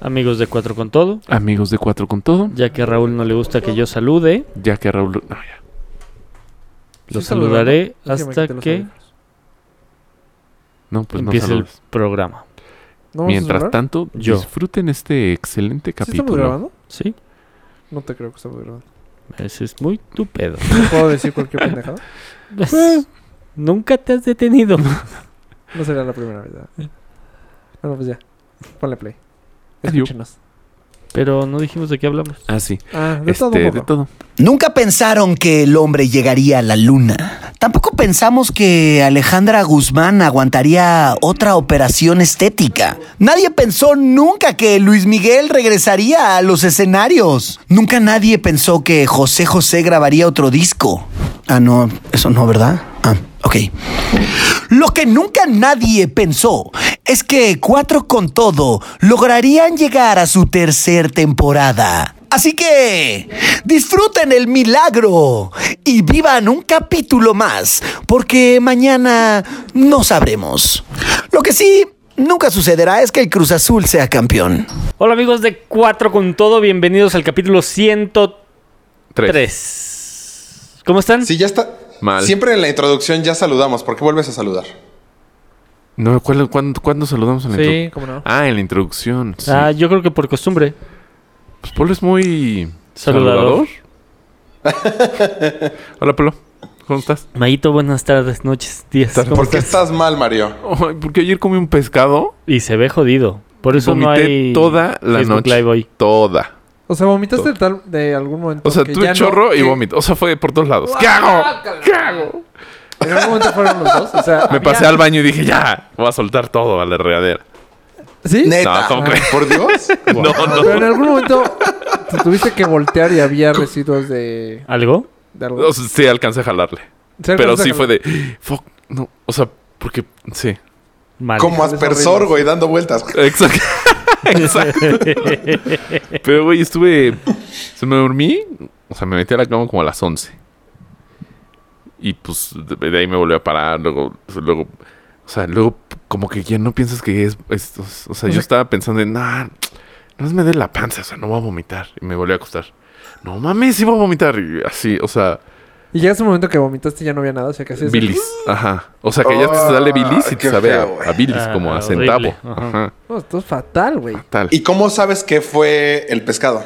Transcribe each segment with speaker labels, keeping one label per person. Speaker 1: Amigos de Cuatro con Todo.
Speaker 2: Amigos de Cuatro con Todo.
Speaker 1: Ya que a Raúl no le gusta que yo salude,
Speaker 2: Ya que a Raúl. No, ya.
Speaker 1: lo
Speaker 3: Sí,
Speaker 1: saludaré
Speaker 3: saludando. Sí, me
Speaker 1: hasta
Speaker 3: quité los
Speaker 1: que
Speaker 3: audífonos.
Speaker 2: No, pues
Speaker 1: empiece
Speaker 2: no
Speaker 1: el
Speaker 2: saludas.
Speaker 1: programa.
Speaker 3: ¿No vamos a
Speaker 2: Mientras
Speaker 3: celebrar?
Speaker 2: tanto,
Speaker 1: Yo.
Speaker 2: disfruten este excelente
Speaker 3: ¿Sí estamos
Speaker 2: capítulo.
Speaker 3: grabando?
Speaker 1: ¿Sí?
Speaker 3: No te creo que estamos grabando.
Speaker 1: Ese es muy tu pedo.
Speaker 3: ¿Puedo decir cualquier pendejada?
Speaker 1: Pues, Nunca te has detenido.
Speaker 3: No será la primera vez. ¿verdad? Bueno, pues ya. Ponle play.
Speaker 2: Adiós.
Speaker 3: Escúchenos.
Speaker 1: Pero no dijimos de qué hablamos.
Speaker 2: ah, sí.
Speaker 3: Ah, de
Speaker 2: este,
Speaker 3: todo un poco.
Speaker 2: de todo.
Speaker 4: Nunca pensaron que el hombre llegaría a la luna. Tampoco pensamos que Alejandra Guzmán aguantaría otra operación estética. Nadie pensó nunca que Luis Miguel regresaría a los escenarios. Nunca nadie pensó que José José grabaría otro disco. Ah, no, eso no, ¿verdad? Ah, ok. Lo que nunca nadie pensó es que Cuatro con Todo lograrían llegar a su tercer temporada. Así que disfruten el milagro y vivan un capítulo más, porque mañana no sabremos. Lo que sí nunca sucederá es que el Cruz Azul sea campeón.
Speaker 1: Hola amigos de Cuatro con Todo, bienvenidos al capítulo 103.
Speaker 2: Tres.
Speaker 1: ¿Cómo están?
Speaker 5: Sí, ya está.
Speaker 2: Mal.
Speaker 5: Siempre en la introducción ya saludamos. ¿Por qué vuelves a saludar?
Speaker 2: No, ¿cuál- cuándo, cuándo saludamos en la
Speaker 3: Sí,
Speaker 2: introdu-
Speaker 3: cómo no.
Speaker 2: Ah, en la introducción. sí.
Speaker 1: Ah, yo creo que por costumbre.
Speaker 2: Pues Polo es muy.
Speaker 1: Saludador.
Speaker 2: saludador. Hola, Polo. ¿Cómo estás?
Speaker 1: Maito, buenas tardes, noches, días. ¿Cómo
Speaker 5: ¿Por qué
Speaker 1: estás?
Speaker 5: estás mal, Mario?
Speaker 2: Ay, porque ayer comí un pescado.
Speaker 1: Y se ve jodido. Por
Speaker 3: Pues
Speaker 1: eso no
Speaker 2: Vomité
Speaker 1: hay
Speaker 2: toda la
Speaker 1: Facebook
Speaker 2: noche.
Speaker 1: Live hoy.
Speaker 2: Toda.
Speaker 3: O sea, vomitaste de, tal, de algún momento.
Speaker 2: O sea,
Speaker 3: que
Speaker 2: tuve
Speaker 3: ya no-
Speaker 2: chorro y
Speaker 3: que
Speaker 2: vómito. O sea, fue por todos lados. ¿Qué hago? ¿Qué hago?
Speaker 3: En algún momento fueron los dos. O sea,
Speaker 2: Me
Speaker 3: había-
Speaker 2: pasé al baño y dije, ya, voy a soltar todo a la regadera.
Speaker 3: ¿Sí?
Speaker 5: Neta.
Speaker 2: No, ¿cómo crees?
Speaker 5: ¿Por Dios?
Speaker 2: No, no.
Speaker 3: Pero en algún momento te tuviste que voltear y había residuos de,
Speaker 1: ¿Algo?
Speaker 3: de algo.
Speaker 2: O sea, sí, alcancé a jalarle.
Speaker 3: ¿Se
Speaker 2: Pero
Speaker 3: alcanza
Speaker 2: sí
Speaker 3: a-
Speaker 2: fue de, fuck, no. O sea, porque, sí.
Speaker 1: Mal.
Speaker 5: Como aspersor, güey, dando vueltas.
Speaker 2: Exacto. Exacto. Pero, güey, estuve. Se me dormí. O sea, me metí a la cama como a las 11. Y pues de de ahí me volvió a parar. Luego, luego. O sea, luego, como que ya no piensas que es. es- o sea, yo estaba pensando en. Nah, no me dé la panza. O sea, no voy a vomitar. Y me volví a acostar. No mames, sí voy a vomitar. Y así, o sea,
Speaker 3: Y llegaste un momento que vomitaste y ya no había nada. O sea, que así es.
Speaker 2: bilis. Ajá. O sea, que ya te sale bilis y te
Speaker 5: Ah, qué
Speaker 2: sabe a,
Speaker 5: feo, güey.
Speaker 2: a bilis,
Speaker 1: Ah,
Speaker 2: como a
Speaker 1: horrible.
Speaker 2: centavo.
Speaker 1: Ajá.
Speaker 2: Ajá.
Speaker 3: No, esto es fatal, güey.
Speaker 2: Tal.
Speaker 5: ¿Y cómo sabes que fue el pescado?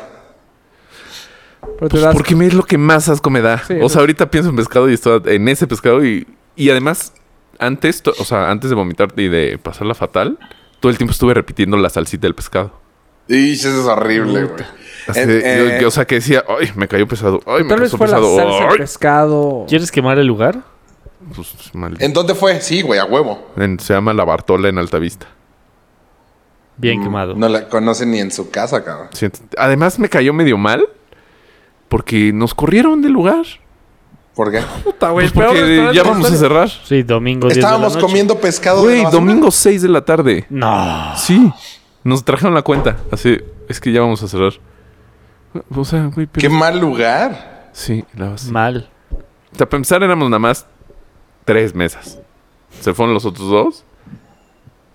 Speaker 3: Pero te
Speaker 2: Pues
Speaker 3: das.
Speaker 2: porque me es lo que más asco me da.
Speaker 3: Sí,
Speaker 2: o
Speaker 3: eso-
Speaker 2: sea, ahorita pienso en pescado y estoy en ese pescado y, y además, antes, to- o sea, antes de vomitarte y de pasarla fatal, todo el tiempo estuve repitiendo la salsita del pescado.
Speaker 5: Y eso es horrible, güey.
Speaker 2: Así
Speaker 5: En-
Speaker 2: de- yo-
Speaker 5: eh,
Speaker 2: yo- o sea, que decía, ay, me cayó pesado, ay, me
Speaker 3: Tal vez
Speaker 2: cayó
Speaker 3: fue la
Speaker 2: pesado,
Speaker 3: salsa de
Speaker 2: ay".
Speaker 3: pescado.
Speaker 1: ¿Quieres quemar el lugar?
Speaker 2: Pues, maldito.
Speaker 5: ¿En dónde fue? Sí, güey, a huevo.
Speaker 2: En- se llama La Bartola en Altavista.
Speaker 1: Bien quemado.
Speaker 5: Mm, No la conocen ni en su casa, cabrón.
Speaker 2: Siento- Además, me cayó medio mal porque nos corrieron del lugar.
Speaker 5: ¿Por qué?
Speaker 3: Puta, güey.
Speaker 2: Pues porque ya vamos a cerrar.
Speaker 1: Sí, domingo 10 de la
Speaker 5: Estábamos
Speaker 1: noche.
Speaker 5: comiendo pescado. de
Speaker 2: Güey,
Speaker 5: la basura.
Speaker 2: domingo 6 de la tarde.
Speaker 1: No.
Speaker 2: Sí, nos trajeron la cuenta. Así, es que ya vamos a cerrar. O sea, güey, pero-
Speaker 5: Qué mal lugar.
Speaker 2: Sí, la vas.
Speaker 1: Mal.
Speaker 2: O sea, para empezar éramos nada más tres mesas. Se fueron los otros dos.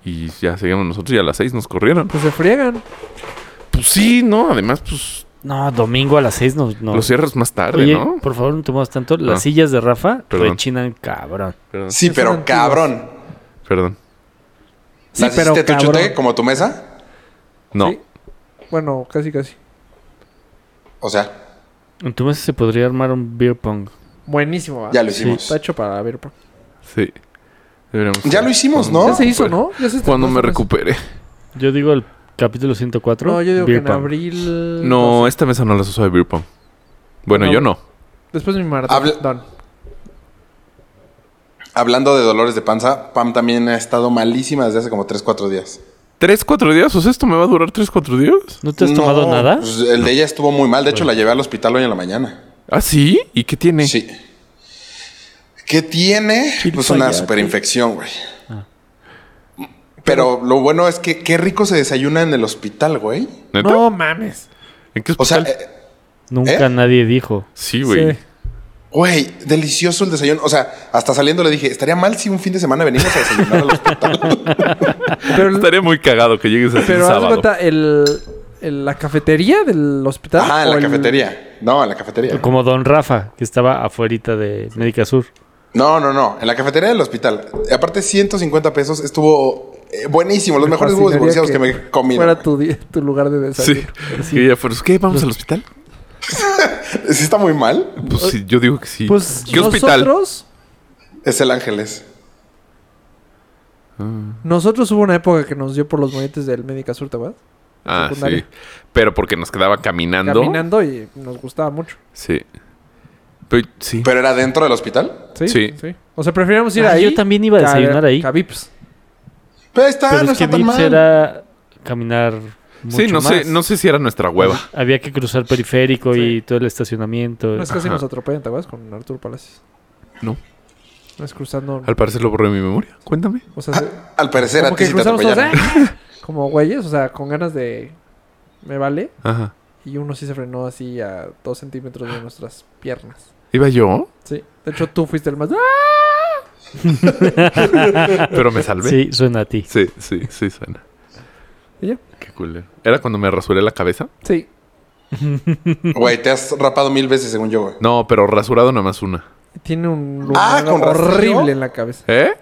Speaker 2: Y ya seguimos nosotros y a las seis nos corrieron.
Speaker 3: Pues se friegan.
Speaker 2: Pues sí, ¿no? Además, pues
Speaker 1: No, domingo a las 6 no. no.
Speaker 2: lo cierras más tarde,
Speaker 1: Oye,
Speaker 2: ¿no?
Speaker 1: por favor, no te muevas tanto. Las
Speaker 2: Ah.
Speaker 1: sillas de Rafa
Speaker 2: Perdón.
Speaker 1: rechinan cabrón.
Speaker 2: Perdón.
Speaker 5: Sí,
Speaker 3: Son
Speaker 5: pero
Speaker 3: antiguos.
Speaker 5: cabrón.
Speaker 2: Perdón.
Speaker 3: Sí,
Speaker 5: ¿Las
Speaker 3: pero
Speaker 5: hiciste tu
Speaker 3: cabrón.
Speaker 5: chute como tu mesa?
Speaker 2: No.
Speaker 3: Sí. Bueno, casi, casi.
Speaker 5: O sea,
Speaker 1: En tu mesa se podría armar un beer pong.
Speaker 3: Buenísimo. ¿va?
Speaker 5: ya lo
Speaker 1: Sí,
Speaker 5: hicimos.
Speaker 3: Está hecho para ver. pa-
Speaker 2: Sí. Deberíamos-
Speaker 5: Ya lo hicimos, ¿no?
Speaker 3: Ya se hizo,
Speaker 2: pues,
Speaker 3: ¿no? Ya se
Speaker 2: Cuando me
Speaker 3: estrenó esta mesa.
Speaker 2: recupere.
Speaker 1: Yo digo el capítulo 104.
Speaker 3: No, yo digo que
Speaker 1: beer
Speaker 3: en
Speaker 1: pong.
Speaker 3: abril.
Speaker 2: No, esta mesa no las usó de Beer Pong. Bueno,
Speaker 3: No.
Speaker 2: yo no.
Speaker 3: Después de mi maratón.
Speaker 5: Habla-
Speaker 3: Don.
Speaker 5: Hablando de dolores de panza, Pam también ha estado malísima desde hace como 3, 4 días.
Speaker 2: ¿Tres, cuatro días? O sea, ¿esto me va a durar tres, cuatro días?
Speaker 1: ¿No te has tomado
Speaker 5: No,
Speaker 1: nada?
Speaker 5: pues, el de ella estuvo muy mal. De hecho, la llevé al hospital hoy en la mañana.
Speaker 2: ¿Ah, sí? ¿Y qué tiene?
Speaker 5: Sí. ¿Qué tiene? Pues una superinfección, güey. Pero lo bueno es que qué rico se desayuna en el hospital, güey.
Speaker 2: ¿Neta?
Speaker 3: No mames.
Speaker 2: ¿En qué
Speaker 5: O sea,
Speaker 2: hospital?
Speaker 5: eh,
Speaker 1: Nunca
Speaker 5: ¿Eh?
Speaker 1: nadie dijo.
Speaker 2: sí, güey.
Speaker 3: Sí.
Speaker 5: Güey, delicioso el desayuno. O sea, hasta saliendo le dije, estaría mal si un fin de semana venimos a desayunar al hospital.
Speaker 3: Pero,
Speaker 2: Estaría muy cagado que llegues así el
Speaker 3: pero haz de
Speaker 2: sábado.
Speaker 3: cuenta, el, el- la cafetería del hospital.
Speaker 5: ah, en
Speaker 3: o
Speaker 5: la
Speaker 3: el-
Speaker 5: cafetería. No, en la cafetería.
Speaker 1: Como Don Rafa, que estaba afuerita de Médica Sur.
Speaker 5: No, no, no. En la cafetería del hospital. Aparte, 150 pesos estuvo eh, buenísimo. Los
Speaker 3: me
Speaker 5: mejores huevos
Speaker 3: fascinaría
Speaker 5: divorciados que, me comí.
Speaker 3: Fuera tu, di- tu lugar de
Speaker 2: Sí.
Speaker 3: desayuno.
Speaker 2: Que ya fueras, ¿Qué? ¿Vamos al hospital?
Speaker 5: Sí está muy mal.
Speaker 2: Pues sí, yo digo que sí.
Speaker 3: Pues
Speaker 2: ¿Qué hospital?
Speaker 3: nosotros,
Speaker 5: Es el Ángeles.
Speaker 3: nosotros hubo una época que nos dio por los monetes del Médica Sur, ¿te acuerdas?
Speaker 2: Ah, sí.
Speaker 3: secundaria.
Speaker 2: Pero porque nos quedaba caminando.
Speaker 3: Caminando y nos gustaba mucho.
Speaker 2: Sí. Pero, sí.
Speaker 5: Pero era dentro del hospital.
Speaker 3: Sí.
Speaker 2: Sí.
Speaker 3: O sea, preferíamos ir
Speaker 1: Ah,
Speaker 3: ahí.
Speaker 1: yo también iba a
Speaker 3: que
Speaker 1: desayunar ahí.
Speaker 3: que a Vips.
Speaker 5: Pero ahí está,
Speaker 1: pero
Speaker 5: Ah, no
Speaker 1: es que
Speaker 5: está tan
Speaker 1: Vips
Speaker 5: mal.
Speaker 1: era caminar.
Speaker 2: sí,
Speaker 1: mucho
Speaker 2: no sé,
Speaker 1: más.
Speaker 2: no sé si era nuestra hueva.
Speaker 1: Había que cruzar periférico y todo el estacionamiento.
Speaker 3: No es casi
Speaker 2: Ajá.
Speaker 3: nos atropellan, ¿te acuerdas? Con Arturo Palacias.
Speaker 2: No.
Speaker 3: No es cruzando.
Speaker 2: Al Ah, parecer lo borré de mi memoria. Cuéntame.
Speaker 3: O sea, se-
Speaker 5: Al parecer a
Speaker 3: como
Speaker 5: ti
Speaker 3: que
Speaker 5: sí te
Speaker 3: cruzamos todos.
Speaker 5: atropellaron.
Speaker 3: ¡ah! Como güeyes, o sea, con ganas de. Me vale.
Speaker 2: Ajá.
Speaker 3: Y uno sí se frenó así a dos centímetros de nuestras piernas.
Speaker 2: Iba yo,
Speaker 3: Sí. De hecho, tú fuiste el más. ¡ah!
Speaker 2: pero me salvé. Sí,
Speaker 1: Sí, suena a ti.
Speaker 2: sí, sí, suena.
Speaker 3: ¿Y ya?
Speaker 2: Qué cool. ¿Era cuando me rasuré la cabeza?
Speaker 3: Sí. ¿eh?
Speaker 5: Güey, te has rapado mil veces según yo, güey.
Speaker 2: No, pero rasurado nomás una.
Speaker 3: Tiene un
Speaker 5: Ah,
Speaker 3: lunar
Speaker 5: ¿con rastrillo?
Speaker 3: horrible en la cabeza.
Speaker 2: ¿Eh?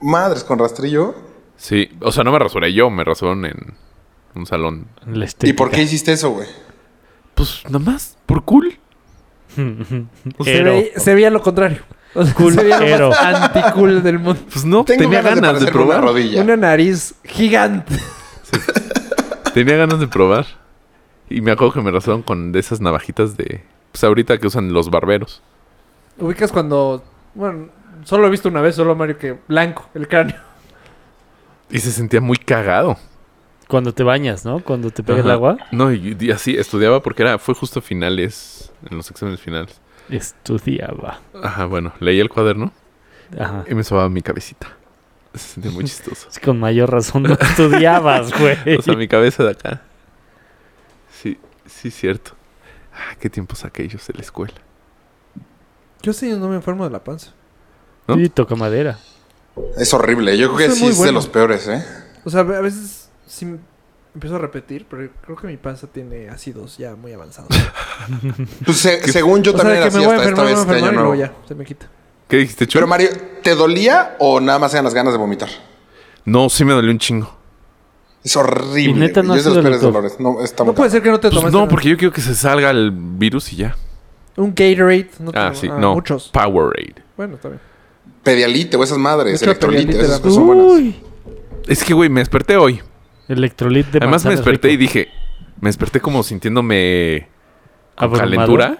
Speaker 5: Madres con rastrillo.
Speaker 2: Sí. O sea, no me rasuré yo, me rasuraron en un salón.
Speaker 1: La
Speaker 5: ¿Y por
Speaker 1: estética.
Speaker 5: qué hiciste eso, güey?
Speaker 2: Pues nomás, por cool.
Speaker 3: Se,
Speaker 1: Ero.
Speaker 3: veía- se veía lo contrario. O sea,
Speaker 1: Cool,
Speaker 3: se veía lo
Speaker 1: ero.
Speaker 3: más anticool del mundo.
Speaker 2: Pues no,
Speaker 5: Tengo
Speaker 2: tenía ganas, de,
Speaker 5: parecerme
Speaker 2: probar.
Speaker 5: una rodilla.
Speaker 3: Una nariz gigante.
Speaker 2: Tenía ganas de probar. Y me acuerdo que me rasuraron con de esas navajitas de. Pues ahorita que usan los barberos.
Speaker 3: Ubicas cuando. Bueno, solo he visto una vez, solo Mario, que blanco el cráneo.
Speaker 2: Y se sentía muy cagado.
Speaker 1: Cuando te bañas, ¿no? Cuando te pega el
Speaker 2: Ajá.
Speaker 1: agua.
Speaker 2: No, y, y así estudiaba porque era, fue justo finales, en los exámenes finales.
Speaker 1: Estudiaba.
Speaker 2: Ajá, bueno, leí el cuaderno
Speaker 1: Ajá.
Speaker 2: y me sobaba mi cabecita. Se sentía muy chistoso.
Speaker 1: Es que con mayor razón no estudiabas, güey.
Speaker 2: O sea, mi cabeza de acá. Sí, sí, cierto. Ah, qué tiempos aquellos de la escuela.
Speaker 3: Yo sí no me enfermo de la panza.
Speaker 2: ¿no?
Speaker 1: Y toca madera.
Speaker 5: Es horrible. Yo creo que
Speaker 3: Eso es
Speaker 5: sí
Speaker 3: muy
Speaker 5: es de
Speaker 3: bueno.
Speaker 5: los peores, ¿eh?
Speaker 3: O sea, a veces sí me- empiezo a repetir, pero creo que mi panza tiene ácidos ya muy avanzados.
Speaker 5: Pues, se- según yo
Speaker 3: o sea, de
Speaker 5: también era
Speaker 3: que
Speaker 5: así
Speaker 3: me voy a
Speaker 5: hasta esta
Speaker 3: enfermar, me
Speaker 5: vez
Speaker 3: voy a
Speaker 5: este
Speaker 3: enfermar
Speaker 5: año
Speaker 3: y luego
Speaker 5: nuevo.
Speaker 3: ya, se me quita.
Speaker 2: ¿Qué dijiste, Chuy?
Speaker 5: Pero Mario, ¿te dolía o nada más eran las ganas de vomitar?
Speaker 2: No, sí me dolió un chingo.
Speaker 5: Es horrible.
Speaker 1: Y neta,
Speaker 5: güey.
Speaker 1: no
Speaker 5: Y es de
Speaker 1: has
Speaker 5: los peores
Speaker 1: sido
Speaker 5: dolores. No, está
Speaker 3: No
Speaker 5: muy
Speaker 3: puede ser que no te
Speaker 2: Pues
Speaker 3: tomes
Speaker 2: no, porque yo quiero que se salga el virus y ya.
Speaker 3: un Gatorade. No te
Speaker 2: Ah,
Speaker 3: lo-
Speaker 2: sí, no.
Speaker 3: Muchos.
Speaker 2: Powerade.
Speaker 3: Bueno, está bien.
Speaker 5: Pedialite o esas madres,
Speaker 3: Yo creo que
Speaker 5: electrolite,
Speaker 3: Pedialite
Speaker 5: esas
Speaker 3: era-
Speaker 5: cosas son buenas.
Speaker 1: Uy.
Speaker 2: Es que, güey, me desperté hoy.
Speaker 1: Electrolit de
Speaker 2: Además, me
Speaker 1: manzana es
Speaker 2: desperté
Speaker 1: rico.
Speaker 2: y dije, me desperté como sintiéndome con
Speaker 1: ¿Abrumado?
Speaker 2: calentura.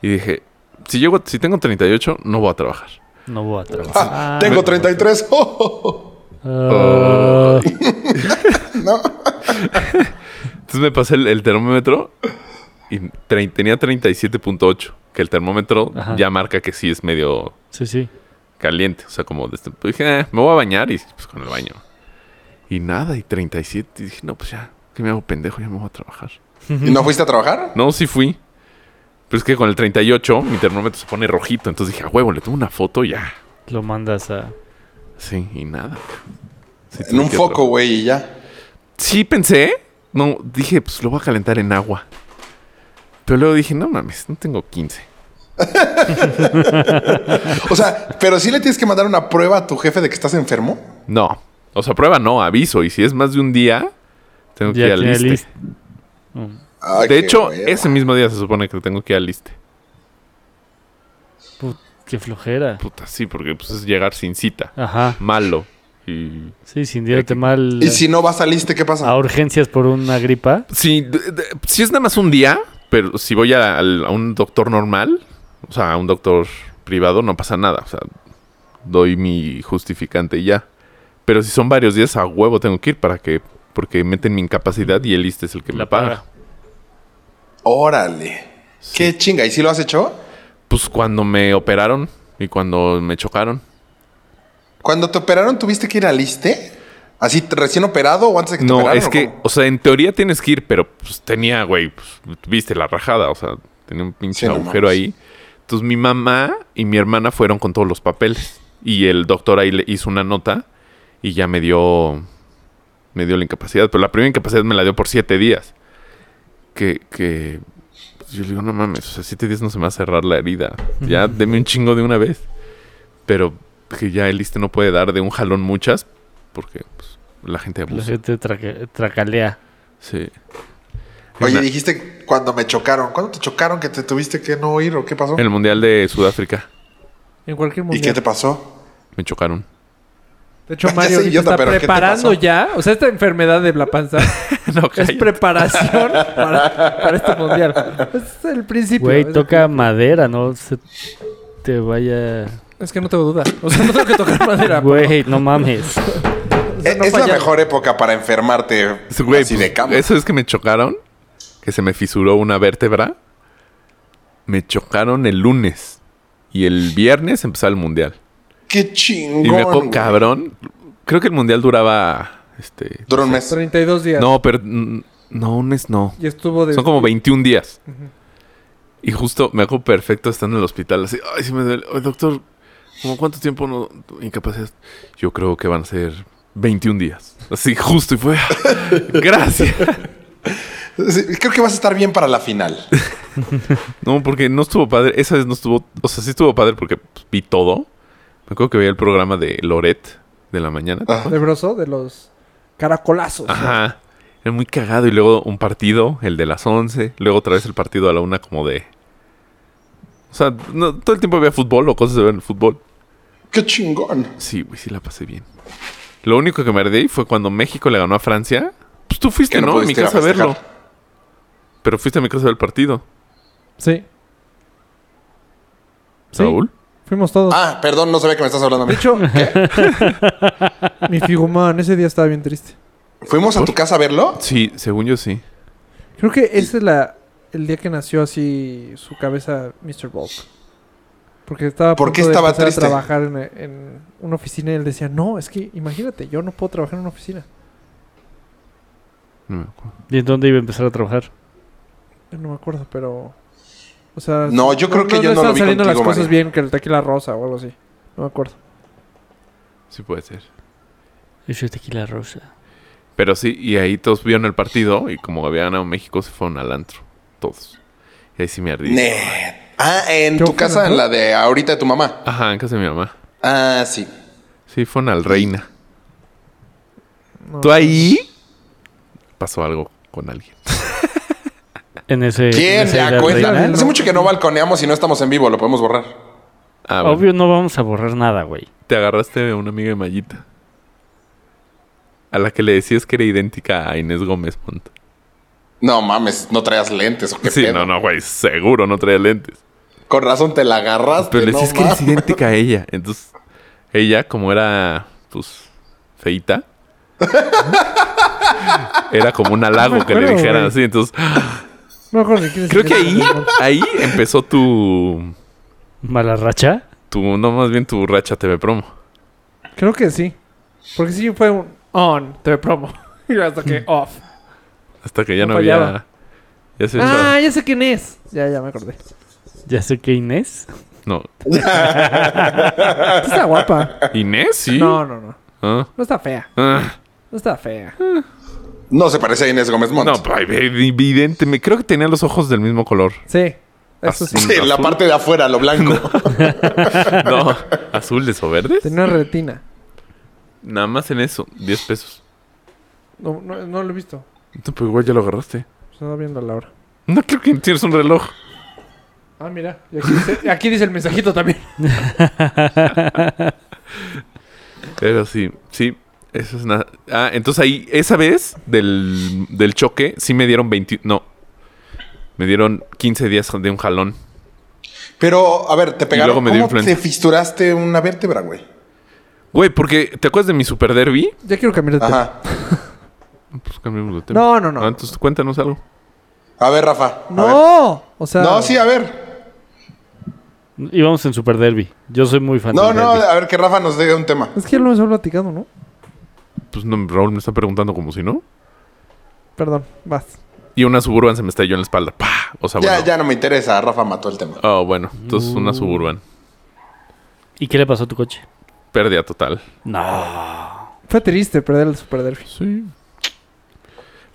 Speaker 2: Y dije, si llego, si tengo 38, no voy a trabajar.
Speaker 1: No voy a trabajar.
Speaker 5: Ah, tengo 33. Oh, oh, oh.
Speaker 1: Ah,
Speaker 2: Entonces me pasé el, el termómetro y trein- tenía 37.8, que el termómetro
Speaker 1: Ajá.
Speaker 2: ya marca que sí es medio
Speaker 1: sí, sí.
Speaker 2: caliente. O sea, como de este- pues dije, "Eh, me voy a bañar y pues con el baño. Y nada, y 37. Y dije, no, pues ya, que me hago pendejo, ya me voy a trabajar.
Speaker 5: ¿Y no fuiste a trabajar?
Speaker 2: No, sí fui. Pero es que con el 38 mi termómetro se pone rojito. Entonces dije, a huevo, le tomo una foto y ya.
Speaker 1: Lo mandas a.
Speaker 2: Sí, y nada. Sí,
Speaker 5: En
Speaker 2: tuve
Speaker 5: un
Speaker 2: que
Speaker 5: foco,
Speaker 2: otra-
Speaker 5: güey, y ya.
Speaker 2: Sí, pensé. No, dije, pues lo voy a calentar en agua. Pero luego dije, no mames, no tengo 15.
Speaker 5: O sea, pero sí le tienes que mandar una prueba a tu jefe de que estás enfermo.
Speaker 2: No. O sea, prueba no, aviso. Y si es más de un día, tengo que ir
Speaker 1: Ya
Speaker 2: al
Speaker 1: tiene
Speaker 2: ISSSTE.
Speaker 1: list.
Speaker 2: De
Speaker 5: Ay, qué
Speaker 2: hecho,
Speaker 5: hueva.
Speaker 2: ese mismo día se supone que tengo que ir al ISSSTE.
Speaker 1: Put- qué flojera.
Speaker 2: Puta, sí, porque pues es llegar sin cita.
Speaker 1: Ajá.
Speaker 2: Malo. Y
Speaker 1: Sí, sintiéndote mal.
Speaker 5: Y si no vas al ISSSTE, ¿qué pasa?
Speaker 1: A urgencias por una gripa.
Speaker 2: Sí, de- de- sí es nada más un día, pero si voy a, al- a un doctor normal, o sea, a un doctor privado, no pasa nada. O sea, doy mi justificante y ya. Pero si son varios días, a huevo tengo que ir para que... Porque meten mi incapacidad y el ISTE es el que
Speaker 1: La
Speaker 2: me paga.
Speaker 1: paga.
Speaker 5: Órale. Qué chinga. ¿Y si lo has hecho?
Speaker 2: Pues cuando me operaron y cuando me chocaron.
Speaker 5: Cuando te operaron, ¿tuviste que ir al ISSSTE? E? ¿Así t- recién operado o antes de que te
Speaker 2: No,
Speaker 5: operaran?
Speaker 2: es
Speaker 5: o
Speaker 2: que,
Speaker 5: cómo?
Speaker 2: o sea, en teoría tienes que ir, pero pues tenía, güey, pues, viste la rajada, o sea, tenía un pinche
Speaker 5: Sí, no
Speaker 2: agujero
Speaker 5: mames.
Speaker 2: ahí. Entonces Entonces mi mamá y mi hermana fueron con todos los papeles. Y el doctor ahí le hizo una nota y ya me dio. Me dio la incapacidad. Pero la primera incapacidad me la dio por siete días. Que. que pues, yo le digo, no mames, o sea, siete días no se me va a cerrar la herida. Ya deme un chingo de una vez. Pero que ya el liste no puede dar de un jalón muchas. Porque pues, la gente
Speaker 1: La
Speaker 2: abusa.
Speaker 1: gente traque- tracalea.
Speaker 2: Sí.
Speaker 5: Oye,
Speaker 2: Una-
Speaker 5: dijiste cuando me chocaron. ¿Cuándo te chocaron que te tuviste que no ir o qué pasó?
Speaker 2: En el Mundial de Sudáfrica
Speaker 3: En cualquier
Speaker 5: ¿Y
Speaker 3: mundial.
Speaker 5: qué te pasó?
Speaker 2: me chocaron.
Speaker 3: De hecho,
Speaker 5: Ya
Speaker 3: Mario
Speaker 5: sé,
Speaker 3: ahorita
Speaker 5: idiota,
Speaker 3: está
Speaker 5: pero ¿qué te
Speaker 3: preparando
Speaker 5: pasó?
Speaker 3: ya. O sea, esta enfermedad de la panza
Speaker 2: No,
Speaker 3: es
Speaker 2: cállate.
Speaker 3: preparación para, para este mundial. Es el principio.
Speaker 1: Güey,
Speaker 3: es-
Speaker 1: toca madera, no se te vaya.
Speaker 3: Es que no tengo duda. O sea, no tengo que tocar madera.
Speaker 1: Güey, no mames.
Speaker 3: pero- o sea,
Speaker 5: Eh,
Speaker 3: no
Speaker 5: es la
Speaker 3: fallar.
Speaker 5: mejor época para enfermarte
Speaker 2: Sí, güey,
Speaker 5: así
Speaker 2: pues,
Speaker 5: de cama.
Speaker 2: Eso es que me chocaron, que se me fisuró una vértebra. Me chocaron el lunes. Y el viernes empezaba el mundial.
Speaker 5: Qué
Speaker 2: Y
Speaker 5: chingón.
Speaker 2: me acuerdo,
Speaker 5: güey.
Speaker 2: cabrón. Creo que el mundial duraba. Este.
Speaker 5: Duró un mes.
Speaker 3: 32 días.
Speaker 2: No, pero. mm, No, un mes no.
Speaker 3: Y estuvo de.
Speaker 2: Son como 21 días. Y justo me hago perfecto estando en el hospital. Así, ay, sí me duele. Ay, doctor, ¿cómo cuánto tiempo no incapacidad? Yo creo que van a ser 21 días. Así, justo. Y fue. "Ah, Gracias.
Speaker 5: Sí, Creo que vas a estar bien para la final.
Speaker 2: No, porque no estuvo padre. Esa vez no estuvo. O sea, sí estuvo padre porque pues, vi todo. Me acuerdo que veía el programa de Loret de la mañana.
Speaker 5: Ah.
Speaker 3: De broso, de los caracolazos.
Speaker 2: Ajá. Era muy cagado. Y luego un partido, el de las 11. Luego otra vez el partido a la una, como de. O sea, no- todo el tiempo había fútbol o cosas de ver el fútbol.
Speaker 5: Qué chingón.
Speaker 2: Sí, güey, sí la pasé bien. Lo único que me ardí fue cuando México le ganó a Francia. Pues tú fuiste,
Speaker 5: Que no
Speaker 2: ¿no? a mi
Speaker 5: pudiste ir a
Speaker 2: casa a
Speaker 5: festejar.
Speaker 2: verlo. Pero fuiste a mi casa a ver el partido.
Speaker 3: Sí. Sí.
Speaker 2: Saúl.
Speaker 3: Fuimos todos.
Speaker 5: Ah, perdón, no sabía que me estás hablando a
Speaker 3: De
Speaker 5: mí.
Speaker 3: hecho, mi figumán ese día estaba bien triste.
Speaker 5: ¿Fuimos a tu casa a verlo?
Speaker 2: Sí, según yo sí.
Speaker 3: Creo que ese es la, el día que nació así su cabeza Mr. Bulk. Porque estaba a
Speaker 5: ¿Por qué
Speaker 3: punto de
Speaker 5: estaba
Speaker 3: empezar a
Speaker 5: triste?
Speaker 3: trabajar en, en una oficina y él decía, no, es que imagínate, yo no puedo trabajar en una oficina.
Speaker 2: No me acuerdo.
Speaker 1: ¿Y en dónde iba a empezar a trabajar?
Speaker 3: Yo no me acuerdo, pero... O sea...
Speaker 5: No, yo creo que yo no lo
Speaker 3: estaban
Speaker 5: vi
Speaker 3: saliendo las
Speaker 5: contigo,
Speaker 3: cosas
Speaker 5: Mario.
Speaker 3: bien que el tequila rosa o algo así. No me acuerdo.
Speaker 2: Sí puede ser.
Speaker 1: Yo soy tequila rosa.
Speaker 2: Pero sí, y ahí todos vieron el partido y como había ganado México, se fueron al antro. Todos. Y ahí sí me ardí.
Speaker 5: Ne. Ah, en
Speaker 3: ¿Qué
Speaker 5: tu
Speaker 3: fue,
Speaker 5: casa,
Speaker 3: no?
Speaker 5: en la de ahorita de tu mamá.
Speaker 2: Ajá, en casa de mi mamá.
Speaker 5: Ah, sí.
Speaker 2: Sí, fueron al Reina.
Speaker 3: No.
Speaker 2: ¿Tú ahí? Pasó algo con alguien.
Speaker 1: En ese. en
Speaker 5: ¿Quién?
Speaker 1: ese
Speaker 5: Ya
Speaker 1: Edad
Speaker 5: cuenta.
Speaker 1: Reina.
Speaker 5: Hace mucho que no balconeamos y no estamos en vivo, lo podemos borrar.
Speaker 2: Ah, bueno.
Speaker 1: Obvio, no vamos a borrar nada, güey.
Speaker 2: Te agarraste a una amiga de Mayita. A la que le decías que era idéntica a Inés Gómez Montt.
Speaker 5: No mames, no traías lentes o qué
Speaker 2: Sí,
Speaker 5: pedo?
Speaker 2: no, no, güey. Seguro no traía lentes.
Speaker 5: Con razón te la agarraste.
Speaker 2: Pero le
Speaker 5: no
Speaker 2: decías que eres
Speaker 5: mames.
Speaker 2: idéntica a ella. Entonces, ella, como era, pues, feita, era como un halago que le
Speaker 3: acuerdo,
Speaker 2: dijeran
Speaker 3: güey.
Speaker 2: así. Entonces,
Speaker 3: No me acuerdo ni quién es
Speaker 2: creo
Speaker 3: el
Speaker 2: que ahí,
Speaker 3: Mr. Bulk.
Speaker 2: ahí empezó tu,
Speaker 1: Mala racha.
Speaker 2: tu, no más bien tu racha TV promo.
Speaker 3: Creo que sí. Porque sí fue un on, te promo. Y hasta
Speaker 5: Mm.
Speaker 3: que off.
Speaker 2: Hasta que ya
Speaker 3: No
Speaker 2: no,
Speaker 3: fallaba.
Speaker 2: había. Ya se
Speaker 3: Ah, ya sé quién es. Ya, ya me acordé.
Speaker 1: Ya sé que Inés.
Speaker 2: No.
Speaker 3: Está guapa.
Speaker 2: Inés, sí.
Speaker 3: No, no, no.
Speaker 2: Ah,
Speaker 3: No está fea.
Speaker 2: ah.
Speaker 3: No está fea.
Speaker 5: No se parece a Inés Gómez Montt.
Speaker 2: No, pues, evidente. Me creo que tenía los ojos del mismo color.
Speaker 3: Sí. Eso sí.
Speaker 5: Ah, Sí, la
Speaker 2: azul.
Speaker 5: parte de afuera, lo blanco.
Speaker 2: No, azules o verdes.
Speaker 3: Tenía una retina.
Speaker 2: Nada más en eso, 10 pesos.
Speaker 3: No, no, no lo he visto.
Speaker 2: No, pero igual ya lo agarraste.
Speaker 3: Estaba viendo la hora.
Speaker 2: No creo que tienes un reloj.
Speaker 3: Ah, mira. Y aquí dice, aquí dice el mensajito también.
Speaker 2: Pero sí, sí. Eso es nada. Ah, entonces ahí, esa vez del, del choque, sí me dieron 20. No. Me dieron 15 días de un jalón.
Speaker 5: Pero, a ver, te pegaron.
Speaker 2: luego me dio
Speaker 5: ¿Cómo
Speaker 2: influenza.
Speaker 5: te fisturaste una vértebra, güey?
Speaker 2: Güey, porque ¿te acuerdas de mi super derby?
Speaker 3: Ya quiero cambiar de tema.
Speaker 5: Ajá.
Speaker 2: Pues cambiamos de tema.
Speaker 3: No, no, no.
Speaker 2: Ah, entonces cuéntanos algo.
Speaker 5: A ver, Rafa. a ver.
Speaker 3: No. O sea.
Speaker 5: No, sí, a ver.
Speaker 1: Íbamos en Super Derby. Yo soy muy
Speaker 2: Ah,
Speaker 1: fan
Speaker 5: No,
Speaker 1: del
Speaker 5: no,
Speaker 1: derbi.
Speaker 5: a ver que Rafa nos dé un tema.
Speaker 3: Es que ya lo hemos platicado, ¿no?
Speaker 2: Pues no, Raúl me está preguntando como si no.
Speaker 3: Perdón. Vas.
Speaker 2: Y una suburban se me estalló en la espalda. ¡Pah! O sea,
Speaker 5: Ya,
Speaker 2: bueno.
Speaker 5: ya no me interesa, Rafa mató el tema.
Speaker 2: Oh, bueno. Entonces
Speaker 1: Mm.
Speaker 2: una suburban.
Speaker 1: ¿Y qué le pasó a tu coche?
Speaker 2: Pérdida total.
Speaker 1: No.
Speaker 3: Fue triste perder el Super Derby.
Speaker 2: Sí.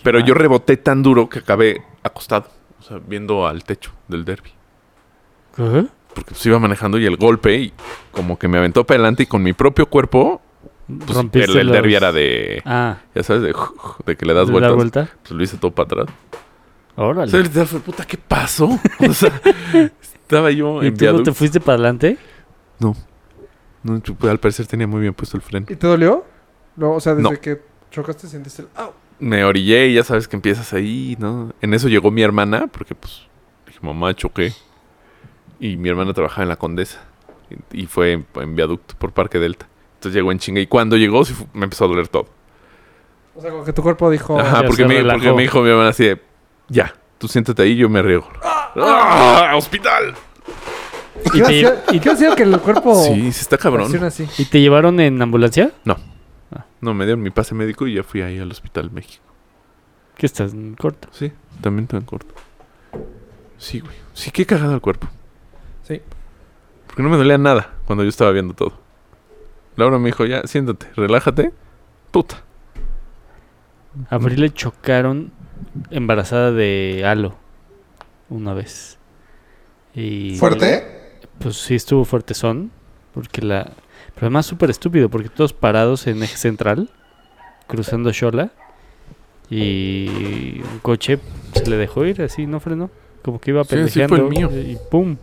Speaker 2: Pero yo reboté tan duro que acabé acostado. O sea, viendo al techo del derby.
Speaker 1: ¿Qué?
Speaker 2: Porque pues iba manejando y el golpe y como que me aventó para adelante y con mi propio cuerpo. Pues,
Speaker 1: Rompiste
Speaker 2: el, el
Speaker 1: los-
Speaker 2: derby era de.
Speaker 1: Ah,
Speaker 2: Ya sabes, de, de que le das
Speaker 1: ¿de
Speaker 2: vueltas.
Speaker 1: dar vuelta?
Speaker 2: Pues lo hice todo para atrás. O
Speaker 1: Órale.
Speaker 2: sea, literal fue, puta, ¿qué pasó? O sea, estaba yo
Speaker 1: ¿Y tú no
Speaker 2: enviado.
Speaker 1: te fuiste para adelante?
Speaker 2: No, yo, pues, al parecer tenía muy bien puesto el freno.
Speaker 3: ¿Y te dolió? No, o sea, desde
Speaker 2: No.
Speaker 3: que chocaste sentiste el... ah, ¡Au!
Speaker 2: Me orillé y ya sabes que empiezas ahí, ¿no? En eso llegó mi hermana, porque pues dije, mamá, choqué. Y mi hermana trabajaba en la Condesa. Y, y fue en, en viaducto por Parque Delta. Entonces llegó en chinga. Y cuando llegó, sí fu- me empezó a doler todo.
Speaker 3: O sea, como que tu cuerpo dijo...
Speaker 2: Ajá,
Speaker 1: ya
Speaker 2: porque
Speaker 1: se
Speaker 2: me,
Speaker 1: relajó.
Speaker 2: porque me dijo mi hermana así de, ya, tú siéntate ahí, yo me riego. ¡Ah! ¡Hospital!
Speaker 3: ¿Qué
Speaker 1: Y
Speaker 3: va a
Speaker 1: te-
Speaker 3: ser-
Speaker 1: y-
Speaker 3: qué va a ser que el cuerpo
Speaker 1: Oh.
Speaker 2: Sí, sí está cabrón.
Speaker 3: reacciona así?
Speaker 1: ¿Y te llevaron en ambulancia?
Speaker 2: No, me dieron mi pase médico y ya fui ahí al Hospital México.
Speaker 1: ¿Qué estás en corto?
Speaker 2: Sí, también tan corto. Sí, güey. Sí, qué cagado el cuerpo.
Speaker 3: Sí.
Speaker 2: Porque no me dolía nada cuando yo estaba viendo todo. Laura me dijo, ya, siéntate, relájate. Puta.
Speaker 1: A Abril le chocaron embarazada de Halo una vez. Y
Speaker 5: ¿Fuerte?
Speaker 1: Pues sí estuvo fuertezón. Porque la... Pero además súper estúpido, porque todos parados en eje central, cruzando Shola, y un coche se le dejó ir así, no frenó. Como que iba
Speaker 2: Sí, así fue el
Speaker 1: pendejeando.
Speaker 2: mío.
Speaker 1: Y pum.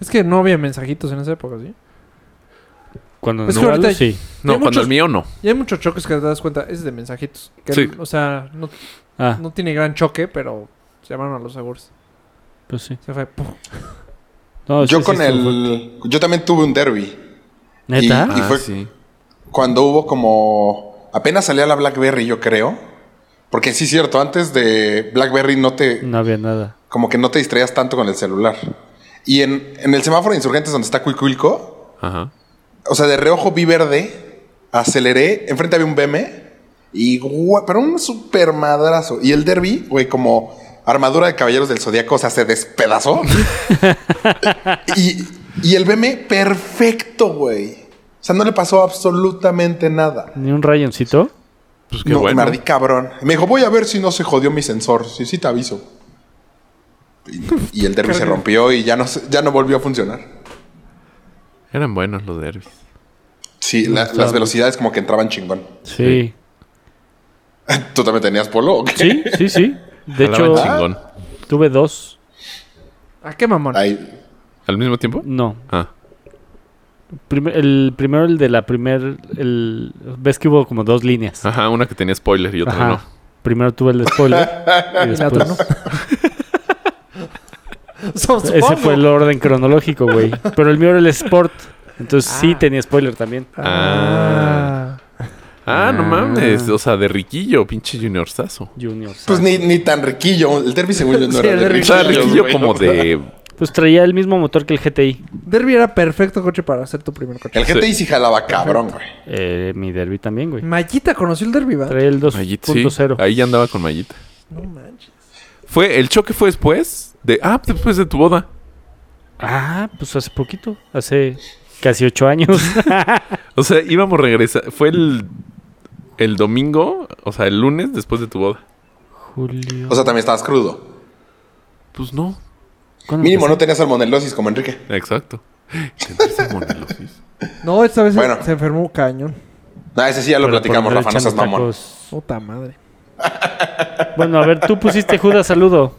Speaker 3: Es que no había mensajitos en esa época, ¿sí?
Speaker 1: Cuando
Speaker 3: Es que
Speaker 1: no,
Speaker 3: ahorita-
Speaker 1: sí.
Speaker 2: No,
Speaker 3: hay
Speaker 2: cuando
Speaker 3: muchos-
Speaker 2: el mío no.
Speaker 3: Y hay muchos choques que te das cuenta, es de mensajitos. Que,
Speaker 2: Sí.
Speaker 3: O sea, no,
Speaker 1: Ah,
Speaker 3: no tiene gran choque, pero llamaron a los seguros.
Speaker 1: pues sí.
Speaker 3: Se fue... ¡puf!
Speaker 1: No, sí,
Speaker 5: yo
Speaker 1: sí
Speaker 5: con
Speaker 1: estuvo fuerte.
Speaker 5: el. Yo también tuve un derby.
Speaker 1: ¿Neta?
Speaker 5: Y fue-
Speaker 2: Ah, sí.
Speaker 5: Cuando hubo como. Apenas salía la Blackberry, yo creo. Porque sí, cierto, antes de Blackberry no te.
Speaker 2: Mm.
Speaker 1: No había nada.
Speaker 5: Como que no te distraías tanto con el celular. Y en, en el semáforo de insurgentes donde está Cuicuilco.
Speaker 2: Ajá.
Speaker 5: O sea, de reojo vi verde, aceleré, enfrente había un BM y guau, pero un super madrazo. Y el derby, güey, como armadura de caballeros del zodiaco, o sea, se despedazó. y, y el BM perfecto, güey. O sea, no le pasó absolutamente nada.
Speaker 1: Ni un rayoncito.
Speaker 2: Pues qué
Speaker 5: No,
Speaker 2: bueno.
Speaker 5: me ardí cabrón. Me dijo, voy a ver si no se jodió mi sensor. Sí, sí, te aviso. Y, y el derby se rompió y ya no, se- ya no volvió a funcionar.
Speaker 2: Eran buenos los derbis.
Speaker 5: Sí,
Speaker 2: Pues
Speaker 5: la- las velocidades como que entraban chingón.
Speaker 1: Sí.
Speaker 5: ¿Tú también tenías polo o qué?
Speaker 1: Sí, sí, sí. De
Speaker 2: Jalaban
Speaker 1: hecho,
Speaker 2: chingón.
Speaker 1: tuve dos.
Speaker 3: ¿A ¡Ah, qué mamón?
Speaker 5: Ay,
Speaker 2: ¿Al mismo tiempo?
Speaker 1: No.
Speaker 2: Ah.
Speaker 1: Primer- el primero, el de la primer... El, ves que hubo como dos líneas.
Speaker 5: Ah,
Speaker 2: Ajá, una que tenía spoiler y otra
Speaker 1: Ajá.
Speaker 2: no.
Speaker 1: Primero tuve el de spoiler. y
Speaker 3: la otra
Speaker 1: después...
Speaker 3: Supongo.
Speaker 1: Ese fue el orden cronológico, güey. Pero el mío era el sport. Entonces sí tenía spoiler también.
Speaker 3: Ah.
Speaker 2: Ah, no
Speaker 1: Ah.
Speaker 2: mames. O sea, de riquillo, pinche juniorzazo.
Speaker 1: Junior. ¿sabes?
Speaker 5: Pues
Speaker 1: Pues,
Speaker 5: ni, ni tan riquillo. El derby según yo no
Speaker 3: Sí,
Speaker 5: era
Speaker 3: el
Speaker 5: de
Speaker 3: derbi.
Speaker 2: O sea,
Speaker 5: riquillo.
Speaker 2: riquillo como de.
Speaker 1: Pues traía el mismo motor que el GTI.
Speaker 3: Derby era perfecto coche para hacer tu primer coche.
Speaker 5: El GTI sí jalaba cabrón, güey.
Speaker 1: Eh, mi derby también, güey.
Speaker 3: Mayita conoció el derby, ¿va?
Speaker 1: Traía el
Speaker 2: Mallita, sí.
Speaker 1: 2.0.
Speaker 2: Ahí ya andaba con Mallita.
Speaker 3: No manches.
Speaker 2: Fue, el choque fue después de. Ah, después de tu boda.
Speaker 1: Ah, pues hace poquito. Hace casi ocho años.
Speaker 2: O sea, íbamos a regresar. Fue el, el domingo, o sea, el lunes después de tu boda.
Speaker 1: Julio.
Speaker 5: O sea, también estabas crudo.
Speaker 2: Pues no.
Speaker 1: ¿Cuándo
Speaker 5: Mínimo
Speaker 1: empezó?
Speaker 5: no tenías salmonelosis como Enrique.
Speaker 2: Exacto. Tendré salmonelosis.
Speaker 3: No, esta vez se-
Speaker 5: Bueno.
Speaker 3: se enfermó cañón.
Speaker 5: No, Ah, ese sí ya lo
Speaker 1: Pero
Speaker 5: platicamos,
Speaker 1: por andar
Speaker 5: Rafa, no seas
Speaker 1: echando
Speaker 5: mamón.
Speaker 1: tacos.
Speaker 3: Puta madre.
Speaker 1: Bueno, a ver, tú pusiste Judas saludo.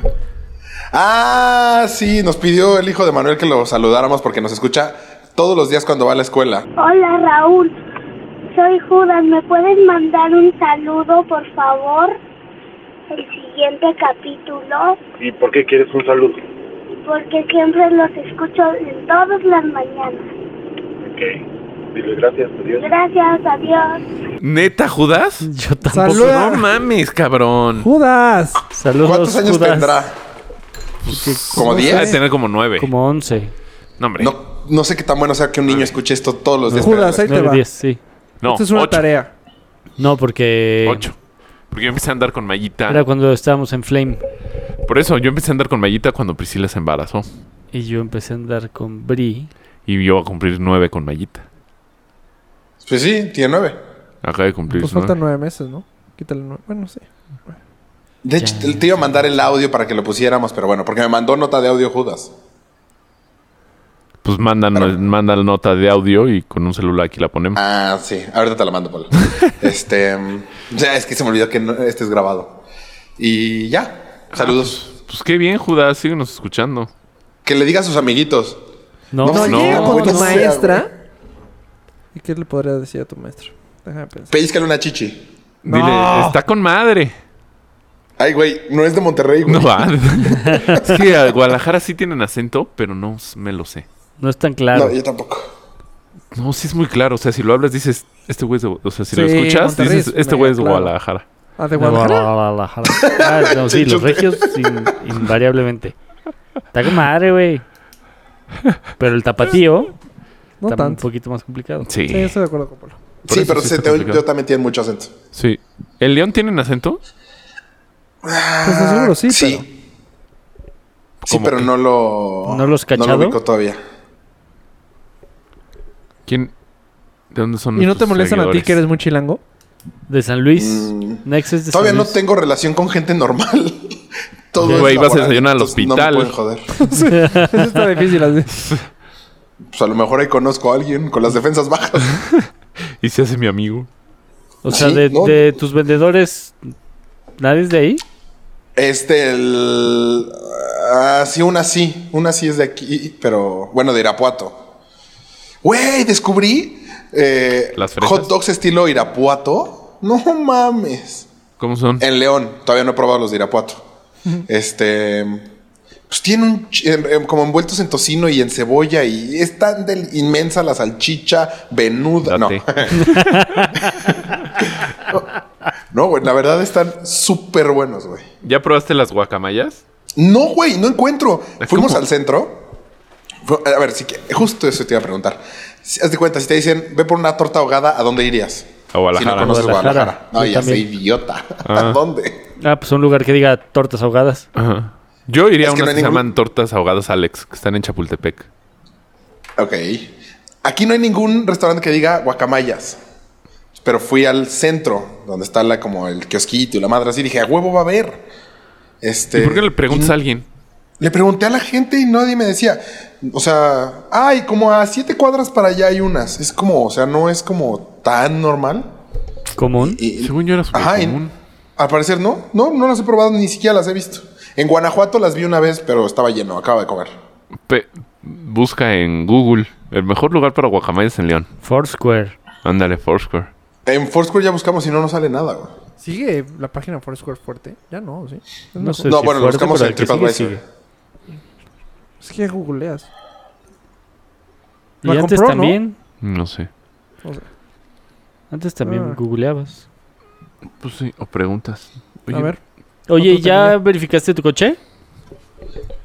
Speaker 5: Ah, sí, nos pidió el hijo de Manuel que lo saludáramos porque nos escucha todos los días cuando va a la escuela.
Speaker 6: Hola Raúl, soy Judas. ¿Me puedes mandar un saludo, por favor? El siguiente capítulo,
Speaker 7: ¿Y por qué quieres un saludo?
Speaker 6: porque siempre los escucho en todas las mañanas.
Speaker 7: Ok. Dile gracias a Dios.
Speaker 6: Gracias, adiós.
Speaker 2: ¿Neta, Judas? Pues,
Speaker 1: Yo tampoco.
Speaker 3: Saluda.
Speaker 2: No mames, cabrón.
Speaker 3: ¡Judas!
Speaker 1: Saludos.
Speaker 5: ¿Cuántos años
Speaker 1: Judas.
Speaker 5: tendrá? ¿Como
Speaker 2: Ha de
Speaker 5: 10?
Speaker 2: tener como nueve.
Speaker 1: Como 11.
Speaker 2: No, hombre. No,
Speaker 5: No, no sé qué tan bueno sea que un niño escuche esto todos los días.
Speaker 3: Judas, ahí te
Speaker 1: 9,
Speaker 3: va.
Speaker 1: 10, sí.
Speaker 3: Esta es una
Speaker 2: ocho.
Speaker 3: tarea.
Speaker 1: No, porque
Speaker 2: Ocho. Porque yo empecé a andar con Mallita.
Speaker 1: era cuando estábamos en Flame.
Speaker 2: Por eso, yo empecé a andar con Mayita cuando Priscila se embarazó.
Speaker 1: Y yo empecé a andar con Bri.
Speaker 2: Y yo a cumplir nueve con Mayita.
Speaker 5: Pues sí, tiene nueve.
Speaker 2: Acaba de cumplir
Speaker 3: Pues
Speaker 2: nueve.
Speaker 3: faltan nueve meses, ¿no? Quítale nueve. Bueno, sí.
Speaker 5: De hecho, te te iba a mandar el audio para que lo pusiéramos, pero bueno, porque me mandó nota de audio Judas.
Speaker 2: Pues mandan, mandan nota de audio y con un celular aquí la ponemos.
Speaker 5: Ah, sí. Ahorita te la mando, Pablo. este. mm, Ya, es que se me olvidó que no- este es grabado. Y ya. Saludos.
Speaker 2: Pues qué bien, Judas, síguenos escuchando.
Speaker 5: Que le diga a sus amiguitos.
Speaker 1: No,
Speaker 5: No,
Speaker 2: no.
Speaker 3: Llega con
Speaker 5: no
Speaker 3: tu
Speaker 5: sea,
Speaker 3: maestra. ¿Y qué le podría decir a tu maestra? Déjame pensar.
Speaker 5: Pellizcale una chichi.
Speaker 2: Dile, está con madre.
Speaker 5: Ay, güey, no es de Monterrey, güey.
Speaker 2: No ah, va. es que a Guadalajara sí tienen acento, pero no s- me lo sé.
Speaker 1: no es tan
Speaker 5: No,
Speaker 1: claro.
Speaker 5: yo tampoco.
Speaker 2: No, sí es muy claro. O sea, si lo hablas, dices, este güey es de. Gua-". O sea, si lo
Speaker 3: Sí,
Speaker 2: escuchas,
Speaker 3: Monterrey
Speaker 2: dices,
Speaker 3: es
Speaker 2: este güey
Speaker 3: mega
Speaker 2: es de
Speaker 3: claro.
Speaker 2: Guadalajara.
Speaker 3: Ah, de
Speaker 1: De
Speaker 3: Guadalajara.
Speaker 1: Guadalajara. Ah, no, sí, los regios in- invariablemente. Está con madre, güey. Pero el tapatío
Speaker 3: No
Speaker 1: está un
Speaker 3: tanto.
Speaker 1: poquito más complicado.
Speaker 2: Sí.
Speaker 3: Sí, yo estoy de acuerdo con Polo.
Speaker 2: Por
Speaker 5: sí,
Speaker 2: eso
Speaker 5: pero
Speaker 2: sí
Speaker 5: se
Speaker 2: está
Speaker 5: te-
Speaker 2: complicado.
Speaker 5: yo también tiene mucho acento.
Speaker 2: Sí. ¿El León tienen acento?
Speaker 3: Pues de seguro sí,
Speaker 5: sí.
Speaker 3: pero-
Speaker 5: Sí,
Speaker 2: ¿Cómo
Speaker 5: pero
Speaker 2: que?
Speaker 5: no lo.
Speaker 1: ¿No los
Speaker 5: No
Speaker 1: cachado?
Speaker 5: lo ubico todavía.
Speaker 2: ¿Quién? ¿De dónde son?
Speaker 3: ¿Y no te
Speaker 2: nuestros
Speaker 3: molestan a
Speaker 2: Pues
Speaker 3: ti
Speaker 2: seguidores?
Speaker 3: que eres muy chilango?
Speaker 1: De San Luis.
Speaker 5: Mm.
Speaker 1: Next es de
Speaker 5: Todavía
Speaker 1: San
Speaker 5: no
Speaker 1: Luis.
Speaker 5: tengo relación con gente normal. Todo
Speaker 2: Güey,
Speaker 5: es
Speaker 2: vas a
Speaker 5: laboral,
Speaker 2: desayunar al
Speaker 5: entonces
Speaker 2: hospital.
Speaker 5: No me pueden joder.
Speaker 3: Eso está difícil. así.
Speaker 5: Pues a lo mejor ahí conozco a alguien con las defensas bajas.
Speaker 2: Y se hace mi amigo.
Speaker 1: O sea,
Speaker 5: Sí,
Speaker 1: de,
Speaker 5: no.
Speaker 1: de tus vendedores, ¿nadie es de ahí?
Speaker 5: Este, el. Ah, sí, una sí. Una sí es de aquí, pero bueno, de Irapuato. Güey, descubrí eh,
Speaker 2: Las fresas.
Speaker 5: hot dogs estilo Irapuato. No mames.
Speaker 2: ¿Cómo son?
Speaker 5: En León, todavía no he probado los de Irapuato. este. Pues tienen un. ch- em- em, como envueltos en tocino y en cebolla. Y es tan del- inmensa la salchicha venuda. No.
Speaker 2: Date.
Speaker 5: no, güey, la verdad están súper buenos, güey.
Speaker 2: ¿Ya probaste las guacamayas?
Speaker 5: No, güey, no encuentro.
Speaker 2: ¿Cómo?
Speaker 5: Fuimos al centro. Fu- A ver, sí que justo eso te iba a preguntar. Si- haz de cuenta, si te dicen, ve por una torta ahogada, ¿a dónde irías?
Speaker 2: A Guadalajara.
Speaker 5: Si no conoces
Speaker 1: Guadalajara.
Speaker 5: Guadalajara. No,
Speaker 1: Yo
Speaker 5: ya
Speaker 1: también.
Speaker 5: soy idiota.
Speaker 2: Ah.
Speaker 5: ¿A dónde?
Speaker 1: Ah, pues un lugar que diga tortas ahogadas.
Speaker 2: Ajá. Yo iría
Speaker 5: Es
Speaker 2: a
Speaker 5: que
Speaker 2: unas
Speaker 5: no
Speaker 2: que,
Speaker 5: hay
Speaker 2: se
Speaker 5: ningún-
Speaker 2: llaman tortas ahogadas Alex, que están en Chapultepec.
Speaker 5: Ok. Aquí no hay ningún restaurante que diga guacamayas. Pero fui al centro, donde está la, como el kiosquito y la madre así. Dije, a huevo va a haber. Este,
Speaker 2: ¿Y por qué le preguntas a alguien?
Speaker 5: Le pregunté a la gente y nadie me decía, o sea, ay, como a siete cuadras para allá hay unas. Es como, o sea, no es como tan normal.
Speaker 1: Común.
Speaker 5: Y-
Speaker 2: Según yo era súper
Speaker 5: Ajá, y-
Speaker 2: común.
Speaker 5: al parecer no, no, no las he probado, ni siquiera las he visto. En Guanajuato las vi una vez, pero estaba lleno, acaba de comer.
Speaker 2: Pe- busca en Google. El mejor lugar para guacamayas es en León.
Speaker 1: Foursquare.
Speaker 2: Ándale, Foursquare.
Speaker 5: En Foursquare ya buscamos y no nos sale nada, güey.
Speaker 3: ¿Sigue la página Foursquare fuerte? Ya no, sí. Es
Speaker 1: No
Speaker 3: mejor.
Speaker 1: sé
Speaker 5: No,
Speaker 1: si
Speaker 5: bueno, lo
Speaker 1: fuerte,
Speaker 5: buscamos
Speaker 1: pero
Speaker 5: en
Speaker 1: el que
Speaker 5: TripAdvisor.
Speaker 1: sigue, sigue.
Speaker 3: Es que googleas.
Speaker 1: Y
Speaker 3: La
Speaker 1: antes
Speaker 3: compró, ¿no?
Speaker 1: también.
Speaker 2: No sé.
Speaker 3: O sea,
Speaker 1: Antes también
Speaker 3: Ah.
Speaker 1: googleabas.
Speaker 2: Pues sí, o preguntas. Oye,
Speaker 3: a ver.
Speaker 1: Oye,
Speaker 3: ¿Cuánto
Speaker 1: ¿ya
Speaker 3: tenía?
Speaker 1: verificaste tu coche?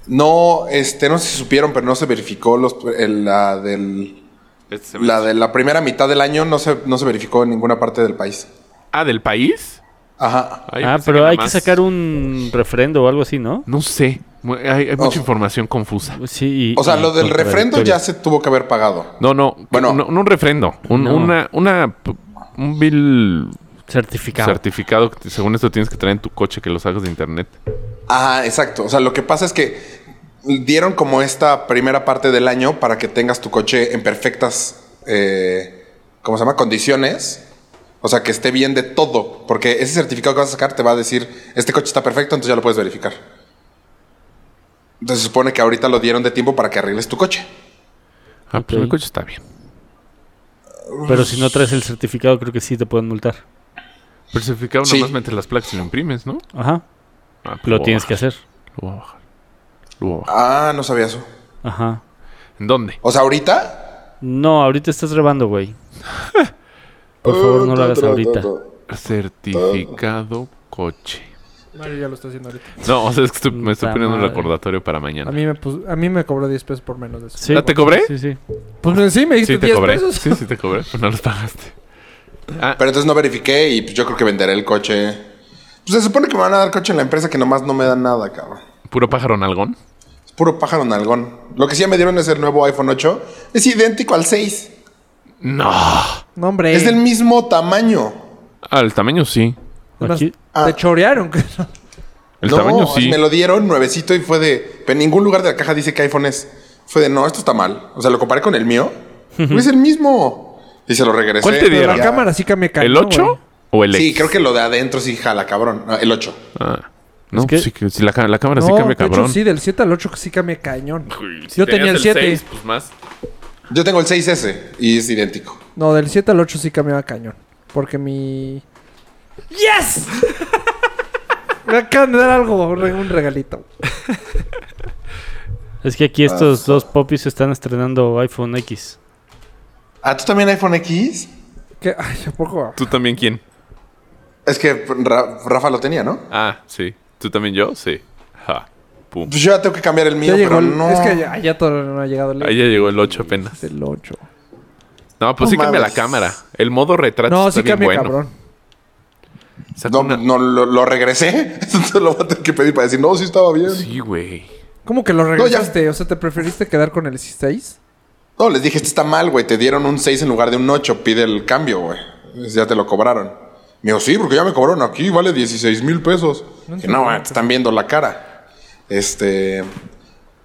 Speaker 5: No, este, no sé si supieron, pero no se verificó los, el- la, del,
Speaker 2: este se me-
Speaker 5: la de la primera mitad del año, no se, no se verificó en ninguna parte del país.
Speaker 2: Ah, ¿del país?
Speaker 5: Ajá.
Speaker 2: Ay,
Speaker 1: ah,
Speaker 2: pensé
Speaker 1: pero
Speaker 2: nada
Speaker 1: hay que
Speaker 2: más.
Speaker 1: sacar un refrendo o algo así, ¿no?
Speaker 2: No sé. Mu- Hay, hay mucha
Speaker 5: Ojo.
Speaker 2: información confusa.
Speaker 1: Sí. y-
Speaker 5: O sea,
Speaker 1: y
Speaker 5: lo del refrendo ya
Speaker 1: contradictorio.
Speaker 5: se tuvo que haber pagado.
Speaker 2: No, no.
Speaker 5: Bueno.
Speaker 2: Bueno. No, no un refrendo. Un,
Speaker 1: No.
Speaker 2: Una, una, p- un bill
Speaker 1: Certificado.
Speaker 2: certificado que según esto tienes que traer en tu coche que lo sacas de internet.
Speaker 5: Ah, exacto. O sea, lo que pasa es que dieron como esta primera parte del año para que tengas tu coche en perfectas, eh, ¿cómo se llama? Condiciones. O sea, que esté bien de todo. Porque ese certificado que vas a sacar te va a decir, este coche está perfecto, entonces ya lo puedes verificar. Entonces se supone que ahorita lo dieron de tiempo para que arregles tu coche.
Speaker 2: Ah, pues
Speaker 1: Ok.
Speaker 2: mi coche está bien.
Speaker 1: Pero si no traes el certificado, creo que sí te pueden multar.
Speaker 2: Pero el certificado
Speaker 5: Sí.
Speaker 2: nada más metes las placas y lo imprimes, ¿no?
Speaker 1: Ajá.
Speaker 2: Ah, pues
Speaker 1: Lo
Speaker 2: voy a
Speaker 1: tienes que
Speaker 2: bajar,
Speaker 1: hacer.
Speaker 2: Lo voy a bajar. Lo voy a bajar.
Speaker 5: Ah, no sabía eso.
Speaker 1: Ajá.
Speaker 2: ¿En dónde?
Speaker 5: O sea, ahorita...
Speaker 1: No, ahorita estás rebando, güey. Por favor, no lo hagas ahorita.
Speaker 2: Certificado coche.
Speaker 3: Mario ya lo está haciendo ahorita.
Speaker 2: No, o sea, es que estoy- me estoy
Speaker 1: Puta
Speaker 2: poniendo un
Speaker 1: madre.
Speaker 2: recordatorio para
Speaker 3: A
Speaker 2: mañana.
Speaker 3: mí me, pus- a mí me cobró 10 pesos por menos de eso.
Speaker 1: Sí.
Speaker 2: ¿Ya te cobré?
Speaker 1: Sí, sí.
Speaker 3: Pues sí, me dijiste
Speaker 2: Sí, te
Speaker 3: 10
Speaker 2: cobré.
Speaker 3: pesos.
Speaker 2: Sí, sí, te cobré. Pues no los pagaste. Ah,
Speaker 5: Pero entonces no verifiqué y pues, yo creo que venderé el coche. Pues se supone que me van a dar coche en la empresa que nomás no me dan nada, cabrón.
Speaker 2: Puro pájaro nalgón.
Speaker 5: Es puro pájaro nalgón. Lo que sí ya me dieron es el nuevo iPhone 8. Es idéntico al 6.
Speaker 2: No.
Speaker 3: No, hombre.
Speaker 5: Es del mismo tamaño.
Speaker 2: Al tamaño sí.
Speaker 3: Además,
Speaker 1: Aquí-
Speaker 5: Ah.
Speaker 3: Pues Te chorearon.
Speaker 2: El
Speaker 5: no,
Speaker 2: tamaño sí.
Speaker 5: me lo dieron nuevecito y fue de... Pero en ningún lugar de la caja dice que iPhone es. Fue de, no, esto está mal. O sea, lo comparé con el mío. Güey, es el mismo. Y se lo regresé.
Speaker 2: ¿Cuál te
Speaker 3: Pero
Speaker 2: dieron?
Speaker 3: la
Speaker 5: Ya.
Speaker 3: cámara sí que me cayó.
Speaker 2: ¿El 8
Speaker 3: güey.
Speaker 2: o el X?
Speaker 5: Sí, creo que lo de adentro sí jala, cabrón. Ah, el 8.
Speaker 2: Ah. No,
Speaker 1: Es que-
Speaker 2: pues sí que- sí, la, ca- la cámara sí
Speaker 3: No,
Speaker 2: cambia
Speaker 3: de hecho,
Speaker 2: cabrón.
Speaker 3: sí, del 7 al 8 sí cambia cañón.
Speaker 2: Uy, si
Speaker 3: Yo
Speaker 2: tenías
Speaker 3: tenía el 7.
Speaker 2: seis, pues más.
Speaker 5: Yo tengo el 6S y es idéntico.
Speaker 3: No, del 7 al 8 sí cambiaba cañón. Porque mi. ¡Yes! Me acaban de dar algo, re- un regalito.
Speaker 1: Es que aquí estos dos popis están estrenando iPhone X.
Speaker 5: Ah, ¿tú también iPhone X?
Speaker 3: ¿Qué? Ay, ¿a poco?
Speaker 2: ¿Tú también quién?
Speaker 5: Es que Ra- Rafa lo tenía, ¿no?
Speaker 2: Ah, sí. ¿Tú también yo? Sí. Ja. Pum.
Speaker 5: Pues yo ya tengo que cambiar el mío,
Speaker 3: Ya llegó
Speaker 5: pero
Speaker 3: el-
Speaker 5: no.
Speaker 3: Es que ya, ya todavía no ha llegado el
Speaker 2: Ahí ya llegó el 8 apenas.
Speaker 3: del 8.
Speaker 2: No, pues
Speaker 5: No
Speaker 2: sí cambia la
Speaker 5: mames.
Speaker 2: cámara. El modo retrato
Speaker 3: No,
Speaker 2: está
Speaker 3: sí
Speaker 2: bien
Speaker 3: cambia
Speaker 2: bueno.
Speaker 3: cabrón.
Speaker 2: Saca
Speaker 5: No,
Speaker 2: una-
Speaker 5: no, lo, lo regresé. Entonces lo voy a tener que pedir para decir, no, sí estaba bien.
Speaker 2: Sí, güey.
Speaker 3: ¿Cómo que lo
Speaker 5: ya.
Speaker 3: regresaste? O sea, ¿te preferiste quedar con el 6?
Speaker 5: No, les dije, este está mal, güey. Te dieron un 6 en lugar de un 8. Pide el cambio, güey. Ya te lo cobraron. Me dijo, sí, porque ya me cobraron aquí. Vale 16 mil pesos. No,
Speaker 3: entiendo.
Speaker 5: no, güey, te están viendo la cara. Este...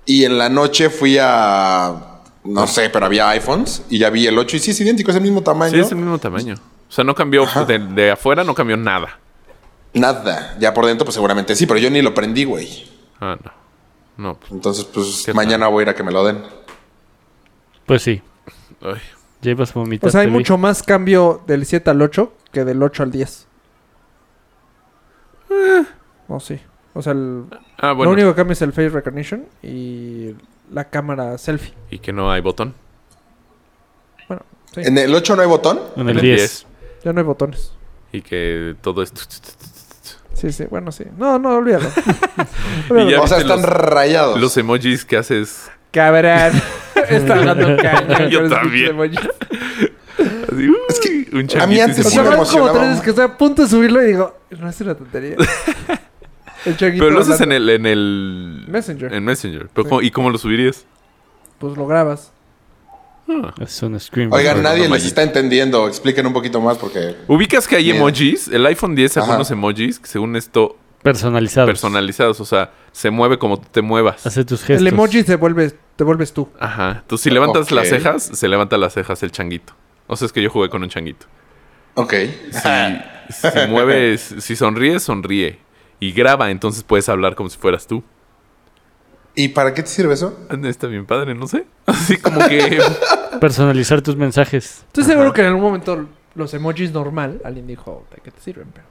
Speaker 5: Y en la noche fui a... No sé, pero había iPhones. Y ya vi el 8. Y sí, es idéntico, es el mismo tamaño.
Speaker 2: Sí, es el mismo tamaño. O sea, no cambió de, de afuera, no cambió nada.
Speaker 5: Nada. Ya por dentro, pues seguramente sí. Pero yo ni lo prendí, güey.
Speaker 2: Ah, no. No, pues.
Speaker 5: Entonces, pues
Speaker 2: Qué
Speaker 5: mañana voy a ir a que me lo den.
Speaker 1: Pues sí,
Speaker 2: ay.
Speaker 1: ya ibas a vomitar.
Speaker 3: O sea, hay
Speaker 1: te vi.
Speaker 3: mucho más cambio del 7 al 8 que del 8 al 10. No, sí. O sea, el-
Speaker 2: Ah, Eh. bueno.
Speaker 3: lo único que cambia es el face recognition y la cámara selfie.
Speaker 2: Y que no hay botón.
Speaker 3: Bueno, sí.
Speaker 5: ¿En el 8 no hay botón?
Speaker 1: En el 10.
Speaker 3: Ya no hay botones.
Speaker 2: Y que todo esto.
Speaker 3: Sí, sí, bueno, sí. No, no, olvídalo.
Speaker 2: Y ya
Speaker 5: O sea,
Speaker 2: viste
Speaker 5: están
Speaker 2: los-
Speaker 5: rayados.
Speaker 2: Los emojis que haces.
Speaker 3: Cabrón. Está hablando cañón.
Speaker 2: Yo
Speaker 3: con los
Speaker 2: también.
Speaker 3: pinches emojis.
Speaker 2: Así, es que un changuito.
Speaker 5: a mí
Speaker 2: y
Speaker 5: antes
Speaker 2: se
Speaker 3: O
Speaker 5: sí
Speaker 3: sea,
Speaker 5: me
Speaker 2: pone-
Speaker 3: van como
Speaker 5: emocionaba
Speaker 3: tres veces
Speaker 5: mucho.
Speaker 3: que estoy a punto de subirlo y digo, no es una tontería. El changuito
Speaker 2: Pero lo haces en el,
Speaker 3: hablando.
Speaker 2: en el.
Speaker 3: Messenger.
Speaker 2: En Messenger. Pero ¿cómo- ¿Y cómo lo subirías?
Speaker 3: Pues lo grabas.
Speaker 2: Ah.
Speaker 1: Es un scream.
Speaker 5: Oigan,
Speaker 2: Una
Speaker 5: nadie les
Speaker 2: mallita.
Speaker 5: está entendiendo. Expliquen un poquito más porque...
Speaker 2: Ubicas que hay
Speaker 5: Mira.
Speaker 2: emojis. El iPhone 10 sacó
Speaker 5: Ajá.
Speaker 2: unos emojis que, según esto,
Speaker 1: Personalizados.
Speaker 2: personalizados. O sea, se mueve como tú te muevas.
Speaker 1: Hace tus gestos.
Speaker 3: El emoji te vuelves, te vuelves tú.
Speaker 2: Ajá. Entonces, si levantas
Speaker 5: Ok.
Speaker 2: las cejas, se levanta las cejas el changuito. O sea, es que yo jugué con un changuito.
Speaker 5: Ok.
Speaker 2: Si, si mueves, si sonríes, sonríe. Y graba, entonces puedes hablar como si fueras tú.
Speaker 5: ¿Y para qué te sirve eso?
Speaker 2: Ah, Está bien padre, no sé. Así como que.
Speaker 1: Personalizar tus mensajes.
Speaker 3: Estoy seguro que en algún momento los emojis normal, alguien dijo, ¿de qué te sirven? Pero...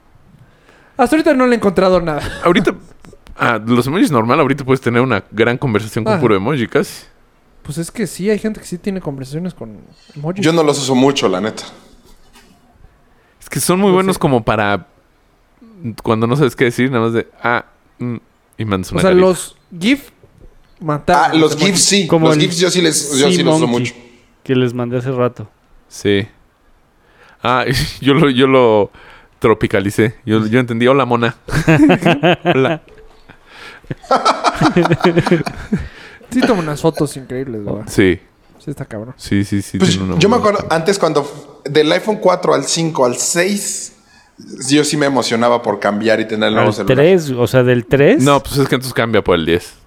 Speaker 3: Hasta ahorita no le he encontrado nada.
Speaker 2: ahorita. ah, los emojis normal, ahorita puedes tener una gran conversación con
Speaker 3: Ah.
Speaker 2: puro emoji casi.
Speaker 3: Pues es que sí, hay gente que sí tiene conversaciones con emojis.
Speaker 5: Yo no los uso mucho, la neta.
Speaker 2: Es que son muy
Speaker 3: Pues
Speaker 2: buenos como para. mm, Cuando no sabes qué decir, nada más de. Ah, mm, y mandas una
Speaker 3: o sea,
Speaker 2: carita.
Speaker 3: los GIF
Speaker 5: Ah,
Speaker 3: mataron. a
Speaker 5: los
Speaker 3: emojis.
Speaker 5: GIFs sí.
Speaker 1: Como
Speaker 5: los
Speaker 1: el
Speaker 5: GIFs yo sí, les, yo sí los uso
Speaker 1: Monkey,
Speaker 5: mucho.
Speaker 1: Que les mandé hace rato.
Speaker 2: Sí. Ah, yo lo, yo lo tropicalicé. Yo, yo entendí, hola mona. hola.
Speaker 3: Sí, toman unas fotos increíbles, ¿verdad?
Speaker 2: Sí,
Speaker 3: Sí, está cabrón.
Speaker 2: sí, sí, sí.
Speaker 5: Pues,
Speaker 2: tiene una
Speaker 5: yo me
Speaker 2: buena-
Speaker 5: acuerdo antes cuando f- del iPhone 4 al 5 al 6, yo sí me emocionaba por cambiar y tener el nuevo
Speaker 1: Al
Speaker 5: celular.
Speaker 1: 3, o sea, del 3.
Speaker 2: No, pues es que entonces cambia por el 10.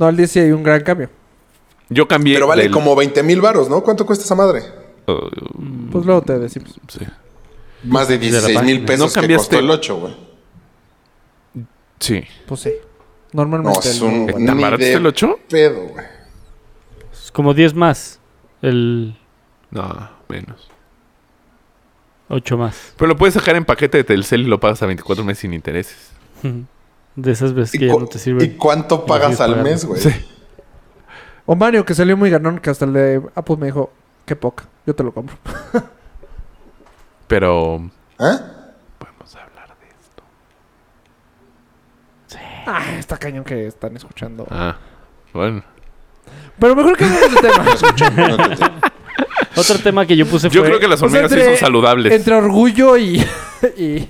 Speaker 3: No, al 10 sí hay un gran cambio.
Speaker 2: Yo cambié.
Speaker 5: Pero vale
Speaker 2: del-
Speaker 5: como 20 mil varos, ¿no? ¿Cuánto cuesta esa madre?
Speaker 2: Oh,
Speaker 3: Pues luego te decimos.
Speaker 2: sí.
Speaker 5: Más de
Speaker 1: la
Speaker 5: 16 mil
Speaker 1: página.
Speaker 5: pesos
Speaker 2: No
Speaker 5: que costó
Speaker 2: cambiaste-
Speaker 5: el 8, güey.
Speaker 2: Sí.
Speaker 3: Pues sí.
Speaker 5: No,
Speaker 3: Normalmente.
Speaker 5: es
Speaker 3: el-
Speaker 5: un...
Speaker 2: ¿Tan
Speaker 5: ni
Speaker 2: barato
Speaker 5: de
Speaker 2: está el ocho?
Speaker 5: Pedo, güey.
Speaker 1: Es como 10 más. El
Speaker 2: No, menos.
Speaker 1: 8 más.
Speaker 2: Pero lo puedes sacar en paquete de Telcel y lo pagas a 24 meses sin intereses.
Speaker 1: De esas veces que
Speaker 5: ¿Y,
Speaker 1: ya
Speaker 5: cu-
Speaker 1: no te
Speaker 5: ¿Y
Speaker 1: sirve.
Speaker 5: cuánto pagas
Speaker 1: sigues
Speaker 5: al
Speaker 1: pagando.
Speaker 5: mes, güey?
Speaker 3: O Mario, que salió muy ganón, que hasta el de Apple me dijo, qué poca, yo te lo compro.
Speaker 2: Pero.
Speaker 5: ¿Eh?
Speaker 2: Podemos hablar de esto.
Speaker 3: Ah, está cañón que están escuchando.
Speaker 2: Ah, bueno.
Speaker 3: Pero mejor que hablemos de tema.
Speaker 1: Otro tema que yo puse
Speaker 2: Yo
Speaker 1: fue
Speaker 2: creo que las
Speaker 3: O sea,
Speaker 2: hormigas sí
Speaker 3: entre-
Speaker 2: son saludables.
Speaker 3: Entre orgullo y y,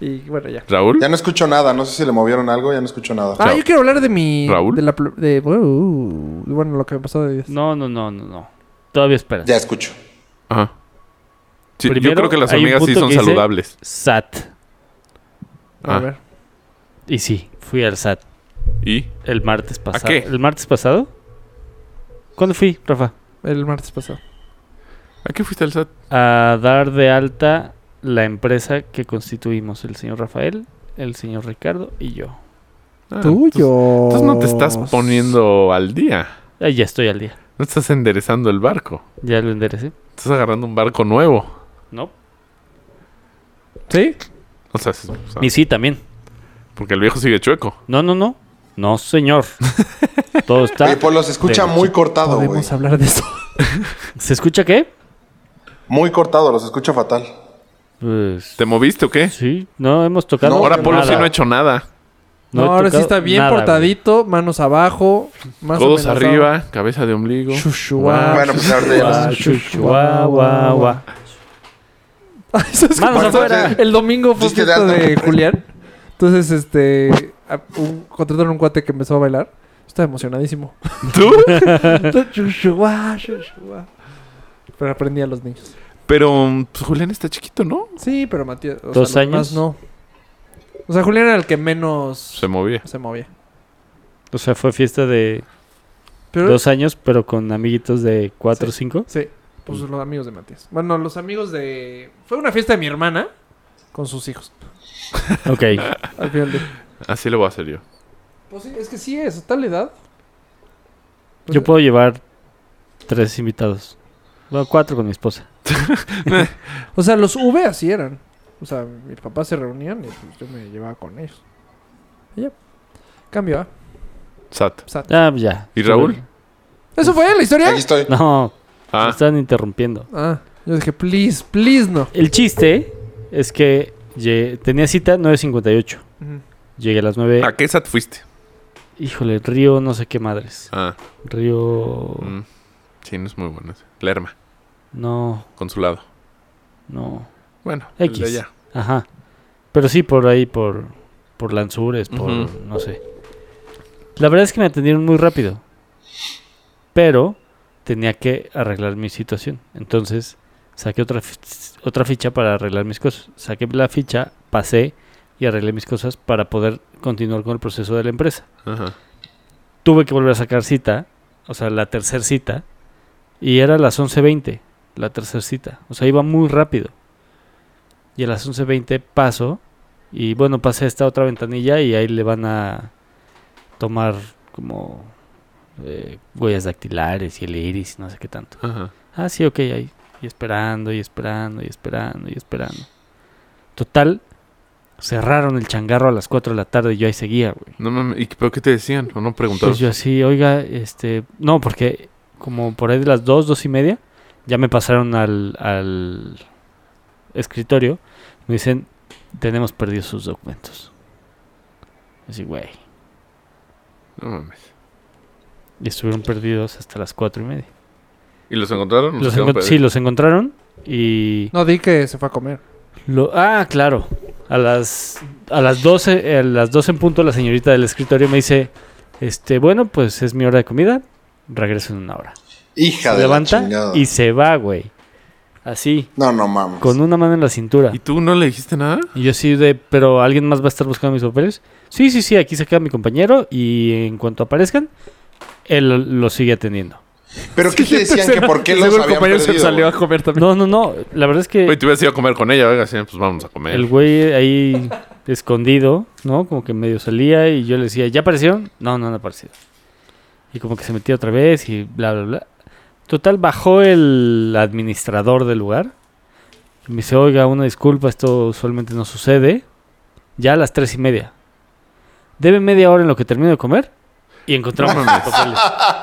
Speaker 3: y bueno, ya.
Speaker 2: Raúl.
Speaker 5: Ya no escucho nada, no sé si le movieron algo, ya no escucho nada.
Speaker 3: Ah, yo quiero hablar de mi.
Speaker 2: Raúl.
Speaker 3: De la. pl- De, uh, bueno, lo que me pasó de.
Speaker 1: No, no, no, no, no. Todavía espera.
Speaker 5: Ya escucho.
Speaker 2: Ajá. Sí, yo
Speaker 1: Primero,
Speaker 2: creo que las
Speaker 1: hay un
Speaker 2: hormigas sí
Speaker 1: punto
Speaker 2: son
Speaker 1: que dice-
Speaker 2: saludables.
Speaker 1: SAT.
Speaker 3: A
Speaker 2: Ah.
Speaker 3: ver.
Speaker 1: Y sí, fui al SAT
Speaker 2: ¿Y?
Speaker 1: el martes pasado.
Speaker 2: qué?
Speaker 1: ¿El martes pasado? ¿Cuándo fui, Rafa?
Speaker 3: El martes pasado.
Speaker 2: ¿A qué fuiste al SAT?
Speaker 1: A dar de alta la empresa que constituimos el señor Rafael, el señor Ricardo y yo.
Speaker 2: Ah, entonces-
Speaker 3: Tuyo.
Speaker 2: Entonces no te estás poniendo al día.
Speaker 1: Ah, ya estoy al día.
Speaker 2: No estás enderezando el barco.
Speaker 1: Ya lo enderecé.
Speaker 2: Estás agarrando un barco nuevo.
Speaker 1: No.
Speaker 3: ¿Sí?
Speaker 2: O sea, es- o sea,
Speaker 1: Y sí, también.
Speaker 2: porque el viejo sigue chueco.
Speaker 1: No, no, no. No, señor. Todo está.
Speaker 5: Oye, Polo, se escucha
Speaker 1: Pero,
Speaker 5: muy cortado, güey.
Speaker 3: Podemos hablar de eso.
Speaker 1: ¿Se escucha qué?
Speaker 5: Muy cortado, los escucho fatal.
Speaker 1: Pues.
Speaker 2: ¿Te moviste o qué?
Speaker 1: Sí, no hemos tocado.
Speaker 5: No,
Speaker 2: Ahora Polo sí
Speaker 1: nada.
Speaker 2: no ha hecho nada.
Speaker 1: No
Speaker 3: No,
Speaker 1: he
Speaker 3: ahora sí
Speaker 1: tocado
Speaker 3: está bien
Speaker 1: nada, güey.
Speaker 3: portadito, manos abajo, más
Speaker 2: Codos
Speaker 3: amenazado.
Speaker 2: arriba, cabeza de ombligo.
Speaker 3: Chuchuá.
Speaker 5: Bueno, pues ahorita ya
Speaker 1: Guau,
Speaker 3: Ah,
Speaker 5: los-
Speaker 1: chuchua, guau, guau.
Speaker 3: Eso es
Speaker 1: Manos
Speaker 3: como-
Speaker 5: afuera.
Speaker 3: El domingo fue
Speaker 5: Diste de
Speaker 3: fiesta
Speaker 5: alta.
Speaker 3: de Julián. Entonces, este. a- un- contrataron un cuate que empezó a bailar. Estaba emocionadísimo.
Speaker 2: ¿Tú?
Speaker 3: Chuchuá, chuchuá. Pero aprendí a los niños.
Speaker 2: Pero pues, Julián está chiquito, ¿no?
Speaker 3: Sí, pero Matías. o
Speaker 1: ¿Dos
Speaker 3: sea, los
Speaker 1: años?
Speaker 3: Más no. O sea, Julián era el que menos
Speaker 2: Se
Speaker 3: se,
Speaker 2: movía.
Speaker 3: movía.
Speaker 1: O sea, fue fiesta de
Speaker 3: Pero.
Speaker 1: dos años, pero con amiguitos de cuatro o cinco.
Speaker 3: Sí, pues los amigos de Matías. Bueno, los amigos de. Fue una fiesta de mi hermana con sus hijos.
Speaker 1: Ok.
Speaker 3: Al final de.
Speaker 2: Así lo voy a hacer yo.
Speaker 3: Pues sí, es que sí es, a tal edad. Pues,
Speaker 1: Yo puedo llevar tres invitados. Bueno, cuatro con mi esposa.
Speaker 3: O sea, los V así eran. O sea, mis papás se reunían y pues, yo me llevaba con ellos. Y ya. Cambio, ¿ah?
Speaker 2: SAT.
Speaker 3: Sat.
Speaker 1: Ah, ya.
Speaker 2: ¿Y Raúl?
Speaker 3: ¿Eso fue la historia?
Speaker 5: Aquí estoy.
Speaker 1: No, me
Speaker 2: Ah,
Speaker 1: están interrumpiendo.
Speaker 3: Ah, yo dije, please, please no.
Speaker 1: El chiste es que lle- tenía cita 9.58.
Speaker 3: Ujú.
Speaker 1: Llegué a las 9.
Speaker 2: ¿a qué SAT fuiste?
Speaker 1: Híjole, río no sé qué madres.
Speaker 2: Ah,
Speaker 1: Río...
Speaker 2: mm. sí, no es muy bueno. ese. Lerma,
Speaker 1: No,
Speaker 2: consulado.
Speaker 1: no.
Speaker 2: Bueno, el
Speaker 1: X.
Speaker 2: de allá.
Speaker 1: Ajá. Pero sí, por ahí, por, por Lanzures, por
Speaker 2: Ujú.
Speaker 1: no sé. La verdad es que me atendieron muy rápido. Pero tenía que arreglar mi situación. Entonces saqué otra, fi- otra ficha para arreglar mis cosas. Saqué la ficha, pasé y arreglé mis cosas para poder continuar con el proceso de la empresa.
Speaker 2: Ajá.
Speaker 1: Tuve que volver a sacar cita, o sea, la tercer cita. Y era a las 11.20, la tercer cita. O sea, iba muy rápido. Y a las 11.20 paso. Y bueno, pasé a esta otra ventanilla y ahí le van a tomar como eh, huellas dactilares y el iris, no sé qué tanto.
Speaker 2: Ajá.
Speaker 1: Ah, sí, ok, ahí. Y esperando, y esperando, y esperando, y esperando. Total, cerraron el changarro a las 4 de la tarde y yo ahí seguía, güey.
Speaker 2: No mames, ¿y qué- pero qué te decían? ¿O no preguntaron?
Speaker 1: Pues yo así, oiga, este... No, porque como por ahí de las 2, 2 y media, ya me pasaron al, al escritorio. Me dicen, tenemos perdidos sus documentos. Así, güey.
Speaker 2: No mames.
Speaker 1: Y estuvieron perdidos hasta las 4 y media.
Speaker 2: ¿Y los encontraron? ¿Los
Speaker 1: Los
Speaker 2: quedaron
Speaker 1: encon-
Speaker 2: Mm, perdidos?
Speaker 1: sí, los encontraron y...
Speaker 3: No, di que se fue a comer.
Speaker 1: Lo, ah, claro. A las, a las 12, a las 12 en punto, la señorita del escritorio me dice, este, bueno, pues es mi hora de comida, regreso en una hora. Se
Speaker 5: Hija de la
Speaker 1: levanta
Speaker 5: chingada.
Speaker 1: y se va, güey. Así,
Speaker 5: No, no mames.
Speaker 1: con una mano en la cintura.
Speaker 2: ¿Y tú no le dijiste nada?
Speaker 1: Y yo sí de, pero ¿alguien más va a estar buscando mis papeles? Sí, sí, sí, aquí se queda mi compañero y en cuanto aparezcan, él lo sigue atendiendo.
Speaker 5: Pero ¿qué te decían? ¿Que por qué los
Speaker 3: Seguro el
Speaker 5: habían
Speaker 3: compañero se
Speaker 5: perdido?
Speaker 3: salió a
Speaker 5: güey?
Speaker 3: comer también.
Speaker 1: No, no, no, la verdad es que...
Speaker 2: Oye, te hubieras ido a comer con ella, oiga, sí, pues vamos a comer.
Speaker 1: El güey ahí escondido, ¿no? Como que medio salía y yo le decía, ¿ya aparecieron? No, no han aparecido. Y como que se metía otra vez y bla, bla, bla. Total, bajó el administrador del lugar. Y me dice, oiga, una disculpa, esto usualmente no sucede. Ya a las tres y media. Debe media hora en lo que termino de comer. Y encontramos los papeles.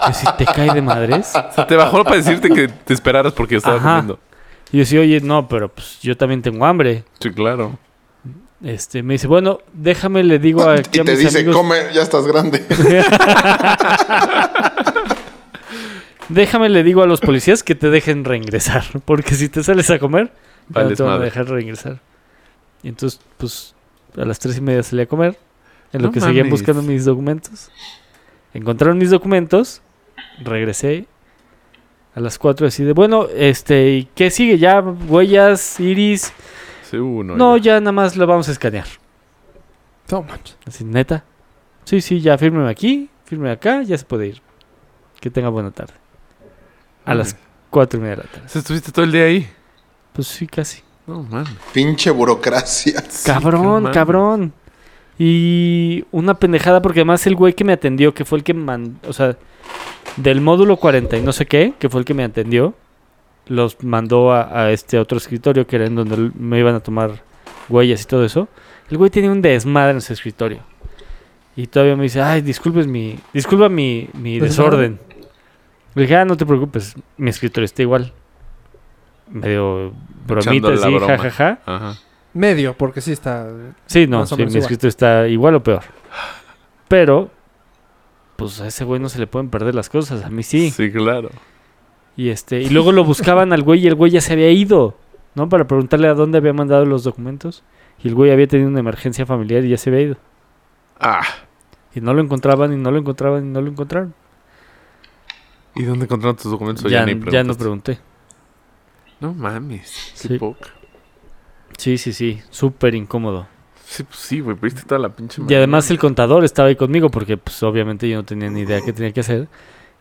Speaker 1: Yo, si te cae de madres.
Speaker 2: O sea, te bajó para decirte que te esperaras porque estaba
Speaker 1: Ajá.
Speaker 2: comiendo.
Speaker 1: Y yo decía, oye, no, pero pues yo también tengo hambre.
Speaker 2: Sí, claro.
Speaker 1: Este, me dice, bueno, déjame, le digo aquí
Speaker 5: Y
Speaker 1: a
Speaker 5: te
Speaker 1: mis
Speaker 5: dice,
Speaker 1: amigos.
Speaker 5: come, ya estás grande.
Speaker 1: déjame, le digo a los policías que te dejen reingresar. Porque si te sales a comer, ya no
Speaker 2: Vales
Speaker 1: te van a
Speaker 2: madre.
Speaker 1: dejar reingresar. Y entonces, pues, a las tres y media salí a comer. En lo
Speaker 2: No
Speaker 1: que seguían
Speaker 2: mames.
Speaker 1: buscando mis documentos. Encontraron mis documentos. Regresé. A las cuatro así de, bueno, este, ¿y qué sigue? Ya, huellas, iris.
Speaker 2: Sí, uno.
Speaker 1: No, ya nada más lo vamos a escanear.
Speaker 3: No manches.
Speaker 1: Así, neta. Sí, sí, ya fírmeme aquí, fírmeme acá, ya se puede ir. Que tenga buena tarde. A las cuatro y media de la tarde.
Speaker 2: O sea, estuviste todo el día ahí.
Speaker 1: Pues sí, casi.
Speaker 2: No, mames.
Speaker 5: Pinche burocracia.
Speaker 1: Cabrón,
Speaker 2: mames.
Speaker 1: cabrón. Y una pendejada porque además el güey que me atendió, que fue el que mandó, o sea, del módulo 40 y no sé qué, que fue el que me atendió, los mandó a, a este otro escritorio que era en donde l- me iban a tomar huellas y todo eso. El güey tiene un desmadre en su escritorio. Y todavía me dice, ay, disculpes mi, disculpa mi, mi
Speaker 2: Pues
Speaker 1: desorden. Le dije, ah, no te preocupes, mi escritorio está igual. Medio bromita,
Speaker 2: Echando la
Speaker 1: así,
Speaker 2: broma.
Speaker 1: jajaja. Ja, ja.
Speaker 2: Ajá.
Speaker 3: Medio, porque sí está.
Speaker 1: Sí, no,
Speaker 3: Más o
Speaker 1: sí,
Speaker 3: menos
Speaker 1: mi
Speaker 3: igual.
Speaker 1: escrito está igual o peor. Pero, pues a ese güey no se le pueden perder las cosas, a mí sí.
Speaker 2: Sí, claro.
Speaker 1: Y este, y luego lo buscaban al güey y el güey ya se había ido, ¿no? Para preguntarle a dónde había mandado los documentos. Y el güey había tenido una emergencia familiar y ya se había ido.
Speaker 2: Ah.
Speaker 1: Y no lo encontraban y no lo encontraban y no lo encontraron.
Speaker 2: ¿Y dónde encontraron tus documentos? O
Speaker 1: Ya,
Speaker 2: ni
Speaker 1: ya no
Speaker 2: preguntaste.
Speaker 1: pregunté.
Speaker 2: No mames. Qué
Speaker 1: Sí.
Speaker 2: poca.
Speaker 1: Sí, sí, sí, súper incómodo.
Speaker 2: Sí, pues sí, güey. Viste toda la pinche
Speaker 1: Y además el contador estaba ahí conmigo porque pues obviamente yo no tenía ni idea qué tenía que hacer.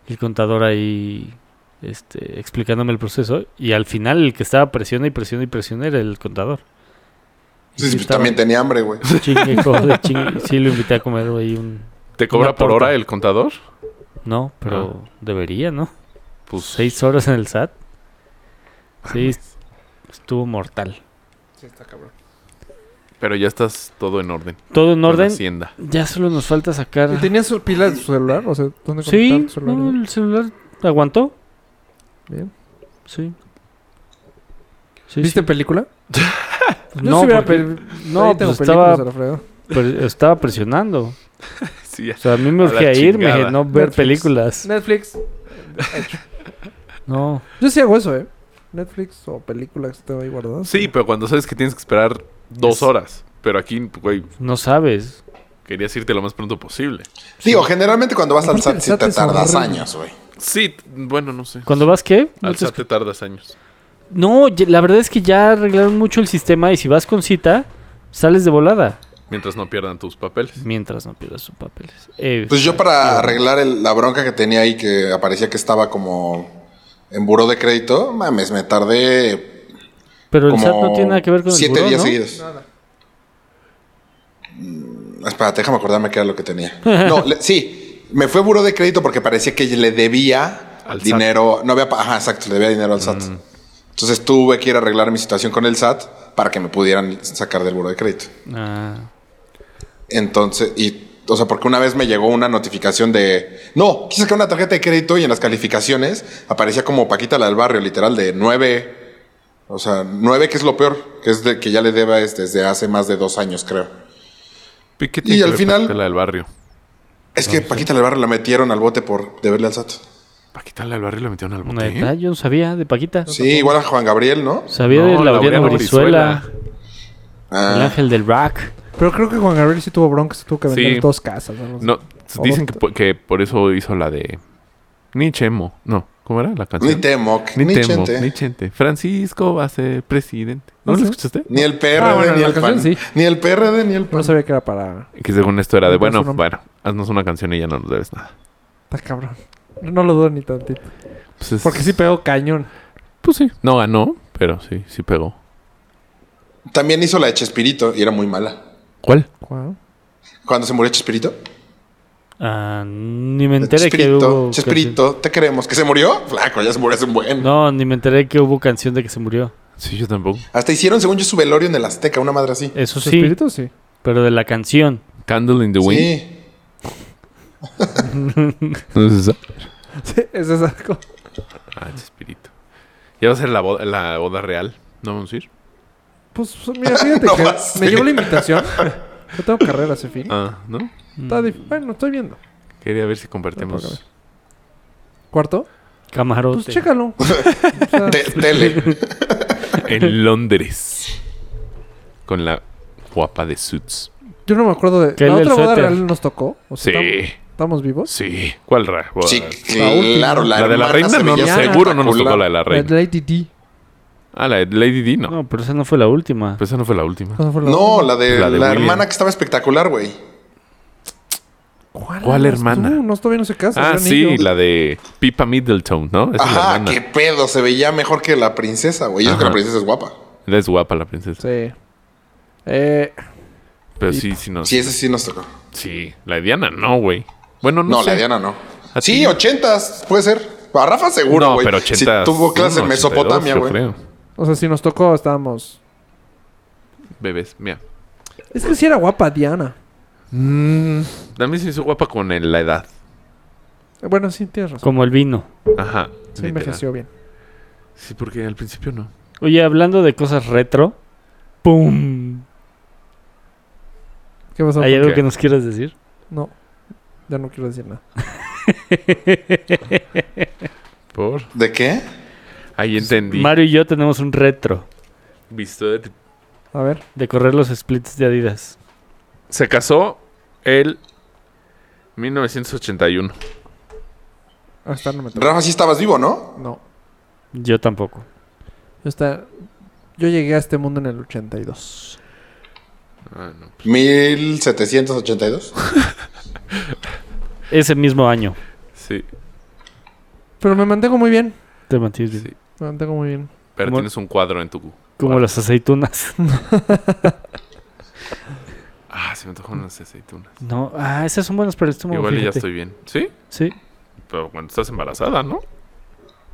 Speaker 1: Y el contador ahí este, explicándome el proceso y al final el que estaba presiona y presiona y presiona era el contador. Y
Speaker 5: Sí,
Speaker 1: sí
Speaker 5: pues,
Speaker 1: estaba
Speaker 5: también tenía hambre, güey.
Speaker 1: chingue, jode, chingue. Sí, lo invité a comer ahí un...
Speaker 2: ¿Te cobra
Speaker 1: una
Speaker 2: por
Speaker 1: torta.
Speaker 2: hora el contador?
Speaker 1: No, pero
Speaker 5: Ah.
Speaker 1: debería, ¿no?
Speaker 2: Pues
Speaker 1: Seis horas en el SAT.
Speaker 5: Ah.
Speaker 1: Sí, estuvo mortal.
Speaker 3: Sí, está cabrón.
Speaker 2: Pero ya estás todo en orden.
Speaker 1: Todo en
Speaker 2: Con
Speaker 1: orden.
Speaker 2: Hacienda.
Speaker 1: Ya solo nos falta sacar...
Speaker 3: ¿Y tenías su pila de tu celular? O sea, ¿dónde
Speaker 1: Sí,
Speaker 3: conectar tu celular?
Speaker 1: no, el celular aguantó.
Speaker 3: Bien.
Speaker 1: Sí. Sí, sí.
Speaker 3: ¿Viste pues, película?
Speaker 1: No,
Speaker 3: sí hubiera
Speaker 1: porque-
Speaker 3: pel-
Speaker 1: no,
Speaker 3: Ahí tengo
Speaker 1: pues,
Speaker 3: películas,
Speaker 1: estaba-
Speaker 3: Alfredo.
Speaker 1: pre- estaba presionando.
Speaker 2: Sí, ya.
Speaker 1: O sea, a mí me
Speaker 2: A la
Speaker 1: urgía irme,
Speaker 2: chingada.
Speaker 1: no ver
Speaker 3: Netflix.
Speaker 1: películas.
Speaker 3: Netflix.
Speaker 1: No.
Speaker 3: Yo sí hago eso, ¿eh? Netflix o películas que tengo ahí guardadas.
Speaker 2: Sí, pero cuando sabes que tienes que esperar dos horas. Pero aquí, güey,
Speaker 1: No sabes.
Speaker 2: querías irte lo más pronto posible.
Speaker 5: Digo, generalmente cuando vas al
Speaker 3: Aparte,
Speaker 5: SAT
Speaker 3: el
Speaker 5: sí
Speaker 3: SAT
Speaker 5: te
Speaker 3: es
Speaker 5: tardas
Speaker 3: horrible.
Speaker 5: años, güey.
Speaker 2: Sí, t- bueno, no sé.
Speaker 1: ¿Cuándo vas qué? No,
Speaker 2: Al
Speaker 1: te
Speaker 2: SAT te tardas años.
Speaker 1: escu- No, ya- la verdad es que ya arreglaron mucho el sistema y si vas con cita, sales de volada.
Speaker 2: Mientras no pierdan tus papeles.
Speaker 1: Mientras no pierdas tus papeles. Eh,
Speaker 5: Pues yo para arreglar el- la bronca que tenía ahí, que aparecía que estaba como en buró de crédito, mames, me tardé
Speaker 1: pero el
Speaker 5: como
Speaker 1: SAT no tiene nada que ver con el
Speaker 5: siete
Speaker 1: buró,
Speaker 5: días
Speaker 1: ¿no?
Speaker 5: seguidos. Mm, Espérate, déjame acordarme qué era lo que tenía. No, le- sí, me fue buró de crédito porque parecía que le debía
Speaker 2: Al SAT.
Speaker 5: dinero. No había, pa- ajá, exacto, le debía dinero al SAT.
Speaker 1: Mm.
Speaker 5: Entonces tuve que ir a arreglar mi situación con el SAT para que me pudieran sacar del buró de crédito.
Speaker 1: Ah,
Speaker 5: Entonces, y, o sea, porque una vez me llegó una notificación de, no, quise sacar una tarjeta de crédito y en las calificaciones aparecía como Paquita la del barrio, literal, de nueve, o sea, nueve que es lo peor, que es de que ya le debes desde hace más de dos años, creo.
Speaker 2: ¿Y qué
Speaker 5: Y
Speaker 2: que
Speaker 5: al
Speaker 2: ver
Speaker 5: final-
Speaker 2: Paquita la del barrio?
Speaker 5: Es que Paquita la del barrio la metieron al bote por deberle al SAT.
Speaker 2: Paquita la del barrio la metieron al bote.
Speaker 1: neta, yo no sabía de Paquita.
Speaker 5: Sí, igual a Juan Gabriel, ¿no?
Speaker 1: Sabía de
Speaker 2: No,
Speaker 1: Laureano
Speaker 2: Laureano
Speaker 1: Brizuela,
Speaker 2: Brizuela.
Speaker 1: el
Speaker 5: Ah,
Speaker 1: ángel del rock.
Speaker 3: Pero creo que Juan Gabriel sí tuvo broncas, tuvo que vender
Speaker 2: Sí.
Speaker 3: dos casas. No,
Speaker 2: No,
Speaker 3: O
Speaker 2: dicen
Speaker 3: dos-
Speaker 2: que, po- que por eso hizo la de... Ni Chemo. No, ¿cómo era la canción?
Speaker 5: ni Temoc,
Speaker 2: Ni
Speaker 5: ni,
Speaker 2: Temo,
Speaker 5: Chente,
Speaker 2: ni Chente. Francisco va a ser presidente. ¿No
Speaker 3: ¿Ah,
Speaker 2: lo
Speaker 3: sí?
Speaker 2: escuchaste?
Speaker 5: ni el PRD,
Speaker 3: Ah, bueno,
Speaker 5: ni
Speaker 3: la
Speaker 5: el
Speaker 3: canción
Speaker 5: PAN.
Speaker 3: sí.
Speaker 5: Ni el PRD, ni el
Speaker 3: Yo no
Speaker 5: PAN.
Speaker 3: sabía que era para...
Speaker 2: Que según esto era de,
Speaker 3: No tengo
Speaker 2: bueno,
Speaker 3: su nombre.
Speaker 2: bueno, haznos una canción y ya no nos debes nada.
Speaker 3: Está cabrón. No lo dudo ni tantito.
Speaker 2: Pues es-
Speaker 3: Porque sí pegó cañón.
Speaker 2: Pues sí. No ganó, pero sí, sí pegó.
Speaker 5: También hizo la de Chespirito y era muy mala.
Speaker 2: ¿Cuál?
Speaker 3: Wow.
Speaker 5: Cuando se murió Chespirito,
Speaker 1: Ah, ni me enteré que
Speaker 5: Chespirito,
Speaker 1: hubo...
Speaker 5: Chespirito, te queremos. ¿Que se murió? Flaco, ya se murió hace un buen.
Speaker 1: No, ni me enteré que hubo canción de que se murió.
Speaker 2: Sí, yo tampoco.
Speaker 5: Hasta hicieron, según yo, su velorio en el Azteca, una madre así.
Speaker 1: Eso
Speaker 3: ¿Su
Speaker 1: sí,
Speaker 3: espíritu? Sí.
Speaker 1: pero de la canción.
Speaker 2: Candle in the Wind.
Speaker 5: Sí.
Speaker 2: ¿No es esa?
Speaker 3: Sí, es algo.
Speaker 2: Ah, Chespirito. Ya va a ser la boda, la boda real. ¿No vamos a ir?
Speaker 3: Pues mira, fíjate
Speaker 5: No
Speaker 3: que
Speaker 5: vas.
Speaker 3: me llegó la invitación. Yo tengo carrera ese fin.
Speaker 2: Ah, ¿no?
Speaker 3: Está dif- Bueno, estoy viendo.
Speaker 2: Quería ver si
Speaker 3: No, porque
Speaker 2: compartimos.
Speaker 3: ¿Cuarto?
Speaker 1: Camarote.
Speaker 3: Pues chécalo. O sea,
Speaker 5: Te- tele.
Speaker 2: En Londres. Con la guapa de Suits.
Speaker 3: Yo no me acuerdo de.
Speaker 1: Que
Speaker 3: ¿La
Speaker 1: el del
Speaker 3: otra boda
Speaker 1: suéter.
Speaker 3: real nos tocó? O sea,
Speaker 2: Sí,
Speaker 3: ¿Estamos, estamos vivos?
Speaker 2: sí. ¿Cuál ra?
Speaker 5: Sí,
Speaker 3: La última.
Speaker 5: claro. La,
Speaker 2: Pues, La de la
Speaker 5: hermana
Speaker 2: reina no,
Speaker 5: sevillana.
Speaker 2: seguro no nos tocó la de la
Speaker 3: La
Speaker 2: reina.
Speaker 3: Lady D.
Speaker 2: Ah, la de Lady D no. Pues
Speaker 1: No, pero esa no fue la última.
Speaker 2: Pero esa no fue la última.
Speaker 3: ¿Cuándo fue la
Speaker 5: No,
Speaker 3: última?
Speaker 5: la de
Speaker 2: La
Speaker 5: la,
Speaker 2: de William.
Speaker 5: hermana que estaba espectacular, güey.
Speaker 3: ¿Cuál,
Speaker 2: ¿Cuál
Speaker 3: eras
Speaker 2: hermana?
Speaker 3: Pues, tú? No, todavía no se casa.
Speaker 2: Ah,
Speaker 3: eran
Speaker 2: sí,
Speaker 3: ellos.
Speaker 2: la de Pippa Middleton, ¿no? Esa es la
Speaker 5: Ajá,
Speaker 2: hermana.
Speaker 5: qué pedo. Se veía mejor que la princesa, güey. Y Eso
Speaker 2: Ajá.
Speaker 5: que la princesa es guapa.
Speaker 2: Ella Es guapa la princesa.
Speaker 3: Sí. Eh,
Speaker 2: Pero sí, sí, no.
Speaker 5: Sí,
Speaker 2: Sí,
Speaker 5: esa sí nos tocó.
Speaker 2: la de Diana no, güey. Bueno, no,
Speaker 5: No,
Speaker 2: sé.
Speaker 5: la Diana no.
Speaker 2: ¿A
Speaker 5: Sí,
Speaker 2: ti?
Speaker 5: ochentas, puede ser. A Rafa seguro,
Speaker 2: No,
Speaker 5: güey.
Speaker 2: pero 80.
Speaker 5: Si tuvo clase en
Speaker 2: 82,
Speaker 5: Mesopotamia,
Speaker 2: yo
Speaker 5: güey.
Speaker 2: creo.
Speaker 3: o sea, si nos tocó, estábamos.
Speaker 2: Bebés, mira.
Speaker 3: Es que sí era guapa Diana.
Speaker 2: También se hizo guapa con el- la edad.
Speaker 3: Eh, Bueno, sí, tienes razón.
Speaker 1: Como el vino.
Speaker 2: Ajá.
Speaker 3: Se
Speaker 2: literal.
Speaker 3: envejeció bien.
Speaker 2: Sí, porque al principio no.
Speaker 1: Oye, hablando de cosas retro. ¡Pum!
Speaker 3: ¿Qué pasó?
Speaker 1: ¿Hay algo
Speaker 2: qué?
Speaker 1: que nos quieras decir?
Speaker 3: No. Ya no quiero decir nada.
Speaker 2: Por.
Speaker 5: ¿De qué?
Speaker 2: Ahí
Speaker 3: Pues,
Speaker 2: entendí.
Speaker 1: Mario y yo tenemos un retro
Speaker 2: Visto de-
Speaker 3: A ver.
Speaker 1: de correr los splits de Adidas.
Speaker 2: Se casó el 1981.
Speaker 3: Hasta no me tocó.
Speaker 5: Rafa sí estabas vivo, ¿no?
Speaker 3: No.
Speaker 1: Yo tampoco.
Speaker 3: Yo, está... Yo llegué a este mundo en el 82.
Speaker 2: Ah, no.
Speaker 5: 1782.
Speaker 1: Ese mismo año.
Speaker 2: Sí.
Speaker 3: Pero me mantengo muy bien.
Speaker 1: Te mantienes bien.
Speaker 2: Sí.
Speaker 3: Me mantengo muy bien.
Speaker 2: Pero
Speaker 1: Como-
Speaker 2: tienes un cuadro en tu.
Speaker 1: Como las aceitunas.
Speaker 2: Ah, se me antojó unas aceitunas.
Speaker 1: No, ah, esas son buenas para el estómago.
Speaker 2: Igual y ya
Speaker 1: fíjate.
Speaker 2: estoy bien. ¿Sí?
Speaker 1: Sí.
Speaker 2: Pero cuando estás embarazada, ¿no?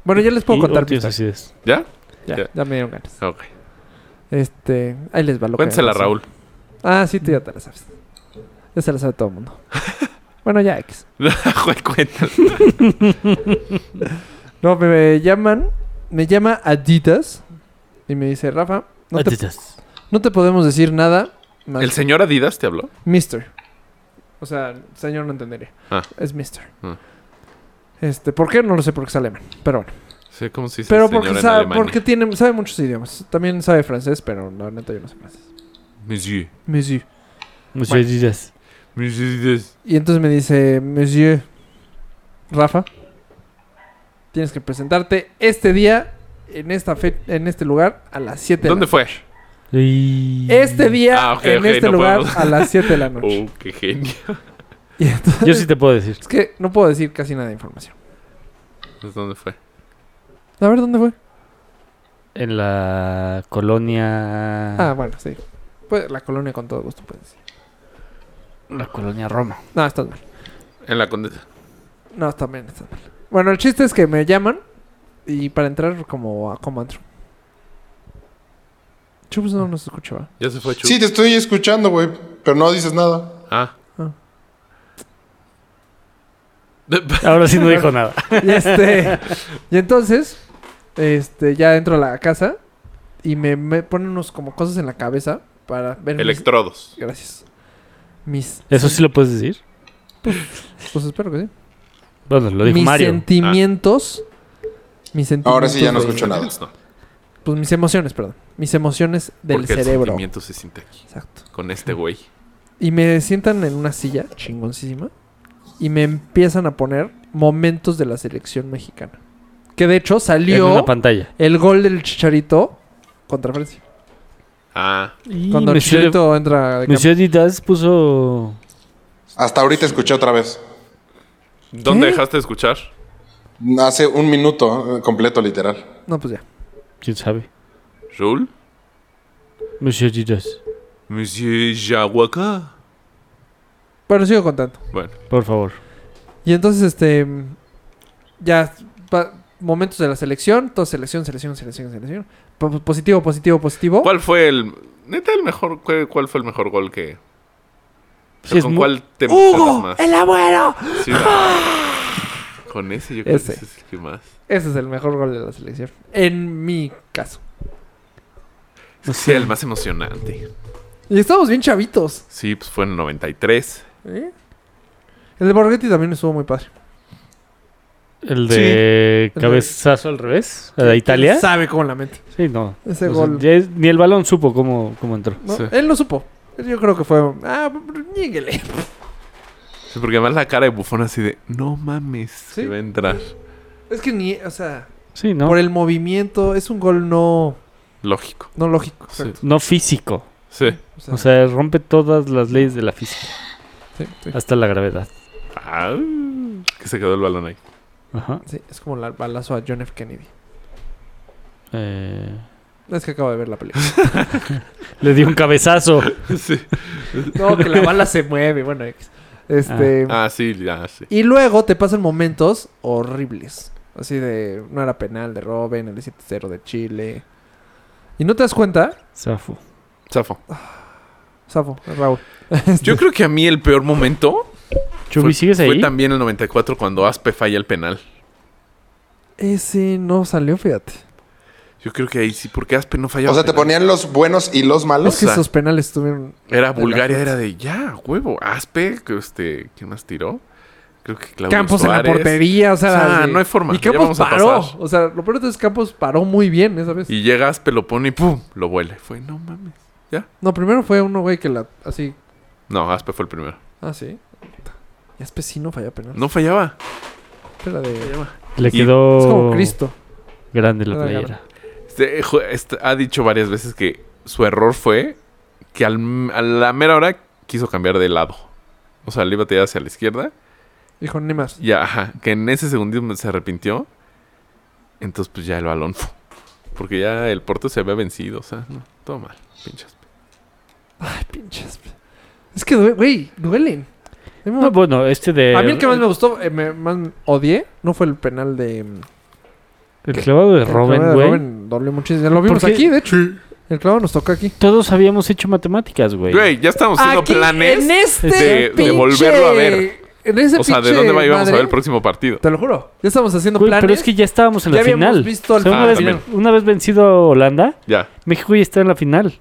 Speaker 3: Bueno, ya les puedo
Speaker 1: Y
Speaker 3: contar
Speaker 1: otras
Speaker 3: pistas.
Speaker 1: acidez.
Speaker 2: ¿Ya?
Speaker 3: Ya,
Speaker 2: Ya.
Speaker 3: ya me dieron ganas.
Speaker 2: Ok.
Speaker 3: Este, ahí les va lo que
Speaker 2: Cuéntasela,
Speaker 3: pasó.
Speaker 2: Raúl.
Speaker 3: Ah, sí, tú ya te la sabes. Ya se la sabe todo el mundo. bueno, ya X.
Speaker 2: Joder, Cuéntala.
Speaker 3: No, me, me llaman, me llama Adidas y me dice, Rafa, no te,
Speaker 1: Adidas.
Speaker 3: no te podemos decir nada más
Speaker 2: ¿El señor Adidas te habló?
Speaker 3: Mister. O sea, señor no entendería.
Speaker 2: Ah.
Speaker 3: Es Mister.
Speaker 2: Ah.
Speaker 3: Este, ¿por qué? No lo sé porque es alemán. Pero bueno.
Speaker 2: Sí, ¿cómo se dice
Speaker 3: Pero
Speaker 2: señor
Speaker 3: porque
Speaker 2: en
Speaker 3: sabe,
Speaker 2: Alemania?
Speaker 3: porque tiene, sabe muchos idiomas. También sabe francés, pero la neta yo no sé francés.
Speaker 2: Monsieur.
Speaker 3: Monsieur.
Speaker 1: Muchas Adidas.
Speaker 2: Monsieur Adidas.
Speaker 3: Y entonces me dice, Monsieur Rafa, tienes que presentarte este día, en esta fe en este lugar, a las 7 de la
Speaker 2: ¿Dónde
Speaker 3: noche.
Speaker 2: fue?
Speaker 1: Y-
Speaker 3: Este día,
Speaker 2: Ah, ok,
Speaker 3: en
Speaker 2: ok,
Speaker 3: este
Speaker 2: no
Speaker 3: lugar,
Speaker 2: podemos.
Speaker 3: a las 7 de la noche.
Speaker 2: Oh, qué genio.
Speaker 3: Y entonces,
Speaker 1: Yo sí te puedo decir.
Speaker 3: Es que no puedo decir casi nada de información.
Speaker 2: Entonces, ¿Dónde fue?
Speaker 3: A ver, ¿dónde fue?
Speaker 1: En la colonia.
Speaker 3: Ah, bueno, sí. Pues la colonia con todo gusto puedes decir.
Speaker 1: La colonia Roma.
Speaker 3: No, estás mal.
Speaker 2: En la condesa.
Speaker 3: No, está bien, está mal. Bueno, el chiste es que me llaman y para entrar como a Comantro. Chups no nos escuchaba.
Speaker 2: Ya se fue Chu.
Speaker 5: Sí, te estoy escuchando, güey. Pero no dices nada.
Speaker 2: Ah.
Speaker 3: Ah.
Speaker 1: Ahora sí no dijo nada.
Speaker 3: Y este. y entonces, este, ya entro a la casa y me, me ponen unos como cosas en la cabeza para ver. mis-
Speaker 2: Electrodos.
Speaker 3: Gracias. Mis.
Speaker 1: ¿Eso sí lo puedes decir?
Speaker 3: Pues espero que sí.
Speaker 1: Bueno, lo dijo
Speaker 3: mis
Speaker 1: Mario.
Speaker 3: sentimientos. Mis sentimientos.
Speaker 5: Ahora sí ya no
Speaker 3: de-
Speaker 5: escucho nada.
Speaker 2: No,
Speaker 3: Pues mis emociones, perdón. Mis emociones del
Speaker 2: porque el
Speaker 3: cerebro.
Speaker 2: sentimiento se siente aquí.
Speaker 3: Exacto.
Speaker 2: Con este güey.
Speaker 3: Y me sientan en una silla chingoncísima y me empiezan a poner momentos de la selección mexicana. Que de hecho
Speaker 1: En
Speaker 3: salió
Speaker 1: una pantalla.
Speaker 3: el gol del Chicharito contra Francia.
Speaker 2: Ah.
Speaker 3: Cuando el
Speaker 1: Monsieur,
Speaker 3: Chicharito entra de
Speaker 1: Monsieur Adidas puso.
Speaker 5: Hasta ahorita escuché otra vez.
Speaker 2: ¿Dónde
Speaker 3: ¿Qué?
Speaker 2: dejaste de escuchar?
Speaker 5: Hace un minuto eh, completo, literal.
Speaker 3: cambio. No, pues ya.
Speaker 1: ¿Quién sabe?
Speaker 2: Raúl.
Speaker 1: Monsieur Adidas.
Speaker 2: Monsieur Yahuaca.
Speaker 3: Bueno, sigo contando.
Speaker 2: Bueno.
Speaker 1: Por favor.
Speaker 3: Y entonces, este. Ya. pa- momentos de la selección. Todo selección, selección, selección, selección. Po- po- positivo, positivo, positivo.
Speaker 2: ¿Cuál fue el... Neta, el mejor... cu- ¿Cuál fue el mejejor gol que... o sea,
Speaker 1: Sí, es
Speaker 2: ¿Con
Speaker 1: mu-
Speaker 2: cuál te emocionas
Speaker 3: ¡Hugo!
Speaker 2: más?
Speaker 3: ¡El abuelo!
Speaker 2: Sí, ¿verdad? Con ese yo creo que
Speaker 3: Ese.
Speaker 2: ese es el que más.
Speaker 3: Ese es el mejor gol de la selección. En mi caso.
Speaker 1: No
Speaker 2: Sí,
Speaker 1: sé.
Speaker 2: el más emocionante.
Speaker 3: Y estamos bien chavitos.
Speaker 2: Sí, pues fue en el 93.
Speaker 3: ¿eh? El de Borghetti también estuvo muy padre.
Speaker 1: El de
Speaker 3: Sí.
Speaker 1: cabezazo al revés. ¿La de Italia?
Speaker 3: Sabe cómo la mente.
Speaker 1: Sí, no.
Speaker 3: Ese
Speaker 1: O sea,
Speaker 3: gol.
Speaker 1: ya es- ni el balón supo cómo, cómo entró.
Speaker 3: ¿no?
Speaker 2: Sí.
Speaker 3: Él lo supo. Yo creo que fue. Ah, ñíguele.
Speaker 2: Sí, porque además la cara de bufón así de, no mames, se
Speaker 3: Sí.
Speaker 2: va a entrar.
Speaker 3: Es que ni. O sea,
Speaker 1: Sí, ¿no?
Speaker 3: por el movimiento, es un gol no,
Speaker 2: Lógico.
Speaker 3: no lógico.
Speaker 2: Sí.
Speaker 3: exacto.
Speaker 1: No físico.
Speaker 2: Sí.
Speaker 3: O sea,
Speaker 1: O sea, rompe todas las leyes de la física.
Speaker 3: sí, sí.
Speaker 1: Hasta la gravedad.
Speaker 2: Ah, que se quedó el balón ahí.
Speaker 1: Ajá.
Speaker 3: Sí, es como el balazo a John F. Kennedy.
Speaker 1: Eh,
Speaker 3: Es que acabo de ver la película.
Speaker 1: le dio un cabezazo.
Speaker 2: Sí.
Speaker 3: No, que la bala se mueve. Bueno, X. este.
Speaker 2: Ah, sí, ya, sí.
Speaker 3: Y luego te pasan momentos horribles. Así de. No era penal de Robben, el 7-0 de Chile. Y no te das cuenta,
Speaker 1: Zafo.
Speaker 2: Zafo.
Speaker 3: Safo, Raúl. Este,
Speaker 2: Yo creo que a mí el peor momento
Speaker 1: Chubi,
Speaker 2: fue,
Speaker 1: ¿sigues
Speaker 2: fue
Speaker 1: ahí?
Speaker 2: también el 94 cuando Aspe falla el penal.
Speaker 3: Ese no salió, fíjate.
Speaker 2: Yo creo que ahí sí, porque Aspe no fallaba.
Speaker 5: O sea, te
Speaker 2: penal.
Speaker 5: ponían los buenos y los malos.
Speaker 3: Es que
Speaker 2: sea,
Speaker 3: esos penales estuvieron.
Speaker 2: Era
Speaker 3: de
Speaker 2: Bulgaria,
Speaker 3: la-
Speaker 2: era de ya, huevo. Aspe, que este, ¿quién más tiró? Creo que Claudio
Speaker 3: Campos en
Speaker 2: Suárez.
Speaker 3: la portería, o sea.
Speaker 2: O sea,
Speaker 3: de-
Speaker 2: no hay forma,
Speaker 3: Y
Speaker 2: ya
Speaker 3: Campos
Speaker 2: vamos a
Speaker 3: paró.
Speaker 2: pasar.
Speaker 3: O sea, lo peor de todo es que Campos paró muy bien esa vez.
Speaker 2: Y llega Aspe, lo pone y pum, lo vuela. Y Fue, no mames.
Speaker 3: No, primero fue uno, güey, que la. Así.
Speaker 2: No, Aspe fue el primero.
Speaker 3: Ah, sí. Y Aspe sí no falla penal. Este
Speaker 2: No fallaba.
Speaker 3: Era de-
Speaker 1: Le
Speaker 2: Y-
Speaker 3: Es
Speaker 1: quedó
Speaker 3: como Cristo.
Speaker 1: grande la
Speaker 3: Era
Speaker 1: playera.
Speaker 2: Este, jo- este, ha dicho varias veces que su error fue que al- a la mera hora quiso cambiar de lado. O sea, le iba a tirar hacia la izquierda.
Speaker 3: Dijo, ni más.
Speaker 2: Y ajá, que en ese segundito se arrepintió. Entonces, pues ya el balón. fu- Porque ya el portero se había vencido. O sea, no, todo mal. Pinche Aspe.
Speaker 3: Ay, pinches. Es que, due- güey, duelen.
Speaker 1: No,
Speaker 3: Hay momentos-
Speaker 1: bueno, este de.
Speaker 3: a mí el que más me gustó, eh, me, más odié, no fue el penal de... mm,
Speaker 1: el clavado de
Speaker 3: el
Speaker 1: Robin,
Speaker 3: clavado de
Speaker 1: güey.
Speaker 3: Robben dolió muchísimo. Lo vimos
Speaker 1: Porque-
Speaker 3: aquí, de hecho. El clavo nos toca aquí.
Speaker 1: Todos habíamos hecho matemáticas, güey.
Speaker 2: Güey, ya estamos haciendo
Speaker 3: Aquí,
Speaker 2: planes.
Speaker 3: en este
Speaker 2: de- de
Speaker 3: pinche-
Speaker 2: volverlo a ver.
Speaker 3: En ese
Speaker 2: O sea, ¿de
Speaker 3: pinche
Speaker 2: dónde va- íbamos a
Speaker 3: madre,
Speaker 2: ver el próximo partido?
Speaker 3: Te lo juro. Ya estamos haciendo
Speaker 1: Güey,
Speaker 3: planes.
Speaker 1: pero es que ya estábamos en
Speaker 3: Ya
Speaker 1: la
Speaker 3: habíamos
Speaker 1: final.
Speaker 3: visto el
Speaker 1: O sea, una,
Speaker 2: Ah,
Speaker 1: vez,
Speaker 2: también.
Speaker 1: una vez vencido a Holanda,
Speaker 2: Ya.
Speaker 1: México ya está en la final.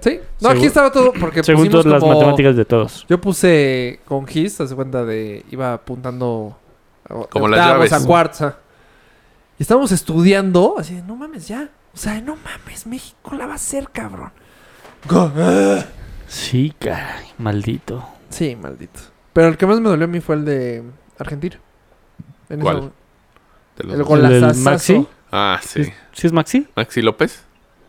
Speaker 3: Sí. No,
Speaker 1: Según-
Speaker 3: aquí estaba todo porque
Speaker 1: según
Speaker 3: pusimos
Speaker 1: todas las
Speaker 3: como-
Speaker 1: matemáticas de todos.
Speaker 3: Yo puse con Gis, hace cuenta de. iba apuntando. a-
Speaker 2: Como
Speaker 3: de
Speaker 2: las
Speaker 3: octavos
Speaker 2: llaves.
Speaker 3: a cuartos. ajá. Y estábamos estudiando, así de, no mames ya. O sea, no mames, México la va a hacer, cabrón. Go- ¡Ah!
Speaker 1: Sí, caray, maldito.
Speaker 3: Sí, maldito. Pero el que más me dolió a mí fue el de Argentina. En
Speaker 2: ¿Cuál?
Speaker 3: esa-
Speaker 2: te los
Speaker 3: El
Speaker 2: dos.
Speaker 1: gol- del
Speaker 3: golazazo.
Speaker 1: Maxi?
Speaker 2: Ah, sí.
Speaker 1: ¿Sí es Maxi?
Speaker 2: Maxi López.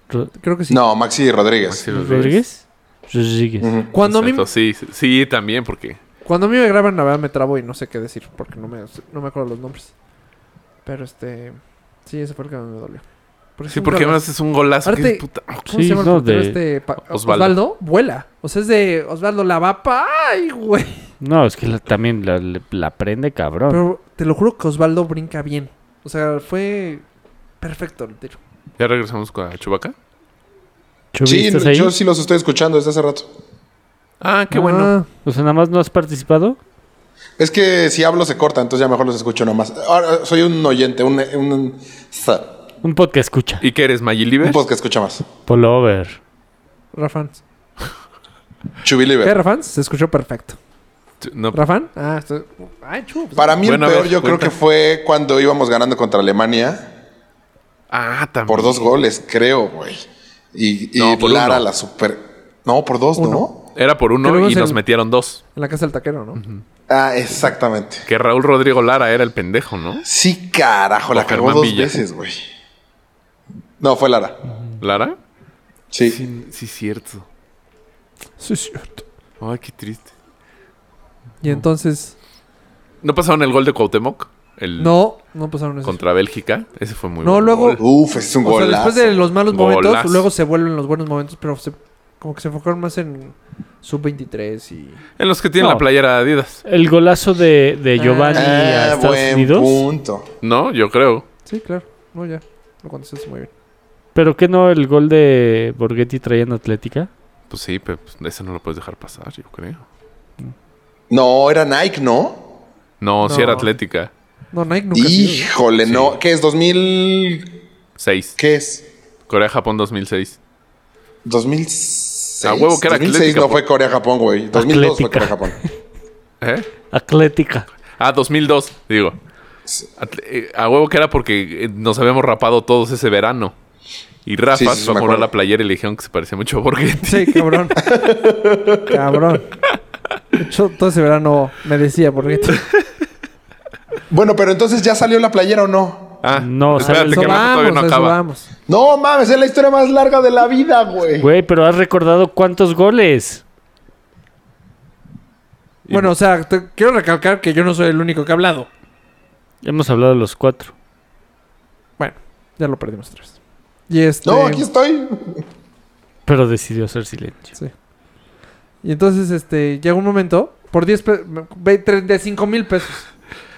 Speaker 1: Ro-
Speaker 3: Creo que sí.
Speaker 5: No, Maxi Rodríguez.
Speaker 2: Maxi Rodríguez.
Speaker 1: ¿Rodríguez? Rodríguez.
Speaker 5: Ujú.
Speaker 3: Cuando, a mí,
Speaker 2: Exacto, Sí, sí, sí, también, porque.
Speaker 3: cuando a mí me graban, la verdad me trabo y no sé qué decir porque no me, no me acuerdo los nombres. Pero este. Sí, ese fue el que más me dolió.
Speaker 2: Sí,
Speaker 3: un
Speaker 2: porque
Speaker 3: golazo.
Speaker 2: además es un golazo. que
Speaker 3: Aparte-
Speaker 2: es puta-
Speaker 3: ¿Cómo
Speaker 1: Sí,
Speaker 3: se llama el
Speaker 1: no,
Speaker 3: portero
Speaker 1: de-
Speaker 3: este? Pa-
Speaker 2: Osvaldo.
Speaker 3: Osvaldo. vuela. O sea, es de Osvaldo la va pa- ¡Ay, güey!
Speaker 1: No, es que la- también la, la prende cabrón.
Speaker 3: Pero te lo juro que Osvaldo brinca bien. O sea, fue perfecto el tiro.
Speaker 2: Ya regresamos con Chubaca.
Speaker 1: Chubby,
Speaker 5: Sí,
Speaker 1: ¿estás ahí?
Speaker 5: yo sí los estoy escuchando desde hace rato.
Speaker 2: Ah, qué bueno.
Speaker 1: O sea, nada más no has participado.
Speaker 5: Es que si hablo se corta, entonces ya mejor los escucho nomás. Ahora soy un oyente, un, un, un,
Speaker 1: Un podcast escucha.
Speaker 2: ¿Y qué eres, Magiliver?
Speaker 5: un podcast que escucha más.
Speaker 1: Pullover.
Speaker 3: Rafans. ¿Qué,
Speaker 5: Chubiliver.
Speaker 3: Rafans? Se escuchó perfecto.
Speaker 2: No,
Speaker 3: ¿Rafan? Ah, esto... ¡Ay, chup!
Speaker 5: Para mí
Speaker 2: Bueno, a
Speaker 5: el peor
Speaker 2: ver,
Speaker 5: yo creo
Speaker 2: cuenta.
Speaker 5: que fue cuando íbamos ganando contra Alemania
Speaker 2: Ah, también.
Speaker 5: por dos goles, creo, güey. Y, y
Speaker 2: No, por
Speaker 5: Lara
Speaker 2: uno.
Speaker 5: la super... No, por dos, ¿no?
Speaker 2: Era por
Speaker 3: Que
Speaker 2: uno
Speaker 3: luego
Speaker 2: y
Speaker 3: es
Speaker 2: nos
Speaker 3: el-
Speaker 2: metieron dos.
Speaker 3: En la casa del taquero, ¿no?
Speaker 5: Ah, exactamente.
Speaker 2: Que Raúl Rodrigo Lara era el pendejo, ¿no?
Speaker 5: Sí, carajo,
Speaker 2: O
Speaker 5: la cagó
Speaker 2: Germán
Speaker 5: dos
Speaker 2: Villa.
Speaker 5: veces, güey. No, fue Lara.
Speaker 2: ¿Lara?
Speaker 5: Sí.
Speaker 2: Sí, sí, cierto.
Speaker 3: Sí, es cierto.
Speaker 2: Ay, qué triste.
Speaker 3: Y entonces...
Speaker 2: ¿No pasaron el gol de Cuauhtémoc? El
Speaker 3: No, no pasaron eso.
Speaker 2: contra Bélgica. Ese fue muy
Speaker 3: No,
Speaker 2: buen
Speaker 3: luego-
Speaker 2: gol.
Speaker 5: Uf, es un
Speaker 3: O sea,
Speaker 5: golazo.
Speaker 3: después de los malos momentos,
Speaker 2: Golazo.
Speaker 3: luego se vuelven los buenos momentos, pero se- como que se enfocaron más en sub-23 y...
Speaker 2: En los que tienen
Speaker 1: No.
Speaker 2: la playera de Adidas.
Speaker 1: El golazo de, de Giovanni a
Speaker 5: Ah,
Speaker 1: Estados
Speaker 5: buen
Speaker 1: Unidos.
Speaker 5: punto.
Speaker 2: No, yo creo.
Speaker 3: Sí, claro. No, ya. Lo contestaste muy bien.
Speaker 1: Pero que no, el gol de Borghetti traía en Atlética.
Speaker 2: Pues sí, pero pues, ese no lo puedes dejar pasar, yo creo.
Speaker 5: No, era Nike, ¿no?
Speaker 2: No, sí
Speaker 3: No.
Speaker 2: era Atlética.
Speaker 3: No, Nike nunca ha sido, ¿eh? ¿no?
Speaker 5: Híjole, no. ¿Qué es? ¿2000?
Speaker 2: 6.
Speaker 5: ¿Qué es?
Speaker 2: Corea-Japón 2006.
Speaker 5: ¿2006?
Speaker 2: A huevo que era
Speaker 5: 2006
Speaker 2: Atlética,
Speaker 5: no
Speaker 2: pues.
Speaker 5: fue Corea-Japón, güey. 2002 fue
Speaker 1: Atlética.
Speaker 5: Corea-Japón.
Speaker 2: ¿Eh?
Speaker 1: Atlética.
Speaker 2: Ah, 2002, digo. Atle- eh, A huevo que era porque eh, nos habíamos rapado todos ese verano. Y Rafa
Speaker 5: Sí, sí, sí,
Speaker 2: se
Speaker 5: me
Speaker 2: va a comprar
Speaker 5: acuerdo.
Speaker 2: la playera y le dijeron que se parecía mucho a Borghetti.
Speaker 3: Sí, cabrón. cabrón. De hecho, todo ese verano me decía, porque
Speaker 5: Bueno, pero entonces ya salió la playera o no.
Speaker 2: Ah,
Speaker 1: No, ¿sabes?
Speaker 2: espérate, que
Speaker 1: Eso
Speaker 2: Rafa todavía no
Speaker 3: a eso
Speaker 2: acaba.
Speaker 3: vamos.
Speaker 5: No mames, es la historia más larga de la vida, güey.
Speaker 1: Güey, pero has recordado cuántos goles.
Speaker 3: Bueno, o sea, te- quiero recalcar que yo no soy el único que ha hablado.
Speaker 1: Ya hemos hablado de los cuatro.
Speaker 3: Bueno, ya lo perdimos tres. Y este.
Speaker 5: No, aquí estoy.
Speaker 1: Pero decidió hacer silencio.
Speaker 3: Y entonces, este, llegó un momento, por 10 pesos, 35 mil pesos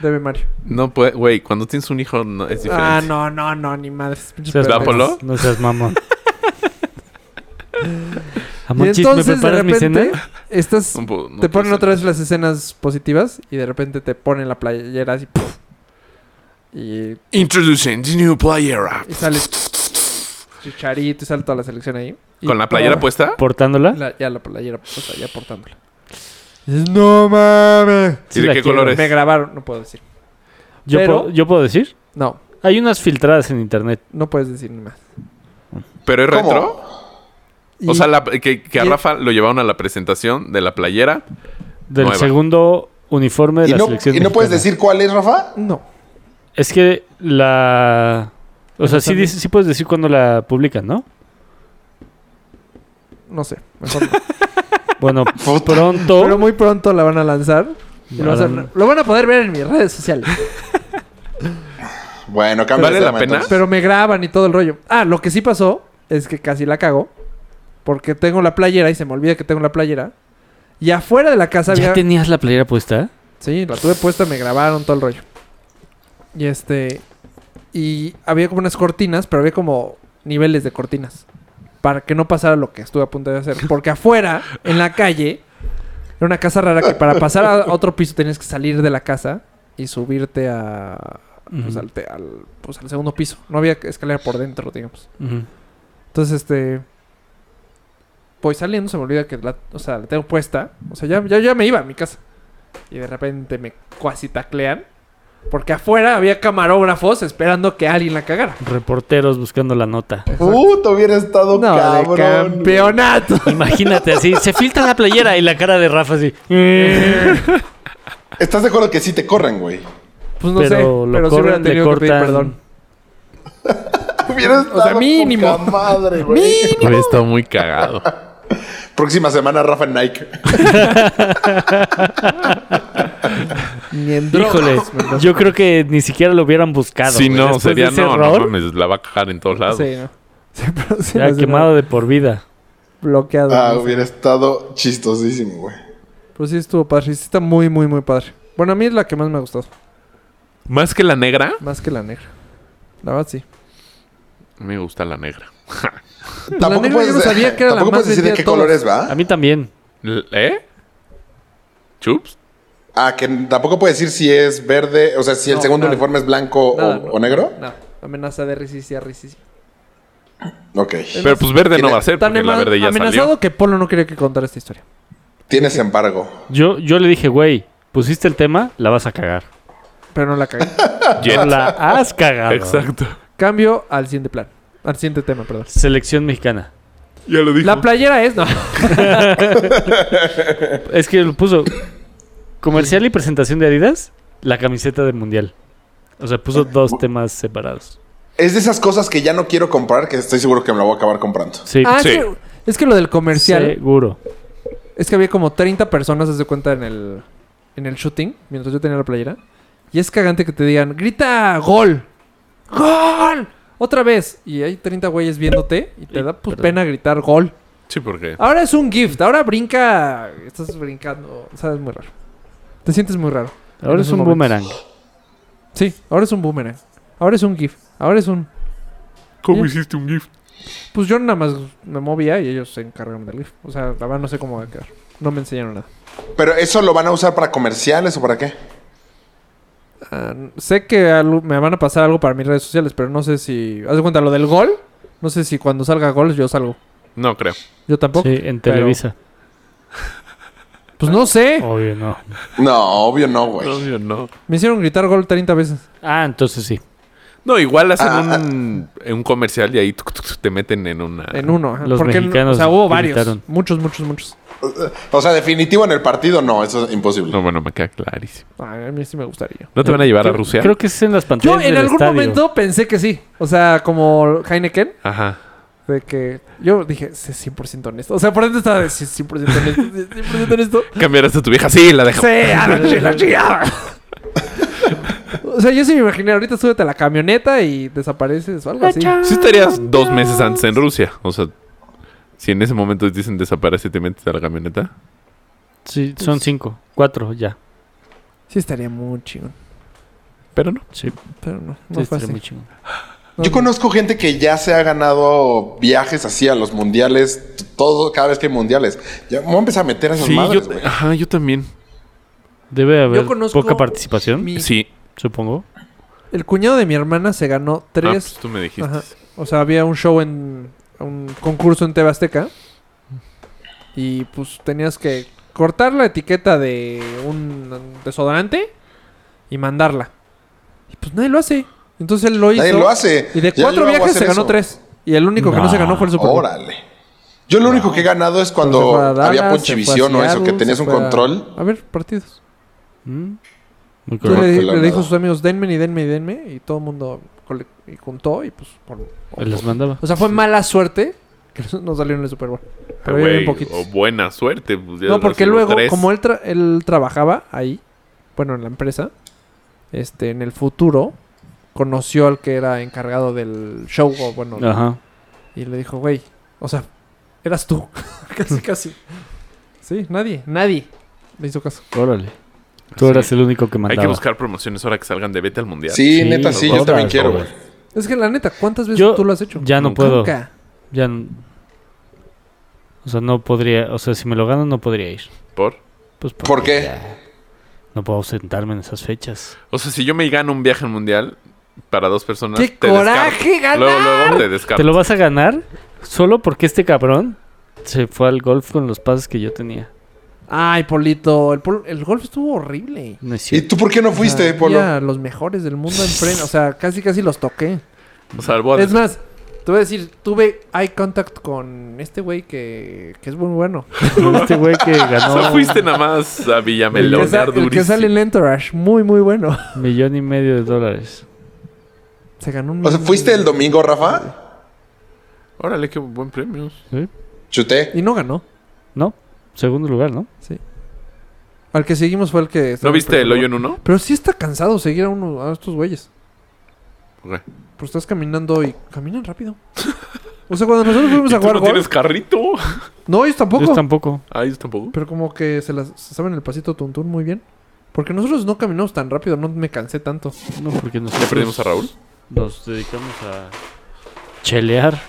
Speaker 3: debe Mario.
Speaker 2: No puede, güey, cuando tienes un hijo no, es diferente.
Speaker 3: Ah, no, no, no, ni madres. pinches
Speaker 1: Seas-
Speaker 2: ¿La Polo?
Speaker 3: pendejos.
Speaker 1: No seas mamón.
Speaker 3: Y
Speaker 1: Amonchis, ¿me
Speaker 3: entonces, de
Speaker 1: preparas mi
Speaker 3: repente,
Speaker 1: cena?
Speaker 3: estás,
Speaker 2: No puedo- no
Speaker 3: te
Speaker 2: puedo
Speaker 3: ponen
Speaker 2: hacer
Speaker 3: otra vez las escenas positivas y de repente te ponen la playera así. ¡puf! Y,
Speaker 2: eso. Introducing the new player app.
Speaker 3: y sale Chicharito y sale toda la selección ahí. Y
Speaker 2: ¿Con la playera
Speaker 3: toda-
Speaker 2: puesta?
Speaker 1: ¿Portándola?
Speaker 3: la- ya la playera puesta, ya portándola. Y dices, no mames.
Speaker 1: Sí
Speaker 2: ¿Y de
Speaker 1: la
Speaker 2: qué
Speaker 1: quiero.
Speaker 2: colores?
Speaker 3: Me grabaron, no puedo decir.
Speaker 1: ¿Yo,
Speaker 3: Pero-
Speaker 1: puedo- ¿Yo puedo decir?
Speaker 3: No,
Speaker 1: Hay unas filtradas en internet.
Speaker 3: no puedes decir ni más.
Speaker 2: ¿Pero es
Speaker 5: ¿Cómo?
Speaker 2: retro?
Speaker 3: Y-
Speaker 2: O sea, la- que, que a
Speaker 3: y-
Speaker 2: Rafa lo llevaron a la presentación de la playera.
Speaker 1: Del
Speaker 2: Nueva.
Speaker 1: segundo uniforme de
Speaker 5: ¿Y
Speaker 1: la
Speaker 5: no,
Speaker 1: selección.
Speaker 5: y no puedes
Speaker 1: mexicana.
Speaker 5: decir cuál es, Rafa?
Speaker 3: No.
Speaker 1: Es que la. O sea, sí,
Speaker 3: También.
Speaker 1: dice- sí puedes decir cuando la publican, ¿no?
Speaker 3: No sé, mejor no.
Speaker 1: Bueno,
Speaker 5: Puta.
Speaker 1: pronto.
Speaker 3: Pero muy pronto la van a lanzar. y lo, vas a-
Speaker 1: Madame.
Speaker 3: lo van a poder ver en mis redes sociales.
Speaker 5: Bueno, cambia
Speaker 2: ¿Vale
Speaker 5: de
Speaker 2: la
Speaker 5: tema,
Speaker 2: pena?
Speaker 5: entonces.
Speaker 3: Pero me graban y todo el rollo. Ah, lo que sí pasó es que casi la cago. Porque tengo la playera y se me olvida que tengo la playera. Y afuera de la casa
Speaker 1: ¿Ya
Speaker 3: había.
Speaker 1: tenías la playera puesta?
Speaker 3: Sí, la tuve puesta, me grabaron todo el rollo. Y este. Y había como unas cortinas, pero había como niveles de cortinas. Para que no pasara lo que estuve a punto de hacer. Porque afuera, en la calle, era una casa rara que para pasar a otro piso tenías que salir de la casa y subirte a. Pues,
Speaker 1: Ujú.
Speaker 3: al, te- al- pues, al segundo piso. No había escalera por dentro, digamos.
Speaker 1: Ujú.
Speaker 3: Entonces, este. Voy saliendo, se me olvida que la, o sea, la tengo puesta. O sea, ya, ya, ya me iba a mi casa. Y de repente me cuasi taclean. Porque afuera había camarógrafos esperando que alguien la cagara.
Speaker 1: Reporteros buscando la nota.
Speaker 5: Puto, hubiera estado
Speaker 3: No, de
Speaker 5: cabrón.
Speaker 3: campeonato.
Speaker 1: Imagínate así, se filtra la playera y la cara de Rafa así.
Speaker 5: ¿Estás de acuerdo que sí te corren, güey?
Speaker 3: Pues no
Speaker 1: pero
Speaker 3: sé,
Speaker 1: lo
Speaker 3: pero sí hubiera
Speaker 1: corren, le
Speaker 3: tenido que pedir
Speaker 1: cortan.
Speaker 3: perdón.
Speaker 5: Hubiera estado
Speaker 3: mínimo.
Speaker 5: poca madre, güey.
Speaker 2: Hubiera estado muy cagado.
Speaker 5: Próxima semana Rafa en Nike.
Speaker 3: Ni en drogas.
Speaker 1: Híjoles, yo creo que ni siquiera lo hubieran buscado.
Speaker 2: Si
Speaker 1: güey.
Speaker 2: no,
Speaker 1: Después de
Speaker 2: sería
Speaker 1: ese
Speaker 2: no, no
Speaker 1: error,
Speaker 2: mames, la va a cagar en todos lados.
Speaker 3: Sí, ¿no? Sí, pero sí,
Speaker 1: ya
Speaker 3: no sé,
Speaker 1: quemado de por vida.
Speaker 3: Bloqueado.
Speaker 5: Ah,
Speaker 3: no sé.
Speaker 5: hubiera estado chistosísimo, güey.
Speaker 3: Pero sí estuvo padre. Sí está muy, muy, muy padre. Bueno, a mí es la que más me ha gustado.
Speaker 2: Más que la negra,
Speaker 3: Más que la negra. La verdad, sí.
Speaker 2: me gusta la negra.
Speaker 5: Tampoco
Speaker 3: negra
Speaker 5: puedes,
Speaker 3: yo no sabía que era la
Speaker 5: tampoco
Speaker 3: más
Speaker 5: puedes decir
Speaker 3: vendida de
Speaker 5: de qué
Speaker 3: todos.
Speaker 5: color es, ¿va?
Speaker 1: A mí también.
Speaker 2: L- ¿Eh? ¿Chups?
Speaker 5: Ah, que tampoco puedes decir si es verde, o sea, si el
Speaker 3: No,
Speaker 5: segundo
Speaker 3: nada.
Speaker 5: uniforme es blanco
Speaker 3: Nada,
Speaker 5: o,
Speaker 3: no,
Speaker 5: o negro.
Speaker 3: No, amenaza de resistencia, resistencia.
Speaker 5: Ok.
Speaker 2: Pero pues verde no
Speaker 5: Tiene-
Speaker 2: va a ser,
Speaker 3: Tan
Speaker 2: porque la
Speaker 3: ema-
Speaker 2: verde ya
Speaker 3: amenazado
Speaker 2: salió.
Speaker 3: que Polo no quería que contara esta historia.
Speaker 5: Tienes embargo.
Speaker 1: Yo, yo le dije, güey, pusiste el tema, la vas a cagar.
Speaker 3: Pero no la cagué.
Speaker 1: No
Speaker 2: Jet.
Speaker 1: la has cagado.
Speaker 2: Exacto.
Speaker 3: Cambio al siguiente plan. Al siguiente tema, perdón.
Speaker 1: Selección mexicana.
Speaker 2: Ya lo dijo.
Speaker 3: La playera es, no.
Speaker 1: Es que lo puso comercial y presentación de Adidas, la camiseta del mundial. O sea, puso dos temas separados.
Speaker 5: Es de esas cosas que ya no quiero comprar, que estoy seguro que me la voy a acabar comprando.
Speaker 1: Sí,
Speaker 3: Ah, es,
Speaker 2: Sí.
Speaker 3: que, es que lo del comercial
Speaker 1: seguro.
Speaker 3: es que había como 30 personas, haz de cuenta, en el, en el shooting, mientras yo tenía la playera. Y es cagante que te digan, grita gol. ¡Gol! Otra vez. Y hay 30 güeyes viéndote y te
Speaker 1: Y-
Speaker 3: da pues,
Speaker 1: perdón.
Speaker 3: pena gritar gol.
Speaker 2: Sí, porque
Speaker 3: Ahora es un gift, ahora brinca. Estás brincando. O sea, es muy raro. Te sientes muy raro. en
Speaker 1: Ahora es
Speaker 3: esos
Speaker 1: un
Speaker 3: momentos.
Speaker 1: boomerang.
Speaker 3: Sí, ahora es un boomerang. Ahora es un GIF. Ahora es un.
Speaker 2: ¿Cómo
Speaker 3: Ya.
Speaker 2: hiciste un GIF?
Speaker 3: Pues yo nada más me movía y ellos se encargaron del GIF. O sea, la verdad no sé cómo va a quedar. No me enseñaron nada.
Speaker 5: Pero eso lo van a usar para comerciales o para qué?
Speaker 3: Ah, sé que algo- me van a pasar algo para mis redes sociales, pero no sé si. Haz de cuenta, lo del gol. No sé si cuando salga gol yo salgo.
Speaker 2: No creo.
Speaker 3: Yo tampoco.
Speaker 1: Sí, en
Speaker 3: pero-
Speaker 1: Televisa. Oh.
Speaker 3: Pues no sé.
Speaker 1: Obvio, no.
Speaker 5: No, obvio no,
Speaker 2: No,
Speaker 5: güey.
Speaker 2: yo no.
Speaker 3: Me hicieron gritar gol 30 veces.
Speaker 1: Ah, entonces sí.
Speaker 2: No, igual hacen
Speaker 5: Ah,
Speaker 2: un, un comercial y ahí tuc, tuc, tuc, te meten en una.
Speaker 3: En uno, ajá.
Speaker 1: Ah, Los
Speaker 3: Porque,
Speaker 1: mexicanos
Speaker 3: O sea, hubo
Speaker 1: gritaron.
Speaker 3: varios. Muchos, muchos, muchos.
Speaker 5: O sea, definitivo en el partido, no, eso es imposible.
Speaker 2: No, bueno, me queda clarísimo.
Speaker 3: Ay, Ah, a mí sí me gustaría.
Speaker 2: ¿No te van a llevar a
Speaker 1: Eh, Creo-
Speaker 2: Rusia?
Speaker 1: Creo que es en las
Speaker 3: Yo
Speaker 1: pantallas.
Speaker 3: en
Speaker 1: del
Speaker 3: algún
Speaker 1: estadio.
Speaker 3: momento pensé que sí. O sea, como Heineken,
Speaker 2: Ajá.
Speaker 3: de que yo dije, sí, 100% honesto. O sea, por dentro estaba de sí, 100% honesto. sí, 100% honesto.
Speaker 2: ¿Cambiarás a tu vieja? Sí, la dejo.
Speaker 3: Sí, a la chi- la chingada. O sea, yo sí me imaginé, ahorita súbete a la camioneta y desapareces o algo así.
Speaker 2: Sí estarías dos meses antes en Rusia. O sea, si en ese momento dicen desaparece y te metes a la camioneta.
Speaker 1: Sí,
Speaker 3: Pues,
Speaker 1: son cinco. Cuatro ya.
Speaker 3: Sí estaría muy chingón.
Speaker 2: Pero no.
Speaker 1: Sí,
Speaker 3: Pero no,
Speaker 1: sí,
Speaker 3: no fue
Speaker 1: estaría
Speaker 3: así.
Speaker 1: muy chingón.
Speaker 3: No,
Speaker 5: Yo
Speaker 3: no.
Speaker 5: conozco gente que ya se ha ganado viajes así a los mundiales, t- todo, cada vez que hay mundiales. Ya me voy a empezar a meter a esas
Speaker 2: Sí,
Speaker 5: madres,
Speaker 2: yo,
Speaker 5: güey.
Speaker 2: ajá, yo también.
Speaker 1: Debe haber
Speaker 3: conozco
Speaker 1: poca participación,
Speaker 3: mi-
Speaker 2: Sí.
Speaker 1: supongo.
Speaker 3: El cuñado de mi hermana se ganó
Speaker 2: Ah,
Speaker 3: tres
Speaker 2: pues tú me dijiste.
Speaker 3: Ajá. O sea, había un show en. Un concurso en TV Azteca. Y pues tenías que cortar la etiqueta de un desodorante y mandarla. Y pues nadie lo hace. Entonces él lo hizo.
Speaker 5: Nadie lo hace.
Speaker 3: Y de
Speaker 5: Ya yo
Speaker 3: cuatro
Speaker 5: hago
Speaker 3: viajes
Speaker 5: hacer
Speaker 3: se ganó
Speaker 5: eso.
Speaker 3: tres. Y el único que no se ganó fue el Super Bowl.
Speaker 5: Órale. Yo lo único que he ganado es
Speaker 3: Se
Speaker 5: cuando
Speaker 3: fue a Dallas,
Speaker 5: había
Speaker 3: se fue a
Speaker 5: Punchivisión o eso,
Speaker 3: Seattle,
Speaker 5: que
Speaker 3: se
Speaker 5: tenías un
Speaker 3: fue a-
Speaker 5: control.
Speaker 3: A ver, partidos.
Speaker 1: Mm. Muy
Speaker 3: Entonces
Speaker 1: correcto.
Speaker 5: que
Speaker 3: le,
Speaker 5: la
Speaker 3: le dijo
Speaker 5: nada.
Speaker 3: a sus amigos, denme y denme y denme. Y todo el mundo cole- y juntó y pues... por-
Speaker 1: Él los mandaba.
Speaker 3: O sea, fue mala suerte que no salió en el Super Bowl. Pero
Speaker 2: Ah,
Speaker 3: bien
Speaker 2: güey,
Speaker 3: poquitos.
Speaker 2: o buena suerte. pues, ya
Speaker 3: No, porque
Speaker 2: recibo
Speaker 3: luego,
Speaker 2: tres.
Speaker 3: como él, tra- él trabajaba ahí, bueno, en la empresa, este, en el futuro, conoció al que era encargado del show, o bueno,
Speaker 1: Ajá.
Speaker 3: y le dijo, güey, o sea, eras tú. casi, casi. Sí, nadie, nadie le hizo caso.
Speaker 1: Órale. Tú eras el único que
Speaker 2: Hay
Speaker 1: mandaba.
Speaker 2: que buscar promociones ahora que salgan de Vete al Mundial.
Speaker 5: Sí,
Speaker 1: Sí,
Speaker 5: neta, sí, yo
Speaker 1: todas,
Speaker 5: también quiero,
Speaker 1: todas.
Speaker 5: güey.
Speaker 3: Es que la neta, ¿cuántas veces
Speaker 1: Yo
Speaker 3: tú lo has hecho?
Speaker 1: Ya no
Speaker 2: Nunca.
Speaker 1: puedo.
Speaker 3: Nunca.
Speaker 1: Ya. n- O sea, no podría. O sea, si me lo gano, no podría ir.
Speaker 2: Por.
Speaker 1: Pues porque
Speaker 5: ¿Por qué?
Speaker 1: ya No puedo sentarme en esas fechas.
Speaker 2: O sea, si yo me gano un viaje al mundial para dos personas.
Speaker 3: ¡Qué
Speaker 2: te descarto.
Speaker 3: coraje ganar!
Speaker 2: Luego, luego te descarto.
Speaker 1: ¿Te lo vas a ganar solo porque este cabrón se fue al golf con los pases que yo tenía?
Speaker 3: Ay, Polito, el, pol- el golf estuvo horrible.
Speaker 1: No es
Speaker 5: ¿Y
Speaker 1: cierto.
Speaker 5: tú por qué no fuiste, Polo?
Speaker 3: Ah, Ya, los mejores del mundo enfrente, o sea, casi casi los toqué.
Speaker 2: O sea, voy a-
Speaker 3: Es más, te voy a decir, tuve eye contact con este güey que, que es muy bueno.
Speaker 1: Con Este güey que
Speaker 2: o sea,
Speaker 1: ganó
Speaker 2: fuiste nada más a
Speaker 3: El que,
Speaker 2: Villamelón.
Speaker 3: sa- el que sale en Entourage, muy, muy bueno.
Speaker 1: millón y medio de dólares.
Speaker 3: Se ganó un...
Speaker 5: O sea, ¿fuiste el domingo, Rafa?
Speaker 2: Órale, qué buen premio.
Speaker 5: Chuté.
Speaker 3: Y no ganó,
Speaker 1: ¿No? Segundo lugar, ¿no?
Speaker 3: sí. Al que seguimos fue el que...
Speaker 2: ¿No viste el hoyo en uno?
Speaker 3: Pero sí está cansado seguir a, uno, a estos güeyes.
Speaker 2: Güey,
Speaker 3: Pues estás caminando y caminan rápido. O sea, cuando nosotros fuimos
Speaker 2: ¿Y
Speaker 3: a
Speaker 2: tú
Speaker 3: jugar
Speaker 2: no
Speaker 3: golf-
Speaker 2: tienes carrito?
Speaker 3: No, ellos tampoco.
Speaker 1: Yo tampoco.
Speaker 2: Ah, yo tampoco.
Speaker 3: Pero como que se, las, se saben el pasito tuntún muy bien. Porque nosotros no caminamos tan rápido, no me cansé tanto.
Speaker 1: No, porque
Speaker 2: ¿Le
Speaker 1: nosotros
Speaker 2: perdimos a Raúl?
Speaker 1: nos dedicamos a chelear.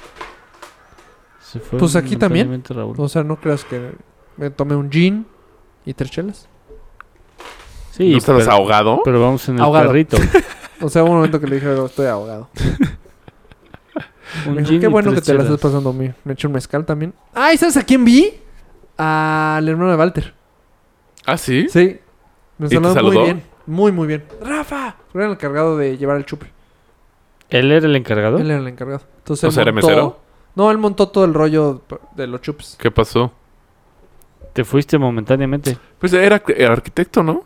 Speaker 1: Se fue
Speaker 3: Pues aquí también.
Speaker 1: momentáneamente Raúl.
Speaker 3: O sea, no creas que me tomé un gin y tres chelas.
Speaker 1: Sí,
Speaker 2: ¿No estabas
Speaker 1: pero,
Speaker 2: ahogado?
Speaker 1: pero vamos en el
Speaker 3: Ahogado.
Speaker 1: carrito.
Speaker 3: O sea, hubo un momento que le dije, "Oh, estoy ahogado.
Speaker 1: Un
Speaker 3: Me dijo,
Speaker 1: gin
Speaker 3: qué
Speaker 1: y
Speaker 3: bueno que
Speaker 1: tres
Speaker 3: te la
Speaker 1: chelas.
Speaker 3: estás pasando a mí. Me eché un mezcal también. Ay, ¿sabes a quién vi? Al hermano de Walter.
Speaker 2: ¿Ah, sí?
Speaker 3: Sí. Me
Speaker 2: te
Speaker 3: saludó muy
Speaker 2: saludó?
Speaker 3: bien. Muy, muy bien. ¡Rafa! Era el encargado de llevar el chupe.
Speaker 1: ¿Él era el encargado?
Speaker 3: Él era el encargado. Entonces,
Speaker 2: ¿O
Speaker 3: él
Speaker 2: sea, era
Speaker 3: montó-
Speaker 2: mesero?
Speaker 3: No, él montó todo el rollo de los chupes.
Speaker 2: ¿Qué pasó?
Speaker 1: Te fuiste momentáneamente.
Speaker 2: Pues era el arquitecto, ¿no?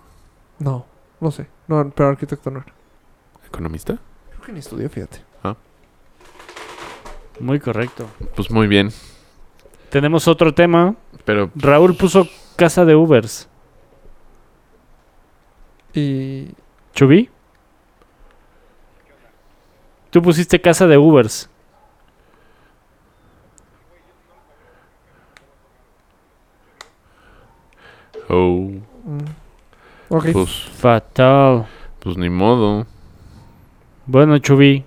Speaker 3: No, no sé. No, pero arquitecto no era.
Speaker 2: ¿Economista?
Speaker 3: Creo que ni estudió, fíjate.
Speaker 1: Muy correcto.
Speaker 2: Pues muy bien.
Speaker 1: Tenemos otro tema.
Speaker 2: Pero
Speaker 1: Raúl puso casa de Ubers.
Speaker 3: Y
Speaker 1: ¿Chubí? Tú pusiste casa de Ubers.
Speaker 2: Oh,
Speaker 3: Ok.
Speaker 2: pues,
Speaker 1: Fatal.
Speaker 2: pues ni modo.
Speaker 1: Bueno, Chubí.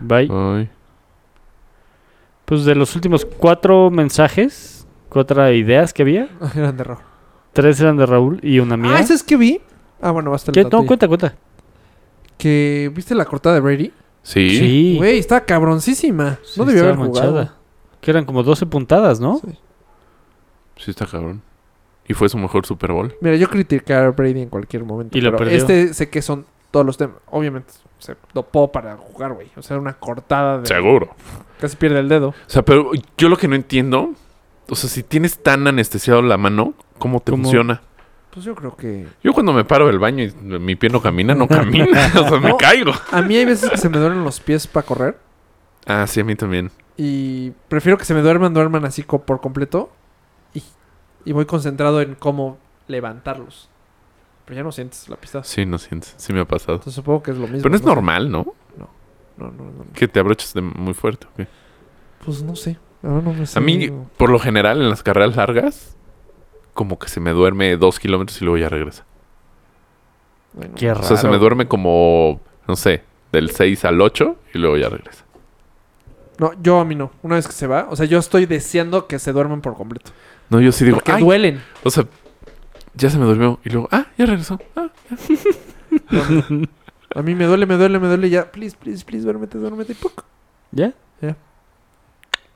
Speaker 1: Bye.
Speaker 2: Ay.
Speaker 1: Pues de los últimos cuatro mensajes, cuatro ideas que había,
Speaker 3: Eran de error.
Speaker 1: tres eran de Raúl y una mía.
Speaker 3: Ah, ¿ese es que vi? Ah, bueno, basta el
Speaker 1: ¿Qué?
Speaker 3: dato
Speaker 1: No,
Speaker 3: ya.
Speaker 1: cuenta, cuenta.
Speaker 3: Que viste la cortada de Brady.
Speaker 2: Sí.
Speaker 1: Sí.
Speaker 3: Güey, está cabroncísima.
Speaker 1: Sí,
Speaker 3: no debió
Speaker 1: estaba
Speaker 3: haber jugado.
Speaker 1: manchada. Que eran como 12 puntadas, ¿no?
Speaker 3: Sí.
Speaker 2: Sí, está cabrón. Y fue su mejor Super Bowl.
Speaker 3: Mira, yo criticar a Brady en cualquier momento.
Speaker 1: Y lo
Speaker 3: pero
Speaker 1: perdió.
Speaker 3: este sé que son todos los temas. Obviamente se dopó para jugar, güey. O sea, era una cortada de...
Speaker 2: Seguro.
Speaker 3: Casi pierde el dedo.
Speaker 2: O sea, pero yo lo que no entiendo, o sea, si tienes tan anestesiado la mano, ¿cómo te
Speaker 1: ¿Cómo?
Speaker 2: funciona?
Speaker 3: Pues yo creo que...
Speaker 2: Yo cuando me paro del baño y mi pie no camina, no camina. o sea, me
Speaker 3: No.
Speaker 2: caigo.
Speaker 3: A mí hay veces que se me duelen los pies para correr.
Speaker 2: Ah, sí, a mí también.
Speaker 3: Y prefiero que se me duerman, duerman así co- por completo. Y, y voy concentrado en cómo levantarlos. Pero ya no sientes la pista.
Speaker 2: Sí, no sientes. Sí me ha pasado.
Speaker 3: Entonces supongo que es lo mismo.
Speaker 2: Pero no es
Speaker 3: sé.
Speaker 2: normal, ¿no?
Speaker 3: No, no, no.
Speaker 2: Que te abroches de muy fuerte. ¿o qué?
Speaker 3: Pues no sé. Ahora no me sé.
Speaker 2: A mí, por lo general, en las carreras largas, como que se me duerme dos kilómetros y luego ya regresa.
Speaker 3: Bueno,
Speaker 1: Qué raro.
Speaker 2: O sea, se me duerme como, no sé, del 6 al 8 y luego ya regresa.
Speaker 3: No, yo a mí no. Una vez que se va, o sea, yo estoy deseando que se duerman por completo.
Speaker 2: No, yo sí digo,
Speaker 3: Porque
Speaker 2: "Ay".
Speaker 3: duelen.
Speaker 2: o sea, ya se me durmió y luego, ah, ya regresó. Ah, ya.
Speaker 3: A mí me duele, me duele, me duele. y Ya, please, please, please, duérmete, duérmete. y ¡puc!
Speaker 1: ¿Ya?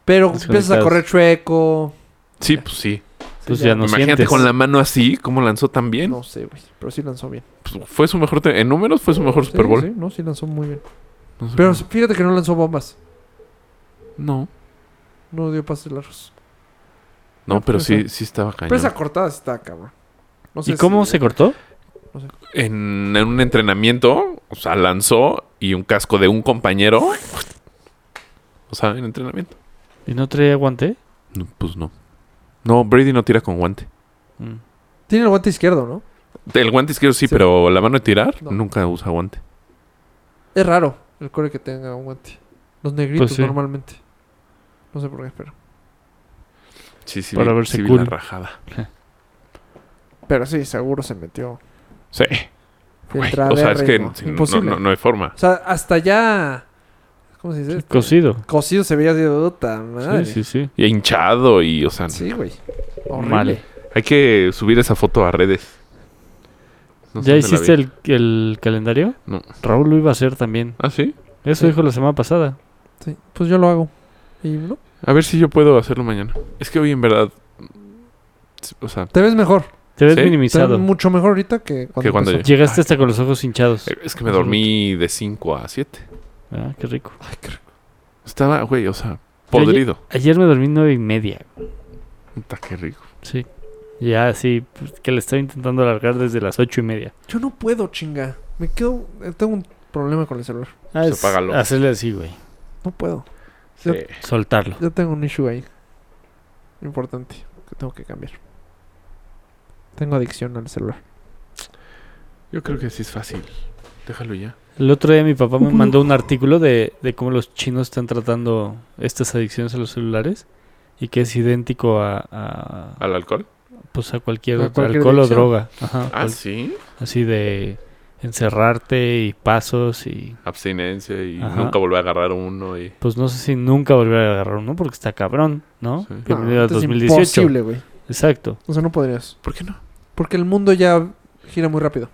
Speaker 3: Pero empiezas a correr chueco.
Speaker 2: Sí, pues sí.
Speaker 1: Pues ya no
Speaker 2: Imagínate
Speaker 1: sientes.
Speaker 2: con la mano así, cómo lanzó tan bien.
Speaker 3: No sé, güey. Pero sí lanzó bien.
Speaker 2: Pues fue su mejor, te- en números fue su mejor
Speaker 3: Sí,
Speaker 2: Super Bowl.
Speaker 3: Sí, no, sí lanzó muy bien.
Speaker 2: No sé.
Speaker 3: Pero fíjate que no lanzó bombas.
Speaker 2: no,
Speaker 3: No dio pases largos.
Speaker 2: no, pero
Speaker 3: pero
Speaker 2: sí,
Speaker 3: esa-
Speaker 2: sí estaba cañón.
Speaker 3: Pero esa cortada sí está cabrón. No sé
Speaker 1: ¿Y cómo
Speaker 3: si-
Speaker 1: se cortó?
Speaker 2: En, en un entrenamiento, o sea, lanzó y un casco de un compañero. O sea, en entrenamiento.
Speaker 1: ¿Y no traía guante?
Speaker 2: No, pues no. No, Brady no tira con guante.
Speaker 1: Mm.
Speaker 3: Tiene el guante izquierdo, ¿no?
Speaker 2: El guante izquierdo sí,
Speaker 3: Sí.
Speaker 2: pero la mano de tirar
Speaker 3: No.
Speaker 2: nunca usa guante.
Speaker 3: Es raro el core que tenga un guante. Los negritos
Speaker 1: Pues sí.
Speaker 3: normalmente. No sé por qué, pero.
Speaker 2: Sí, sí.
Speaker 1: Para
Speaker 2: vi-
Speaker 1: verse
Speaker 2: sí vi
Speaker 1: cool.
Speaker 2: la rajada.
Speaker 3: Pero sí, seguro se metió.
Speaker 2: Sí. Güey,
Speaker 3: Filtrada
Speaker 2: o sea,
Speaker 3: de
Speaker 2: es que
Speaker 3: ritmo.
Speaker 2: sí, no-
Speaker 3: Imposible.
Speaker 2: no- no- no hay forma.
Speaker 3: O sea, hasta ya. ¿Cómo se
Speaker 2: este,
Speaker 3: dice?
Speaker 1: Cocido.
Speaker 3: Cocido se veía de puta
Speaker 2: pues,
Speaker 3: madre.
Speaker 1: Sí, sí, sí.
Speaker 2: Y hinchado y, o sea,
Speaker 3: Sí, güey. Horrible.
Speaker 1: Mal.
Speaker 2: hay que subir esa foto a redes. No sé
Speaker 1: ¿Ya
Speaker 2: dónde la
Speaker 1: hiciste el,
Speaker 2: vi.
Speaker 1: el calendario?
Speaker 2: No.
Speaker 1: Raúl lo iba a hacer también.
Speaker 2: Ah, sí.
Speaker 1: Eso
Speaker 3: Sí.
Speaker 1: dijo la semana pasada.
Speaker 3: Sí, pues yo lo hago. Y no.
Speaker 2: A ver si yo puedo hacerlo mañana. Es que hoy en verdad. O sea,
Speaker 3: Te ves mejor.
Speaker 1: Te ves
Speaker 2: Sí.
Speaker 3: Te ves
Speaker 1: minimizado.
Speaker 3: mucho mejor ahorita que cuando.
Speaker 2: Que cuando
Speaker 3: empezó.
Speaker 1: Llegaste hasta con los ojos hinchados.
Speaker 2: eh, es que me dormí de 5 a 7.
Speaker 1: Ah, qué rico.
Speaker 2: Estaba, güey, o sea,
Speaker 1: Yo ayer-
Speaker 2: podrido.
Speaker 1: Ayer me dormí nueve y media.
Speaker 2: Puta, qué rico.
Speaker 1: Sí. Ya, sí, pues, que le estaba intentando alargar desde las ocho y media.
Speaker 3: Yo no puedo, chinga. Me quedo. eh, Tengo un problema con el celular.
Speaker 1: Ah,
Speaker 2: Pues
Speaker 1: es
Speaker 2: apágalo.
Speaker 1: Hacerle así, güey.
Speaker 3: No puedo.
Speaker 2: Sí.
Speaker 1: Soltarlo.
Speaker 3: Yo tengo un issue ahí. Importante. Que tengo que cambiar. Tengo adicción al celular.
Speaker 2: Yo creo que sí es fácil. Déjalo ya.
Speaker 1: El otro día mi papá me mandó un artículo de, de cómo los chinos están tratando estas adicciones a los celulares y que es idéntico a, a-
Speaker 2: ¿Al alcohol?
Speaker 1: pues a cualquier,
Speaker 3: A cualquier
Speaker 1: alcohol
Speaker 3: adicción.
Speaker 1: o droga. Ajá,
Speaker 2: Ah,
Speaker 1: cual-
Speaker 2: sí.
Speaker 1: Así de encerrarte y pasos y
Speaker 2: Abstinencia y
Speaker 1: Ajá.
Speaker 2: nunca volver a agarrar uno. y
Speaker 1: pues no sé si nunca volver a agarrar uno porque está cabrón, ¿no?
Speaker 2: Sí.
Speaker 1: Bienvenido
Speaker 3: No,
Speaker 1: a
Speaker 3: esto es
Speaker 1: 2018.
Speaker 3: imposible, güey.
Speaker 1: Exacto.
Speaker 3: O sea, no podrías.
Speaker 2: ¿Por qué no?
Speaker 3: Porque el mundo ya gira muy rápido.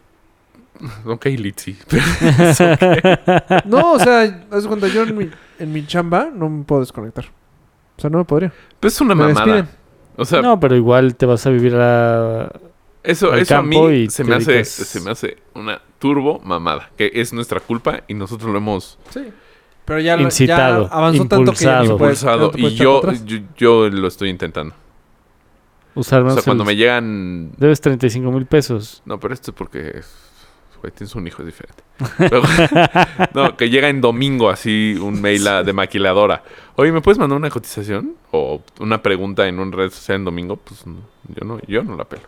Speaker 2: Ok, Litsi.
Speaker 3: No, o sea, haz de cuenta, yo en mi, en mi chamba no me puedo desconectar. O sea, no me podría.
Speaker 2: Pues es una
Speaker 3: me
Speaker 2: mamada.
Speaker 3: despiden.
Speaker 2: O sea,
Speaker 1: no, pero igual te vas a vivir a
Speaker 2: eso,
Speaker 1: al
Speaker 2: eso a
Speaker 1: campo
Speaker 2: mí
Speaker 1: y
Speaker 2: se
Speaker 1: te
Speaker 2: me, hace,
Speaker 1: dedicas-
Speaker 2: se me hace una turbo mamada. Que es nuestra culpa y nosotros lo hemos
Speaker 3: Sí. Pero ya, lo-
Speaker 1: Incitado,
Speaker 3: ya avanzó tanto que
Speaker 1: impulsado.
Speaker 3: ya Ah, no puedes- ya no
Speaker 2: impulsado.
Speaker 3: te
Speaker 2: Y
Speaker 3: puedes
Speaker 2: yo,
Speaker 3: echar para atrás.
Speaker 2: yo, yo lo estoy intentando.
Speaker 1: usar
Speaker 2: O
Speaker 1: más
Speaker 2: sea, cuando
Speaker 1: celulares.
Speaker 2: me llegan
Speaker 1: Debes 35 mil pesos.
Speaker 2: No, pero esto es porque. Güey, tienes un hijo, es diferente. Pero- no, que llega en domingo así un mail a- de maquiladora. Oye, ¿me puedes mandar una cotización? O una pregunta en un red social en domingo. Pues no, yo no, yo no la pelo.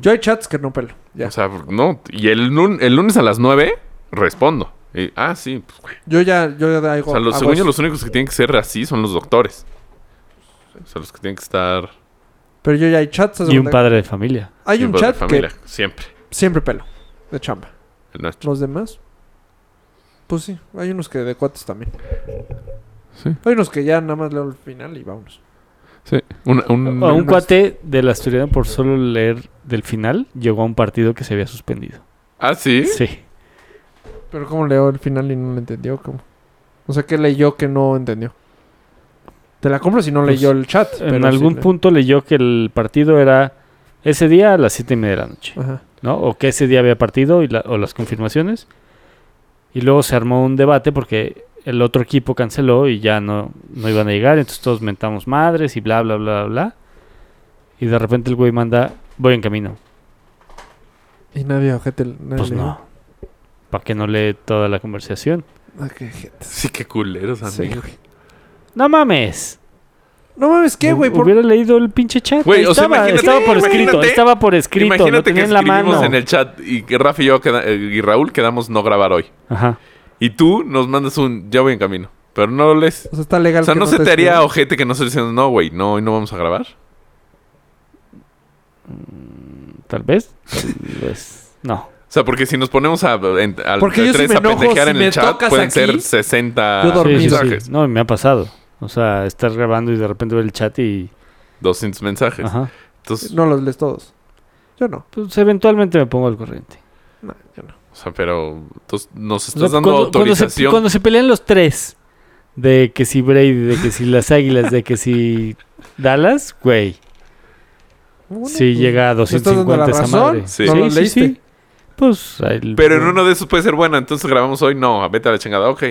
Speaker 3: Yo hay chats que no pelo. Ya.
Speaker 2: O sea, no. Y el, lun- el lunes a las 9 respondo. Y, ah, sí, pues güey.
Speaker 3: yo ya, yo ya hago.
Speaker 2: O sea, los,
Speaker 3: hago
Speaker 2: según yo,
Speaker 3: eso.
Speaker 2: los únicos que tienen que ser así son los doctores. O sea, los que tienen que estar.
Speaker 3: Pero yo ya hay chats. haz de
Speaker 1: Y un
Speaker 3: cuenta-
Speaker 1: padre de familia.
Speaker 3: Hay un
Speaker 2: tiempo de
Speaker 3: chat que
Speaker 2: familia, Siempre.
Speaker 3: siempre pelo. De chamba.
Speaker 2: El nuestro.
Speaker 3: Los demás. Pues sí, hay unos que de cuates también.
Speaker 2: Sí.
Speaker 3: Hay unos que ya nada más leo el final y vámonos.
Speaker 2: Sí. Una- un,
Speaker 1: A Ah, un
Speaker 2: una-
Speaker 1: cuate de la Asturiana por solo leer del final llegó a un partido que se había suspendido.
Speaker 2: Ah, sí.
Speaker 1: Sí.
Speaker 3: Pero ¿cómo leo el final y no lo entendió? ¿Cómo? O sea, ¿qué leyó que no entendió? Te la compro si no
Speaker 1: Pues,
Speaker 3: leyó el chat.
Speaker 1: En
Speaker 3: pero
Speaker 1: algún
Speaker 3: sí le-
Speaker 1: punto leyó que el partido era ese día a las siete y media de la noche,
Speaker 3: Ajá.
Speaker 1: ¿no? O que ese día había partido y la- o las confirmaciones. Y luego se armó un debate porque el otro equipo canceló y ya no, no iban a llegar. Entonces todos mentamos madres y bla, bla, bla, bla. Y de repente el güey manda, voy en camino.
Speaker 3: Y nadie, ojete. nadie
Speaker 1: Pues
Speaker 3: le-
Speaker 1: no. Para que no lee toda la conversación.
Speaker 3: Ah, qué ojete.
Speaker 2: Sí, qué culeros,
Speaker 3: Sí,
Speaker 2: amigo.
Speaker 3: güey.
Speaker 1: No mames.
Speaker 3: No mames, ¿qué, güey? ¿Por
Speaker 1: Hubiera leído el pinche chat.
Speaker 2: Güey,
Speaker 1: Ahí
Speaker 2: o sea,
Speaker 1: estaba,
Speaker 2: imagínate-
Speaker 1: estaba por
Speaker 2: imagínate-
Speaker 1: escrito, estaba por escrito, lo
Speaker 2: Imagínate que
Speaker 1: tenía en la
Speaker 2: escribimos
Speaker 1: mano.
Speaker 2: en el chat y que Rafa y yo queda- eh, y Raúl quedamos no grabar hoy.
Speaker 1: Ajá.
Speaker 2: Y tú nos mandas un ya voy en camino. Pero no lo lees.
Speaker 3: O sea, está legal.
Speaker 2: O sea,
Speaker 3: que
Speaker 2: ¿no se te,
Speaker 3: escriban.
Speaker 2: haría ojete que no se diciendo no, güey, no, hoy no vamos a grabar?
Speaker 1: Tal vez. Tal vez. No.
Speaker 2: O sea, porque si nos ponemos a, en- a-
Speaker 3: Porque yo
Speaker 2: tres
Speaker 3: si me
Speaker 2: a
Speaker 3: enojo,
Speaker 2: pendejear
Speaker 3: si
Speaker 2: en
Speaker 3: me
Speaker 2: el chat,
Speaker 3: tocas
Speaker 2: pueden
Speaker 3: aquí,
Speaker 2: ser 60
Speaker 3: yo
Speaker 1: Sí, sí,
Speaker 3: dormido.
Speaker 1: sí.
Speaker 2: mensajes.
Speaker 1: No, y me ha pasado. O sea, estar grabando y de repente ver el chat y...
Speaker 2: 200 mensajes.
Speaker 3: Ah.
Speaker 1: Ajá.
Speaker 2: Entonces,
Speaker 3: No los lees todos. Yo no.
Speaker 1: Pues eventualmente me pongo al corriente.
Speaker 3: No, yo no.
Speaker 2: o sea, pero entonces, nos
Speaker 1: O
Speaker 2: estás
Speaker 1: sea,
Speaker 2: dando
Speaker 1: cuando, cuando se-
Speaker 2: autorización.
Speaker 1: cuando se pelean los tres, de que si Brady, de que si las Águilas, de que si Dallas, güey.
Speaker 3: Bueno,
Speaker 1: Sí,
Speaker 3: pues,
Speaker 1: llega a
Speaker 3: ¿me estás dando la
Speaker 1: 250 esa
Speaker 3: razón?
Speaker 1: madre.
Speaker 2: Sí.
Speaker 3: ¿No lo
Speaker 1: sí,
Speaker 3: leíste?
Speaker 1: sí. Pues... ahí-
Speaker 2: Pero en uno de esos puede ser bueno, entonces grabamos hoy, no, vete a la chingada, ok.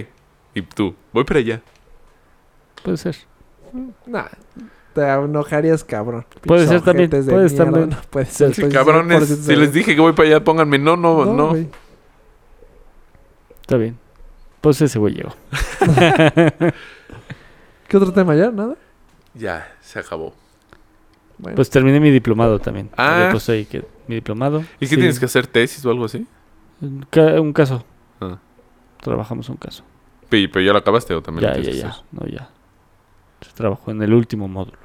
Speaker 2: Y tú, voy para allá.
Speaker 1: Puede ser.
Speaker 3: Nah, te enojarías, cabrón.
Speaker 1: Puede
Speaker 3: Pinches
Speaker 1: ser también,
Speaker 3: ojetes de
Speaker 1: puedes
Speaker 3: mierda.
Speaker 1: también.
Speaker 3: No puede ser.
Speaker 2: Sí,
Speaker 3: puede ser,
Speaker 2: cabrones,
Speaker 3: pobrecito
Speaker 2: si
Speaker 3: de-
Speaker 2: les dije que voy para allá, pónganme, no, no, no.
Speaker 3: güey.
Speaker 1: Está bien. Pues ese güey llegó.
Speaker 3: ¿Qué otro tema ya? ¿Nada?
Speaker 2: Ya, se acabó.
Speaker 3: Bueno.
Speaker 1: Pues terminé mi diplomado también.
Speaker 2: Ah.
Speaker 1: Había puesto ahí que mi diplomado.
Speaker 2: ¿Y qué tienes que hacer? ¿Tesis o algo así?
Speaker 1: Un ca- un caso.
Speaker 2: Ah.
Speaker 1: Trabajamos un caso.
Speaker 2: Pi- Pero ya lo acabaste o también
Speaker 1: Ya,
Speaker 2: lo
Speaker 1: ya,
Speaker 2: tienes que
Speaker 1: ya.
Speaker 2: hacer?
Speaker 1: No, ya. Se trabajó en el último módulo.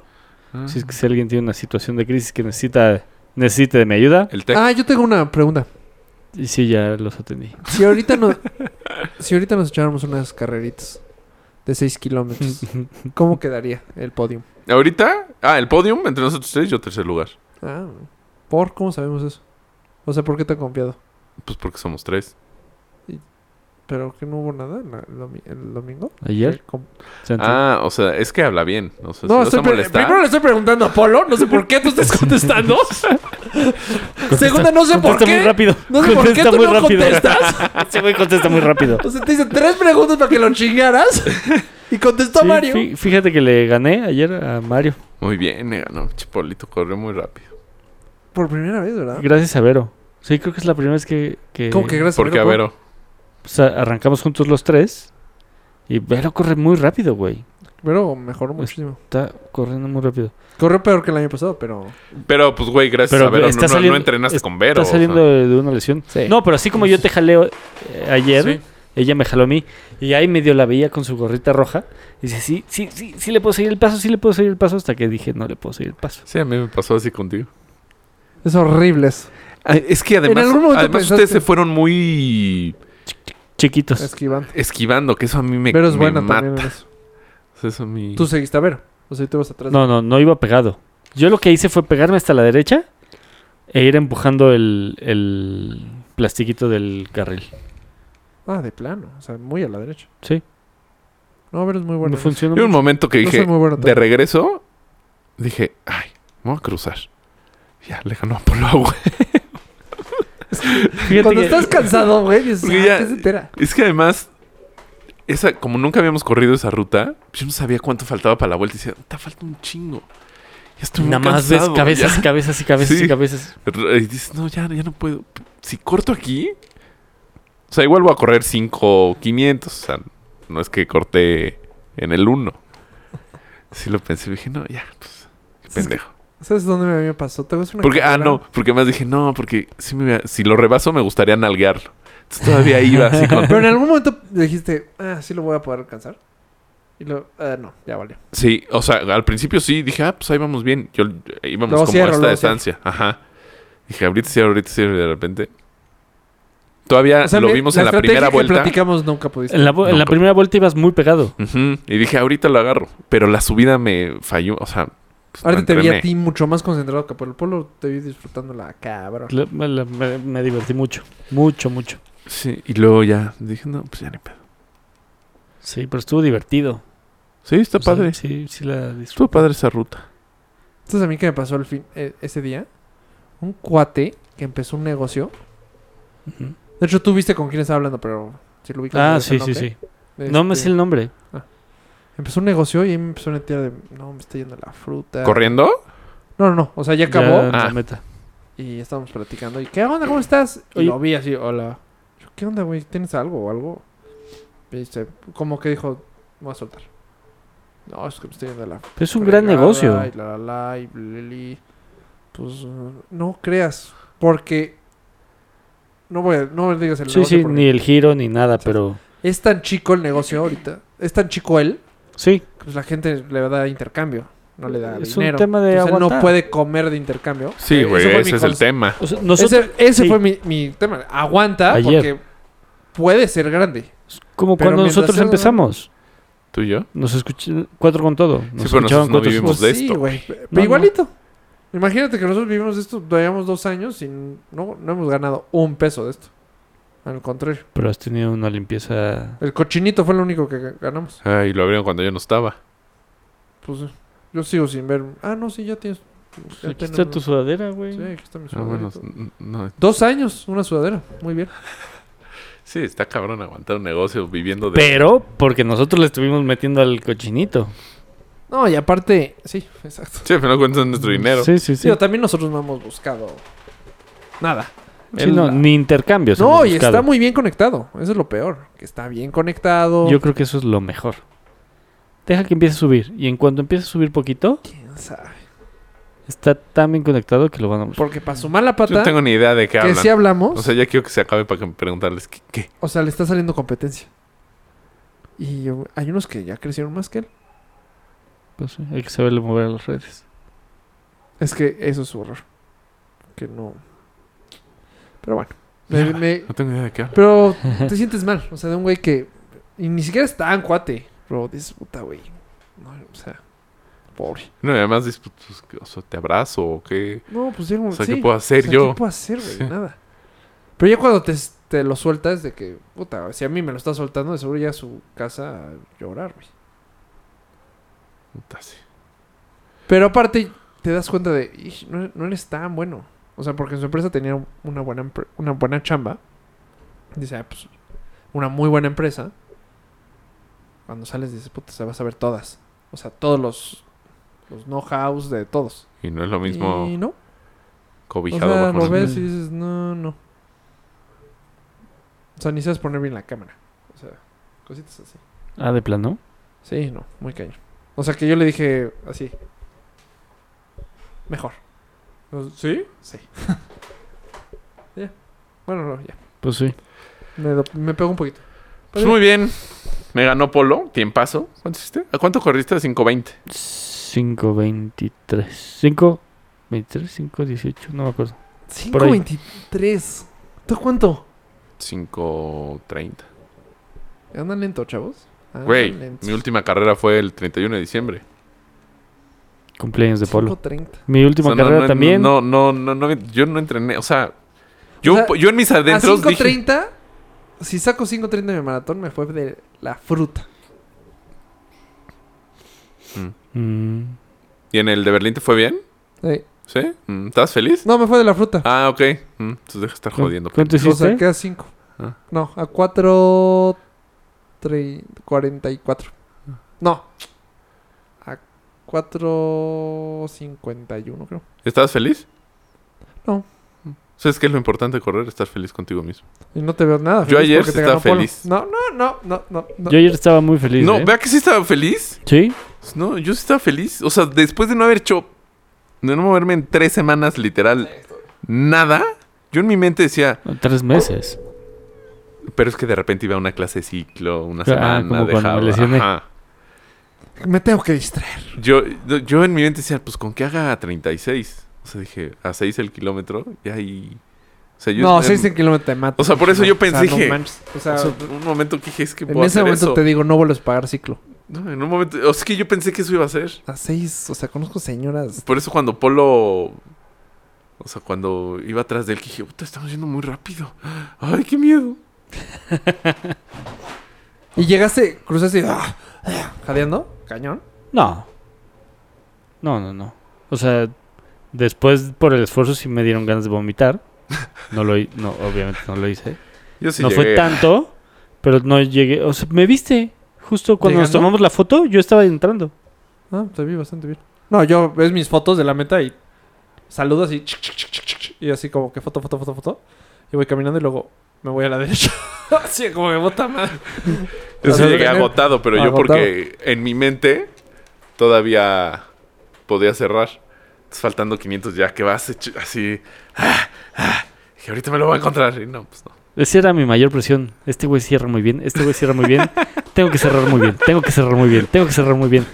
Speaker 2: Ah.
Speaker 1: Si es que si alguien tiene una situación de crisis que necesita necesite de mi ayuda,
Speaker 2: El tec.
Speaker 3: Ah, yo tengo una pregunta.
Speaker 1: y sí, ya los atendí.
Speaker 3: Si ahorita, no, si ahorita nos echáramos unas carreritas de 6 kilómetros, ¿cómo quedaría el podium?
Speaker 2: Ahorita, ah, el podium entre nosotros tres, yo tercer lugar.
Speaker 3: Ah, ¿por cómo sabemos eso? O sea, ¿por qué tan confiado?
Speaker 2: Pues porque somos tres.
Speaker 3: ¿Pero que no hubo nada en la- el, domi- el domingo?
Speaker 1: Ayer.
Speaker 3: ¿Qué com-
Speaker 1: Santi.
Speaker 2: Ah, o sea, es que habla bien. O
Speaker 1: Pues
Speaker 2: sea,
Speaker 3: No,
Speaker 2: si vas a
Speaker 3: estoy pre-
Speaker 2: molestar.
Speaker 3: primero le estoy preguntando a Polo, no sé por qué tú estás contestando. Segunda, no sé por
Speaker 1: Contesta muy
Speaker 3: qué.
Speaker 1: rápido.
Speaker 3: No sé por qué
Speaker 1: Contesta
Speaker 3: tú
Speaker 1: muy
Speaker 3: no
Speaker 1: rápido.
Speaker 3: contestas.
Speaker 1: Ese güey contesta muy rápido.
Speaker 3: O sea, te hice tres preguntas para que lo chingaras. Y contestó
Speaker 1: Sí,
Speaker 3: Mario.
Speaker 1: fí- Fíjate que le gané ayer a Mario.
Speaker 2: Muy bien, eh, me ganó. Chipolito corrió muy rápido.
Speaker 3: Por primera vez, ¿verdad?
Speaker 1: Gracias a Vero. Sí, creo que es la primera vez que... que-
Speaker 3: Ah. ¿Cómo que gracias?
Speaker 2: Porque, a ver, oh,
Speaker 1: O sea, pues, arrancamos juntos los tres. Y Vero corre muy rápido, güey.
Speaker 3: Pero mejoró muchísimo.
Speaker 1: Está corriendo muy rápido.
Speaker 3: Corrió peor que el año pasado, pero...
Speaker 2: pero pues, güey, gracias
Speaker 1: Pero
Speaker 2: a Vero.
Speaker 1: está
Speaker 2: no, no- no
Speaker 1: saliendo-
Speaker 2: entrenaste
Speaker 1: es-
Speaker 2: con
Speaker 1: Está
Speaker 2: Vero. o sea.
Speaker 1: saliendo de, de una lesión.
Speaker 3: Sí.
Speaker 1: No, pero así como yo te jaleo eh, ayer,
Speaker 2: Sí.
Speaker 1: ella me jaló a mí. Y ahí medio la veía con su gorrita roja. Y dice, sí, sí, sí, sí le puedo seguir el paso, sí le puedo seguir el paso. Hasta que dije, no le puedo seguir el paso.
Speaker 2: Sí, a mí me pasó así contigo.
Speaker 3: Es horrible eso.
Speaker 2: es que
Speaker 3: Ah, además-
Speaker 2: además,
Speaker 3: algún momento
Speaker 2: además
Speaker 3: pensaste-
Speaker 2: ustedes se fueron muy
Speaker 1: Chiquitos.
Speaker 3: Esquivando.
Speaker 2: esquivando, que eso a mí me,
Speaker 3: Pero es
Speaker 2: me
Speaker 3: buena
Speaker 2: mata.
Speaker 3: también en eso.
Speaker 2: O sea, eso a mí...
Speaker 3: Tú seguiste a ver. O sea, tú vas atrás.
Speaker 1: No, no, no iba pegado. Yo lo que hice fue pegarme hasta la derecha e ir empujando el, el plastiquito del carril.
Speaker 3: Ah, de plano. O sea, muy a la derecha.
Speaker 1: Sí,
Speaker 3: No, a ver, es muy
Speaker 1: me
Speaker 3: bueno.
Speaker 1: funcionó.
Speaker 2: Yo un
Speaker 1: mucho.
Speaker 2: momento que
Speaker 3: No
Speaker 2: dije,
Speaker 3: soy muy bueno
Speaker 2: de
Speaker 3: tampoco.
Speaker 2: regreso, dije, ay, me voy a cruzar. Ya, le ganó a Polo, güey.
Speaker 1: Fíjate
Speaker 3: Cuando
Speaker 1: que-
Speaker 3: estás cansado, güey, dices,
Speaker 2: Porque
Speaker 3: "Ah,
Speaker 2: ya-
Speaker 3: ¿qué se entera?
Speaker 2: Es que además, esa, como nunca habíamos corrido esa ruta, yo no sabía cuánto faltaba para la vuelta. Y decía, te falta un chingo. Ya estoy muy
Speaker 1: Nada más ves
Speaker 2: cansado,
Speaker 1: cabezas,
Speaker 2: ya".
Speaker 1: y cabezas y cabezas
Speaker 2: Sí.
Speaker 1: y cabezas.
Speaker 2: R- Y dices, no, ya, ya no puedo. Si corto aquí... O sea, igual voy a correr 5 500. O sea, no es que corté en el 1. Sí lo pensé. Dije, no, ya, pues, qué
Speaker 3: Es que-
Speaker 2: pendejo.
Speaker 3: ¿Sabes dónde me me pasó? ¿Te una
Speaker 2: Porque, ah,
Speaker 3: carrera?
Speaker 2: no, porque más dije, no, porque si, me, si lo rebaso me gustaría nalguearlo. Entonces todavía iba así con.
Speaker 3: Pero en algún momento dijiste, ah, sí lo voy a poder alcanzar. Y luego, ah, no, ya valió.
Speaker 2: Sí, o sea, al principio sí, dije, ah, pues ahí vamos bien. Yo eh, íbamos
Speaker 3: Luego
Speaker 2: como
Speaker 3: cierro,
Speaker 2: a esta
Speaker 3: luego
Speaker 2: distancia. Ajá. Dije, ahorita cierro, ahorita cierro, y de repente. Todavía
Speaker 3: O sea,
Speaker 2: Ah, lo
Speaker 3: le-
Speaker 2: vimos en la
Speaker 3: estrategia
Speaker 2: primera
Speaker 3: que
Speaker 2: vuelta.
Speaker 3: platicamos nunca pudiste.
Speaker 1: En la, vo- en la
Speaker 2: Nunca.
Speaker 1: primera vuelta ibas muy pegado.
Speaker 2: Ujú, Y dije, ahorita lo agarro. Pero la subida me falló. O sea, pues, no
Speaker 3: Ahora te vi a
Speaker 2: entrené.
Speaker 3: ti mucho más concentrado que por el polo. Te vi disfrutando la cabrón.
Speaker 1: La- me, la- me- me divertí mucho, mucho, mucho.
Speaker 2: Sí, y luego ya dije, no, pues ya ni pedo.
Speaker 1: Sí, pero estuvo divertido.
Speaker 2: Sí, está
Speaker 1: O
Speaker 3: Pues,
Speaker 1: sea,
Speaker 2: padre.
Speaker 1: Sí, sí la disfruté.
Speaker 2: Estuvo padre esa ruta.
Speaker 3: Entonces a mí que me pasó el fin, eh, ese día, un cuate que empezó un negocio.
Speaker 1: Ujú.
Speaker 3: De hecho, tú viste con quién estaba hablando, pero Si lo ubicas,
Speaker 1: Ah,
Speaker 3: ¿sabes
Speaker 1: sí,
Speaker 3: el
Speaker 1: sí,
Speaker 3: nombre?
Speaker 1: sí. No me
Speaker 3: Este,
Speaker 1: sé el nombre.
Speaker 3: Empezó un negocio y ahí me empezó a netear de. No, me está yendo la fruta.
Speaker 2: ¿Corriendo?
Speaker 3: No, no, no. O sea,
Speaker 1: Ya
Speaker 3: ya acabó.
Speaker 1: en la
Speaker 2: Ah.
Speaker 1: meta.
Speaker 3: Y estábamos platicando. ¿Y qué onda? ¿Cómo estás? Y
Speaker 1: Oye.
Speaker 3: lo vi así, hola. Yo, ¿Qué onda, güey? ¿Tienes algo o algo? Y dice, como que dijo, me voy a soltar. No, es que me estoy yendo a la.
Speaker 1: Pero es un gran
Speaker 3: fregada,
Speaker 1: negocio.
Speaker 3: Y la, la, la, y blili. Pues eh, no creas. Porque. No voy a, no digas el
Speaker 1: Sí,
Speaker 3: negocio.
Speaker 1: sí,
Speaker 3: porque
Speaker 1: ni el giro ni nada, pero
Speaker 3: Es tan chico el negocio ahorita. Es tan chico él.
Speaker 1: sí,
Speaker 3: que, Pues la gente le da intercambio. No le da
Speaker 1: Es un
Speaker 3: dinero.
Speaker 1: tema de
Speaker 3: Entonces, él no
Speaker 1: aguantar.
Speaker 3: puede comer de intercambio.
Speaker 2: Sí,
Speaker 3: Eh,
Speaker 2: güey,
Speaker 3: eso fue mi
Speaker 2: ese es el
Speaker 3: cons-
Speaker 2: tema.
Speaker 1: O sea, nosotros
Speaker 3: ese ese
Speaker 1: sí.
Speaker 3: fue mi, mi tema. Aguanta
Speaker 1: Ayer.
Speaker 3: porque puede ser grande.
Speaker 1: como
Speaker 3: pero
Speaker 1: cuando
Speaker 3: mientras
Speaker 1: nosotros
Speaker 3: sea-
Speaker 1: empezamos,
Speaker 2: ¿Tú y yo?
Speaker 1: nos escuchaban cuatro con todo, nos
Speaker 2: pero nosotros
Speaker 1: escuchaban
Speaker 2: no
Speaker 1: cuatro-
Speaker 2: vivimos. de esto.
Speaker 3: pues güey. Pero
Speaker 1: No,
Speaker 3: igualito. Imagínate que nosotros vivimos de esto, llevamos dos años y no, no hemos ganado un peso de esto. Al contrario.
Speaker 1: pero has tenido una limpieza
Speaker 3: El cochinito fue lo único que ga- ganamos.
Speaker 2: Ay, Ah, lo abrieron cuando yo no estaba.
Speaker 3: Pues eh, yo sigo sin ver. Ah, no, sí, ya tienes. ya
Speaker 1: Pues Aquí
Speaker 3: tenemos-
Speaker 1: está tu sudadera,
Speaker 3: Sí,
Speaker 1: güey.
Speaker 3: aquí está mi
Speaker 2: Ah, bueno,
Speaker 3: sudaderito.
Speaker 2: n- no.
Speaker 3: Dos años, una sudadera. Muy bien.
Speaker 2: Sí, está cabrón aguantar un negocio viviendo de...
Speaker 1: Pero porque nosotros le estuvimos metiendo al cochinito.
Speaker 3: No, y aparte, sí, exacto.
Speaker 2: Sí, pero no cuentan nuestro dinero.
Speaker 1: Sí, sí,
Speaker 3: Sí,
Speaker 1: sí.
Speaker 3: o también nosotros no hemos buscado nada.
Speaker 1: Sí,
Speaker 3: Él-
Speaker 1: no, ni intercambios.
Speaker 3: No,
Speaker 1: hemos
Speaker 3: y
Speaker 1: buscado.
Speaker 3: está muy bien conectado. Eso es lo peor. Que está bien conectado.
Speaker 1: Yo creo que eso es lo mejor. Deja que empiece a subir y en cuanto empiece a subir poquito,
Speaker 3: ¿Quién sabe?
Speaker 1: está tan bien conectado que lo van a buscar.
Speaker 3: Porque para sumar la
Speaker 2: Yo no
Speaker 3: pata,
Speaker 2: tengo ni idea de qué
Speaker 3: que
Speaker 2: hablan.
Speaker 3: si hablamos,
Speaker 2: O sea, ya quiero que se acabe para que- preguntarles qué. qué?
Speaker 3: le está saliendo competencia. Y yo- hay unos que ya crecieron más que él.
Speaker 1: Pues sí, hay que saberle mover a las redes.
Speaker 3: Es que eso es su error. Que no. Pero bueno. Me- me-
Speaker 2: No tengo idea de qué hablan.
Speaker 3: pero te sientes mal. O sea, de un güey que. Y ni siquiera es tan cuate. Bro, dices, puta, güey. No, o sea, pobre.
Speaker 2: No, y además, dices, pues, pues, que- o sea, te abrazo o qué.
Speaker 3: No, pues llega un
Speaker 2: O sea,
Speaker 3: sí.
Speaker 2: ¿qué puedo hacer
Speaker 3: O sea,
Speaker 2: yo?
Speaker 3: ¿Qué puedo hacer, güey?
Speaker 2: Sí.
Speaker 3: Nada. Pero ya cuando te, te lo sueltas de que, puta, si a mí me lo está soltando, de seguro ya a su casa a llorar, güey.
Speaker 2: Puta, sí.
Speaker 3: Pero aparte, te das cuenta de, "Ij, no, no eres tan bueno. O sea, porque en su empresa tenía una buena, empre- una buena chamba. Dice, ah, pues, una muy buena empresa. Cuando sales dices, puta, se vas a ver todas. O sea, todos los, los know-hows de todos.
Speaker 2: Y no es lo mismo
Speaker 3: Y no. O
Speaker 2: cobijado
Speaker 3: sea,
Speaker 2: bajo
Speaker 3: lo
Speaker 2: una-
Speaker 3: ves y dices, no, no. O sea, ni sabes poner bien la cámara. O sea, cositas así.
Speaker 1: Ah, de plano.
Speaker 3: Sí, no, muy cañón. O sea, que yo le dije así. Mejor. ¿Sí? Sí. ya. Bueno, no, ya.
Speaker 1: Pues sí.
Speaker 3: Me, do- me pegó un poquito.
Speaker 2: Pues muy bien. Me ganó Polo, tiempazo. ¿Cuánto hiciste? ¿A cuánto corriste? 5.20.
Speaker 1: 523. 5 23, 5, 18, no me acuerdo. Por ahí.
Speaker 3: 5.23. ¿Tú cuánto?
Speaker 2: 5.30.
Speaker 3: Andan lento, chavos. Andan
Speaker 2: Güey,
Speaker 3: lentos.
Speaker 2: mi última carrera fue el 31 de diciembre.
Speaker 1: Cumpleaños de Polo.
Speaker 3: 5.30.
Speaker 1: Mi última
Speaker 2: O sea, no-
Speaker 1: carrera
Speaker 2: no,
Speaker 1: también.
Speaker 2: No, no, no, no, yo no entrené. O sea, yo,
Speaker 3: O sea,
Speaker 2: yo en mis
Speaker 3: A
Speaker 2: adentros dije...
Speaker 3: 5.30, si saco 5.30 de mi maratón, me fue de la fruta.
Speaker 1: Mm,
Speaker 2: ¿Y en el de Berlín te fue bien?
Speaker 3: Sí.
Speaker 2: ¿Sí? Mm, ¿Estabas feliz?
Speaker 3: No, me fue de la fruta.
Speaker 2: Ah, ok. Mm, Entonces deja de estar jodiendo.
Speaker 1: ¿Cuánto
Speaker 3: o
Speaker 1: hiciste?
Speaker 3: sea, queda 5.
Speaker 2: Ah.
Speaker 3: No, a 4. 44.
Speaker 2: Ah.
Speaker 3: No. A 4.51, creo.
Speaker 2: ¿Estabas feliz?
Speaker 3: No.
Speaker 2: ¿Sabes qué es lo importante de correr? Estar feliz contigo mismo.
Speaker 3: Y no te veo nada.
Speaker 2: Yo
Speaker 3: feliz
Speaker 2: ayer
Speaker 3: porque
Speaker 2: sí
Speaker 3: te
Speaker 2: estaba
Speaker 3: ganó Polo.
Speaker 2: feliz.
Speaker 3: No, no, no, no, no. no.
Speaker 1: Yo ayer estaba muy feliz.
Speaker 2: no,
Speaker 1: ¿eh?
Speaker 2: vea que sí estaba feliz.
Speaker 1: Sí,
Speaker 2: No, yo sí estaba feliz. O sea, después de no haber hecho... De no moverme en tres semanas, literal, nada. Yo en mi mente decía...
Speaker 1: tres meses.
Speaker 2: Pero es que de repente iba a una clase de ciclo, una
Speaker 1: Ah,
Speaker 2: semana,
Speaker 1: como cuando me
Speaker 2: dejaba,
Speaker 1: lesioné.
Speaker 2: ajá.
Speaker 3: Me tengo que distraer.
Speaker 2: Yo, yo en mi mente decía, pues con que haga 36. O sea, dije, a 6 el kilómetro, y ahí. O sea, yo.
Speaker 3: no,
Speaker 2: en-
Speaker 3: 6 kilómetros te mata.
Speaker 2: O sea, por eso yo pensé,
Speaker 3: O sea,
Speaker 2: dije-
Speaker 3: no manches. O sea,
Speaker 2: o sea, un momento que dije, es que
Speaker 3: en
Speaker 2: puedo
Speaker 3: ese
Speaker 2: hacer
Speaker 3: momento
Speaker 2: eso.
Speaker 3: te digo, no vuelves a pagar ciclo.
Speaker 2: No, en un momento. O sea, es que yo pensé que eso iba a ser.
Speaker 3: A 6, o sea, conozco señoras.
Speaker 2: Por eso cuando Polo. O sea, cuando iba atrás de él, que dije, puta, estamos yendo muy rápido. Ay, qué miedo.
Speaker 3: Y llegaste, cruzaste y. ¡ah! jadeando, cañón.
Speaker 1: No. No, no, no. O sea, después por el esfuerzo sí me dieron ganas de vomitar. No lo hi- no, obviamente no lo hice.
Speaker 2: Yo sí
Speaker 1: no
Speaker 2: llegué.
Speaker 1: fue tanto, Pero no llegué. O sea, me viste. Justo cuando nos
Speaker 3: ¿Llegando?
Speaker 1: tomamos la foto, yo estaba entrando.
Speaker 3: Ah, te vi bastante bien. No, yo ves mis fotos de la meta y saludo así. chic, chic, chic, chic, chic, Y así como que foto, foto, foto, foto. Y voy caminando y luego me voy a la derecha. así como me bota más.
Speaker 2: Yo sí
Speaker 3: Ajá.
Speaker 2: llegué agotado, pero yo
Speaker 3: Agotado.
Speaker 2: porque en mi mente todavía podía cerrar. Entonces, faltando 500 ya que vas hecho- así... ah, ah, que ahorita me lo voy a encontrar. Y no, pues no.
Speaker 1: Esa era mi mayor presión. Este güey cierra muy bien. Este güey cierra muy bien. tengo que cerrar muy bien. Tengo que cerrar muy bien. Tengo que cerrar muy bien.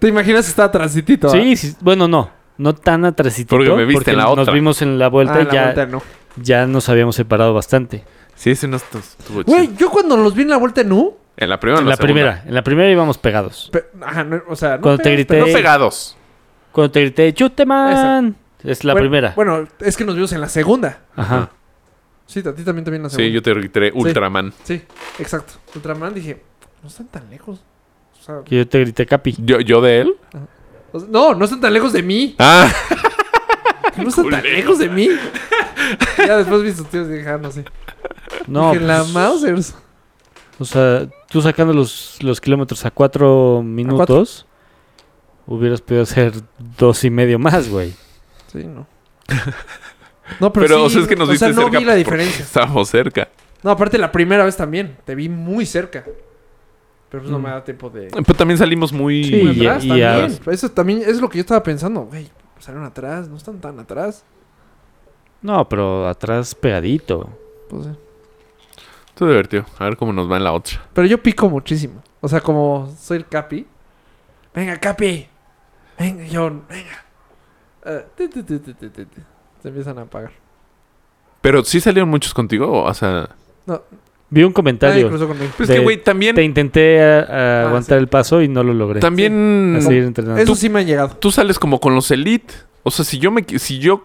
Speaker 3: ¿Te imaginas está ah? transitito?
Speaker 1: Sí, sí, bueno, no. No tan atrasito.
Speaker 2: Porque me viste en la
Speaker 1: nos
Speaker 2: otra.
Speaker 1: vimos en la vuelta
Speaker 3: Ah,
Speaker 1: y
Speaker 3: la
Speaker 1: ya,
Speaker 3: vuelta no.
Speaker 2: Pues
Speaker 1: ya nos habíamos separado bastante.
Speaker 2: Sí, ese no estu- estuvo chido.
Speaker 3: Güey, yo cuando los vi en la vuelta en U.
Speaker 2: En la primera o
Speaker 1: En
Speaker 2: en
Speaker 1: la,
Speaker 2: la, segunda?
Speaker 1: primera. En la primera íbamos pegados.
Speaker 3: pe- Ajá, no, o sea, no
Speaker 1: Cuando te
Speaker 3: pe-
Speaker 1: grité.
Speaker 2: Pero no pegados.
Speaker 1: Cuando te grité, chute, man. Es la
Speaker 3: bueno,
Speaker 1: primera.
Speaker 3: Bueno, es que nos vimos en la segunda.
Speaker 1: Ajá.
Speaker 3: Sí, a ti también también en la segunda.
Speaker 2: Sí, yo te grité Ultraman.
Speaker 3: Sí, exacto. Ultraman dije, no están tan lejos. O sea,
Speaker 1: Que yo te grité, Capi.
Speaker 2: ¿Yo, yo de él?
Speaker 3: o sea, no, no están tan lejos de mí.
Speaker 2: Ah,
Speaker 3: No están tan
Speaker 2: Culero.
Speaker 3: lejos de mí. ya después vi sus tíos y dije, ah, no sé.
Speaker 1: No.
Speaker 3: Dije, la
Speaker 1: pues,
Speaker 3: Mausers.
Speaker 1: O sea, tú sacando los, los kilómetros a cuatro minutos, hubieras podido hacer dos y medio más, güey.
Speaker 3: Sí, no. No,
Speaker 2: pero
Speaker 3: pero, sí,
Speaker 2: o sea, es que nos
Speaker 3: o
Speaker 2: viste
Speaker 3: sea, no
Speaker 2: cerca
Speaker 3: vi la
Speaker 2: porque
Speaker 3: diferencia.
Speaker 2: Estábamos cerca.
Speaker 3: No, aparte la primera vez también. Te vi muy cerca. Pero pues no
Speaker 1: Mm.
Speaker 3: me da tiempo de...
Speaker 2: Pero también salimos muy...
Speaker 1: Sí,
Speaker 3: Muy
Speaker 1: y-
Speaker 3: atrás
Speaker 1: y
Speaker 3: también. Eso también es lo que yo estaba pensando. Güey, salieron atrás. No están tan atrás.
Speaker 1: No, pero atrás pegadito.
Speaker 3: Pues, sí.
Speaker 2: Estuvo divertido. A ver cómo nos va en la otra.
Speaker 3: Pero yo pico muchísimo. O sea, como soy el Capi. Venga, Capi. Venga, John. Venga. Eh, tu, tu, tu, tu, tu, tu, tu. Se empiezan a apagar.
Speaker 2: Pero sí salieron muchos contigo, o sea...
Speaker 1: Vi un
Speaker 3: Nadie
Speaker 1: comentario.
Speaker 3: cruzó conmigo.
Speaker 2: Pues
Speaker 1: De-
Speaker 2: es que, güey, también...
Speaker 1: Te intenté a- a
Speaker 3: Ah,
Speaker 1: aguantar
Speaker 3: sí.
Speaker 1: el paso y no lo logré.
Speaker 2: También...
Speaker 1: A seguir entrenando.
Speaker 3: Eso sí me han llegado.
Speaker 2: tú sales como con los Elite. O sea, si yo me qui- si yo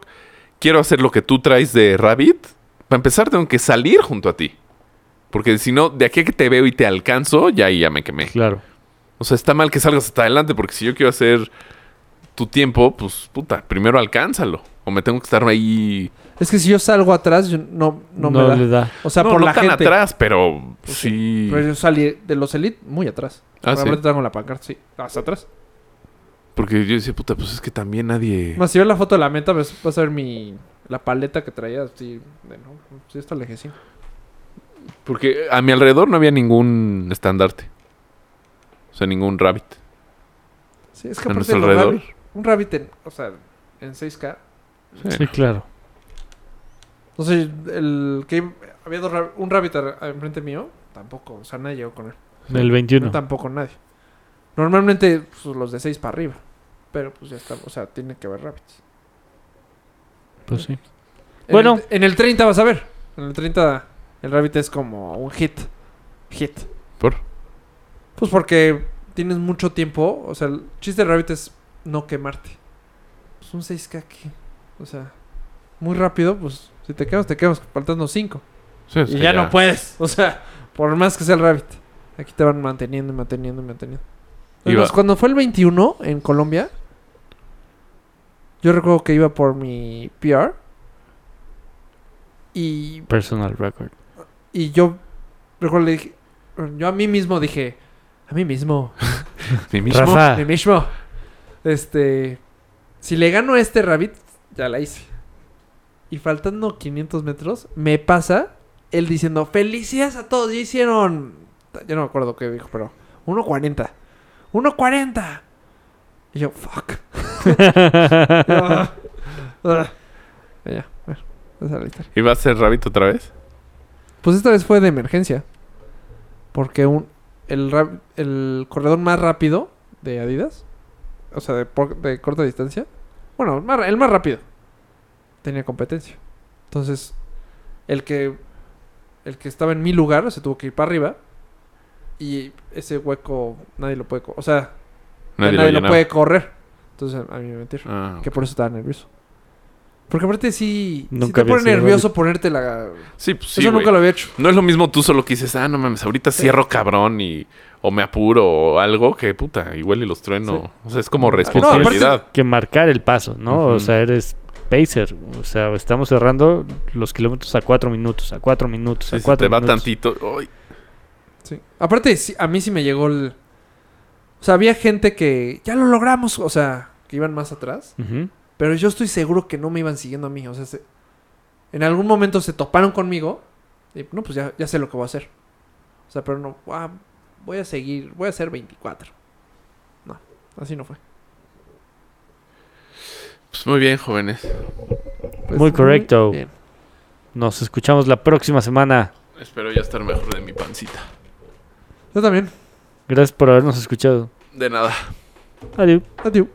Speaker 2: quiero hacer lo que tú traes de Rabbit, para empezar tengo que salir junto a ti. Porque si no, de aquí a que te veo y te alcanzo, ya ahí ya me quemé.
Speaker 1: Claro.
Speaker 2: O sea, está mal que salgas hasta adelante, porque si yo quiero hacer tu tiempo, pues puta, primero alcánzalo. O me tengo que estar ahí.
Speaker 3: Es que si yo salgo atrás, yo no, no,
Speaker 1: No,
Speaker 3: me da.
Speaker 1: le da.
Speaker 3: O sea,
Speaker 2: no,
Speaker 3: por
Speaker 2: no
Speaker 3: la
Speaker 2: tan
Speaker 3: gente. Pues
Speaker 2: atrás, pero sí.
Speaker 3: Pero yo salí de los Elite muy atrás.
Speaker 2: Ah, sí.
Speaker 3: Probablemente traigo la pancarta, sí. Hasta atrás.
Speaker 2: Porque yo decía, puta, pues es que también nadie.
Speaker 3: Más si ves la foto de la meta, ves- vas a ver mi... La paleta que traía, sí. De no, sí, está lejísimo.
Speaker 2: Porque a mi alrededor no había ningún estandarte. O sea, ningún Rabbit.
Speaker 3: Sí, es que
Speaker 2: A
Speaker 3: aparte
Speaker 2: nuestro
Speaker 3: de los
Speaker 2: alrededor.
Speaker 3: Rabbit- un rabbit en, o sea, en 6K
Speaker 1: Sí, claro.
Speaker 3: Entonces, el que había dos rab- un rabbit ar- enfrente mío, tampoco, o sea, nadie llegó con él.
Speaker 1: En el
Speaker 3: No,
Speaker 1: 21.
Speaker 3: tampoco nadie. Normalmente pues, los de 6 para arriba, pero pues ya está, o sea, tiene que haber rabbits.
Speaker 1: Pues sí.
Speaker 3: En
Speaker 1: Bueno.
Speaker 3: el- en el 30 vas a ver. En el 30 el rabbit es como un hit. Hit.
Speaker 2: ¿Por?
Speaker 3: Pues porque tienes mucho tiempo, o sea, el chiste del rabbit es no quemarte. Pues un 6K aquí, o sea, muy rápido, pues si te quedas, te quedas faltando 5.
Speaker 2: Sí, o sea,
Speaker 3: Y ya, no puedes. O sea, por más que sea el Rabbit. Aquí te van manteniendo y manteniendo y manteniendo.
Speaker 2: Iba-
Speaker 3: Además, cuando fue el 21 en Colombia, yo recuerdo que iba por mi PR. Y,
Speaker 1: Personal record.
Speaker 3: y yo recuerdo, le dije, yo a mí mismo dije, a mí mismo,
Speaker 2: Ni mi-
Speaker 1: Rafa.
Speaker 3: a mí mismo, este, si le gano a este Rabbit, ya la hice. Y faltando 500 metros, me pasa él diciendo, felicidades a todos, ya hicieron, yo no me acuerdo qué dijo, pero 1.40, 1.40. Y yo, fuck. Ah, ah. Y ya, bueno, esa es la historia.
Speaker 2: ¿Y va a ser Rabbit otra vez?
Speaker 3: Pues esta vez fue de emergencia. Porque un, el, ra- el corredor más rápido de Adidas, o sea, de, por- de corta distancia, bueno, el más, el más rápido, tenía competencia. Entonces, el que, el que estaba en mi lugar se tuvo que ir para arriba. Y ese hueco nadie lo puede... co- O sea, ya nadie, lo,
Speaker 2: llenaba.
Speaker 3: puede correr. Entonces, a mí me metieron.
Speaker 2: Ah,
Speaker 3: Que por eso estaba nervioso. Porque aparte sí, sí
Speaker 1: Nunca
Speaker 3: te
Speaker 1: había
Speaker 3: pone
Speaker 1: sido
Speaker 3: nervioso ponerte la...
Speaker 2: Sí, pues sí,
Speaker 3: eso
Speaker 2: güey.
Speaker 3: nunca lo había hecho.
Speaker 2: No es lo mismo tú solo que dices, ah, no mames, ahorita cierro cabrón y... O me apuro o algo que, puta, igual y los trueno.
Speaker 3: Sí.
Speaker 2: O sea, es como
Speaker 1: que
Speaker 3: No, aparte-
Speaker 2: responsabilidad.
Speaker 1: que marcar el paso, ¿no?
Speaker 2: Ujú.
Speaker 1: O sea, eres pacer. O sea, estamos cerrando los kilómetros a cuatro minutos, a cuatro minutos,
Speaker 2: Sí,
Speaker 1: a
Speaker 2: se
Speaker 1: cuatro
Speaker 2: te va
Speaker 1: minutos.
Speaker 2: tantito. Ay,
Speaker 3: Sí. Aparte, sí, a mí sí me llegó el... O sea, había gente que ya lo logramos, o sea, que iban más atrás,
Speaker 1: Ujú.
Speaker 3: pero yo estoy seguro que no me iban siguiendo a mí, o sea, se- en algún momento se toparon conmigo y no, pues ya, ya sé lo que voy a hacer. O sea, pero no, ah, voy a seguir, voy a hacer 24. No, así no fue.
Speaker 2: Pues muy bien, jóvenes.
Speaker 3: Pues,
Speaker 1: Muy correcto.
Speaker 3: bien.
Speaker 1: Nos escuchamos la próxima semana.
Speaker 2: Espero ya estar mejor de mi pancita.
Speaker 3: Yo también.
Speaker 1: Gracias por habernos escuchado.
Speaker 2: De nada.
Speaker 1: Adiós.
Speaker 3: Adiós.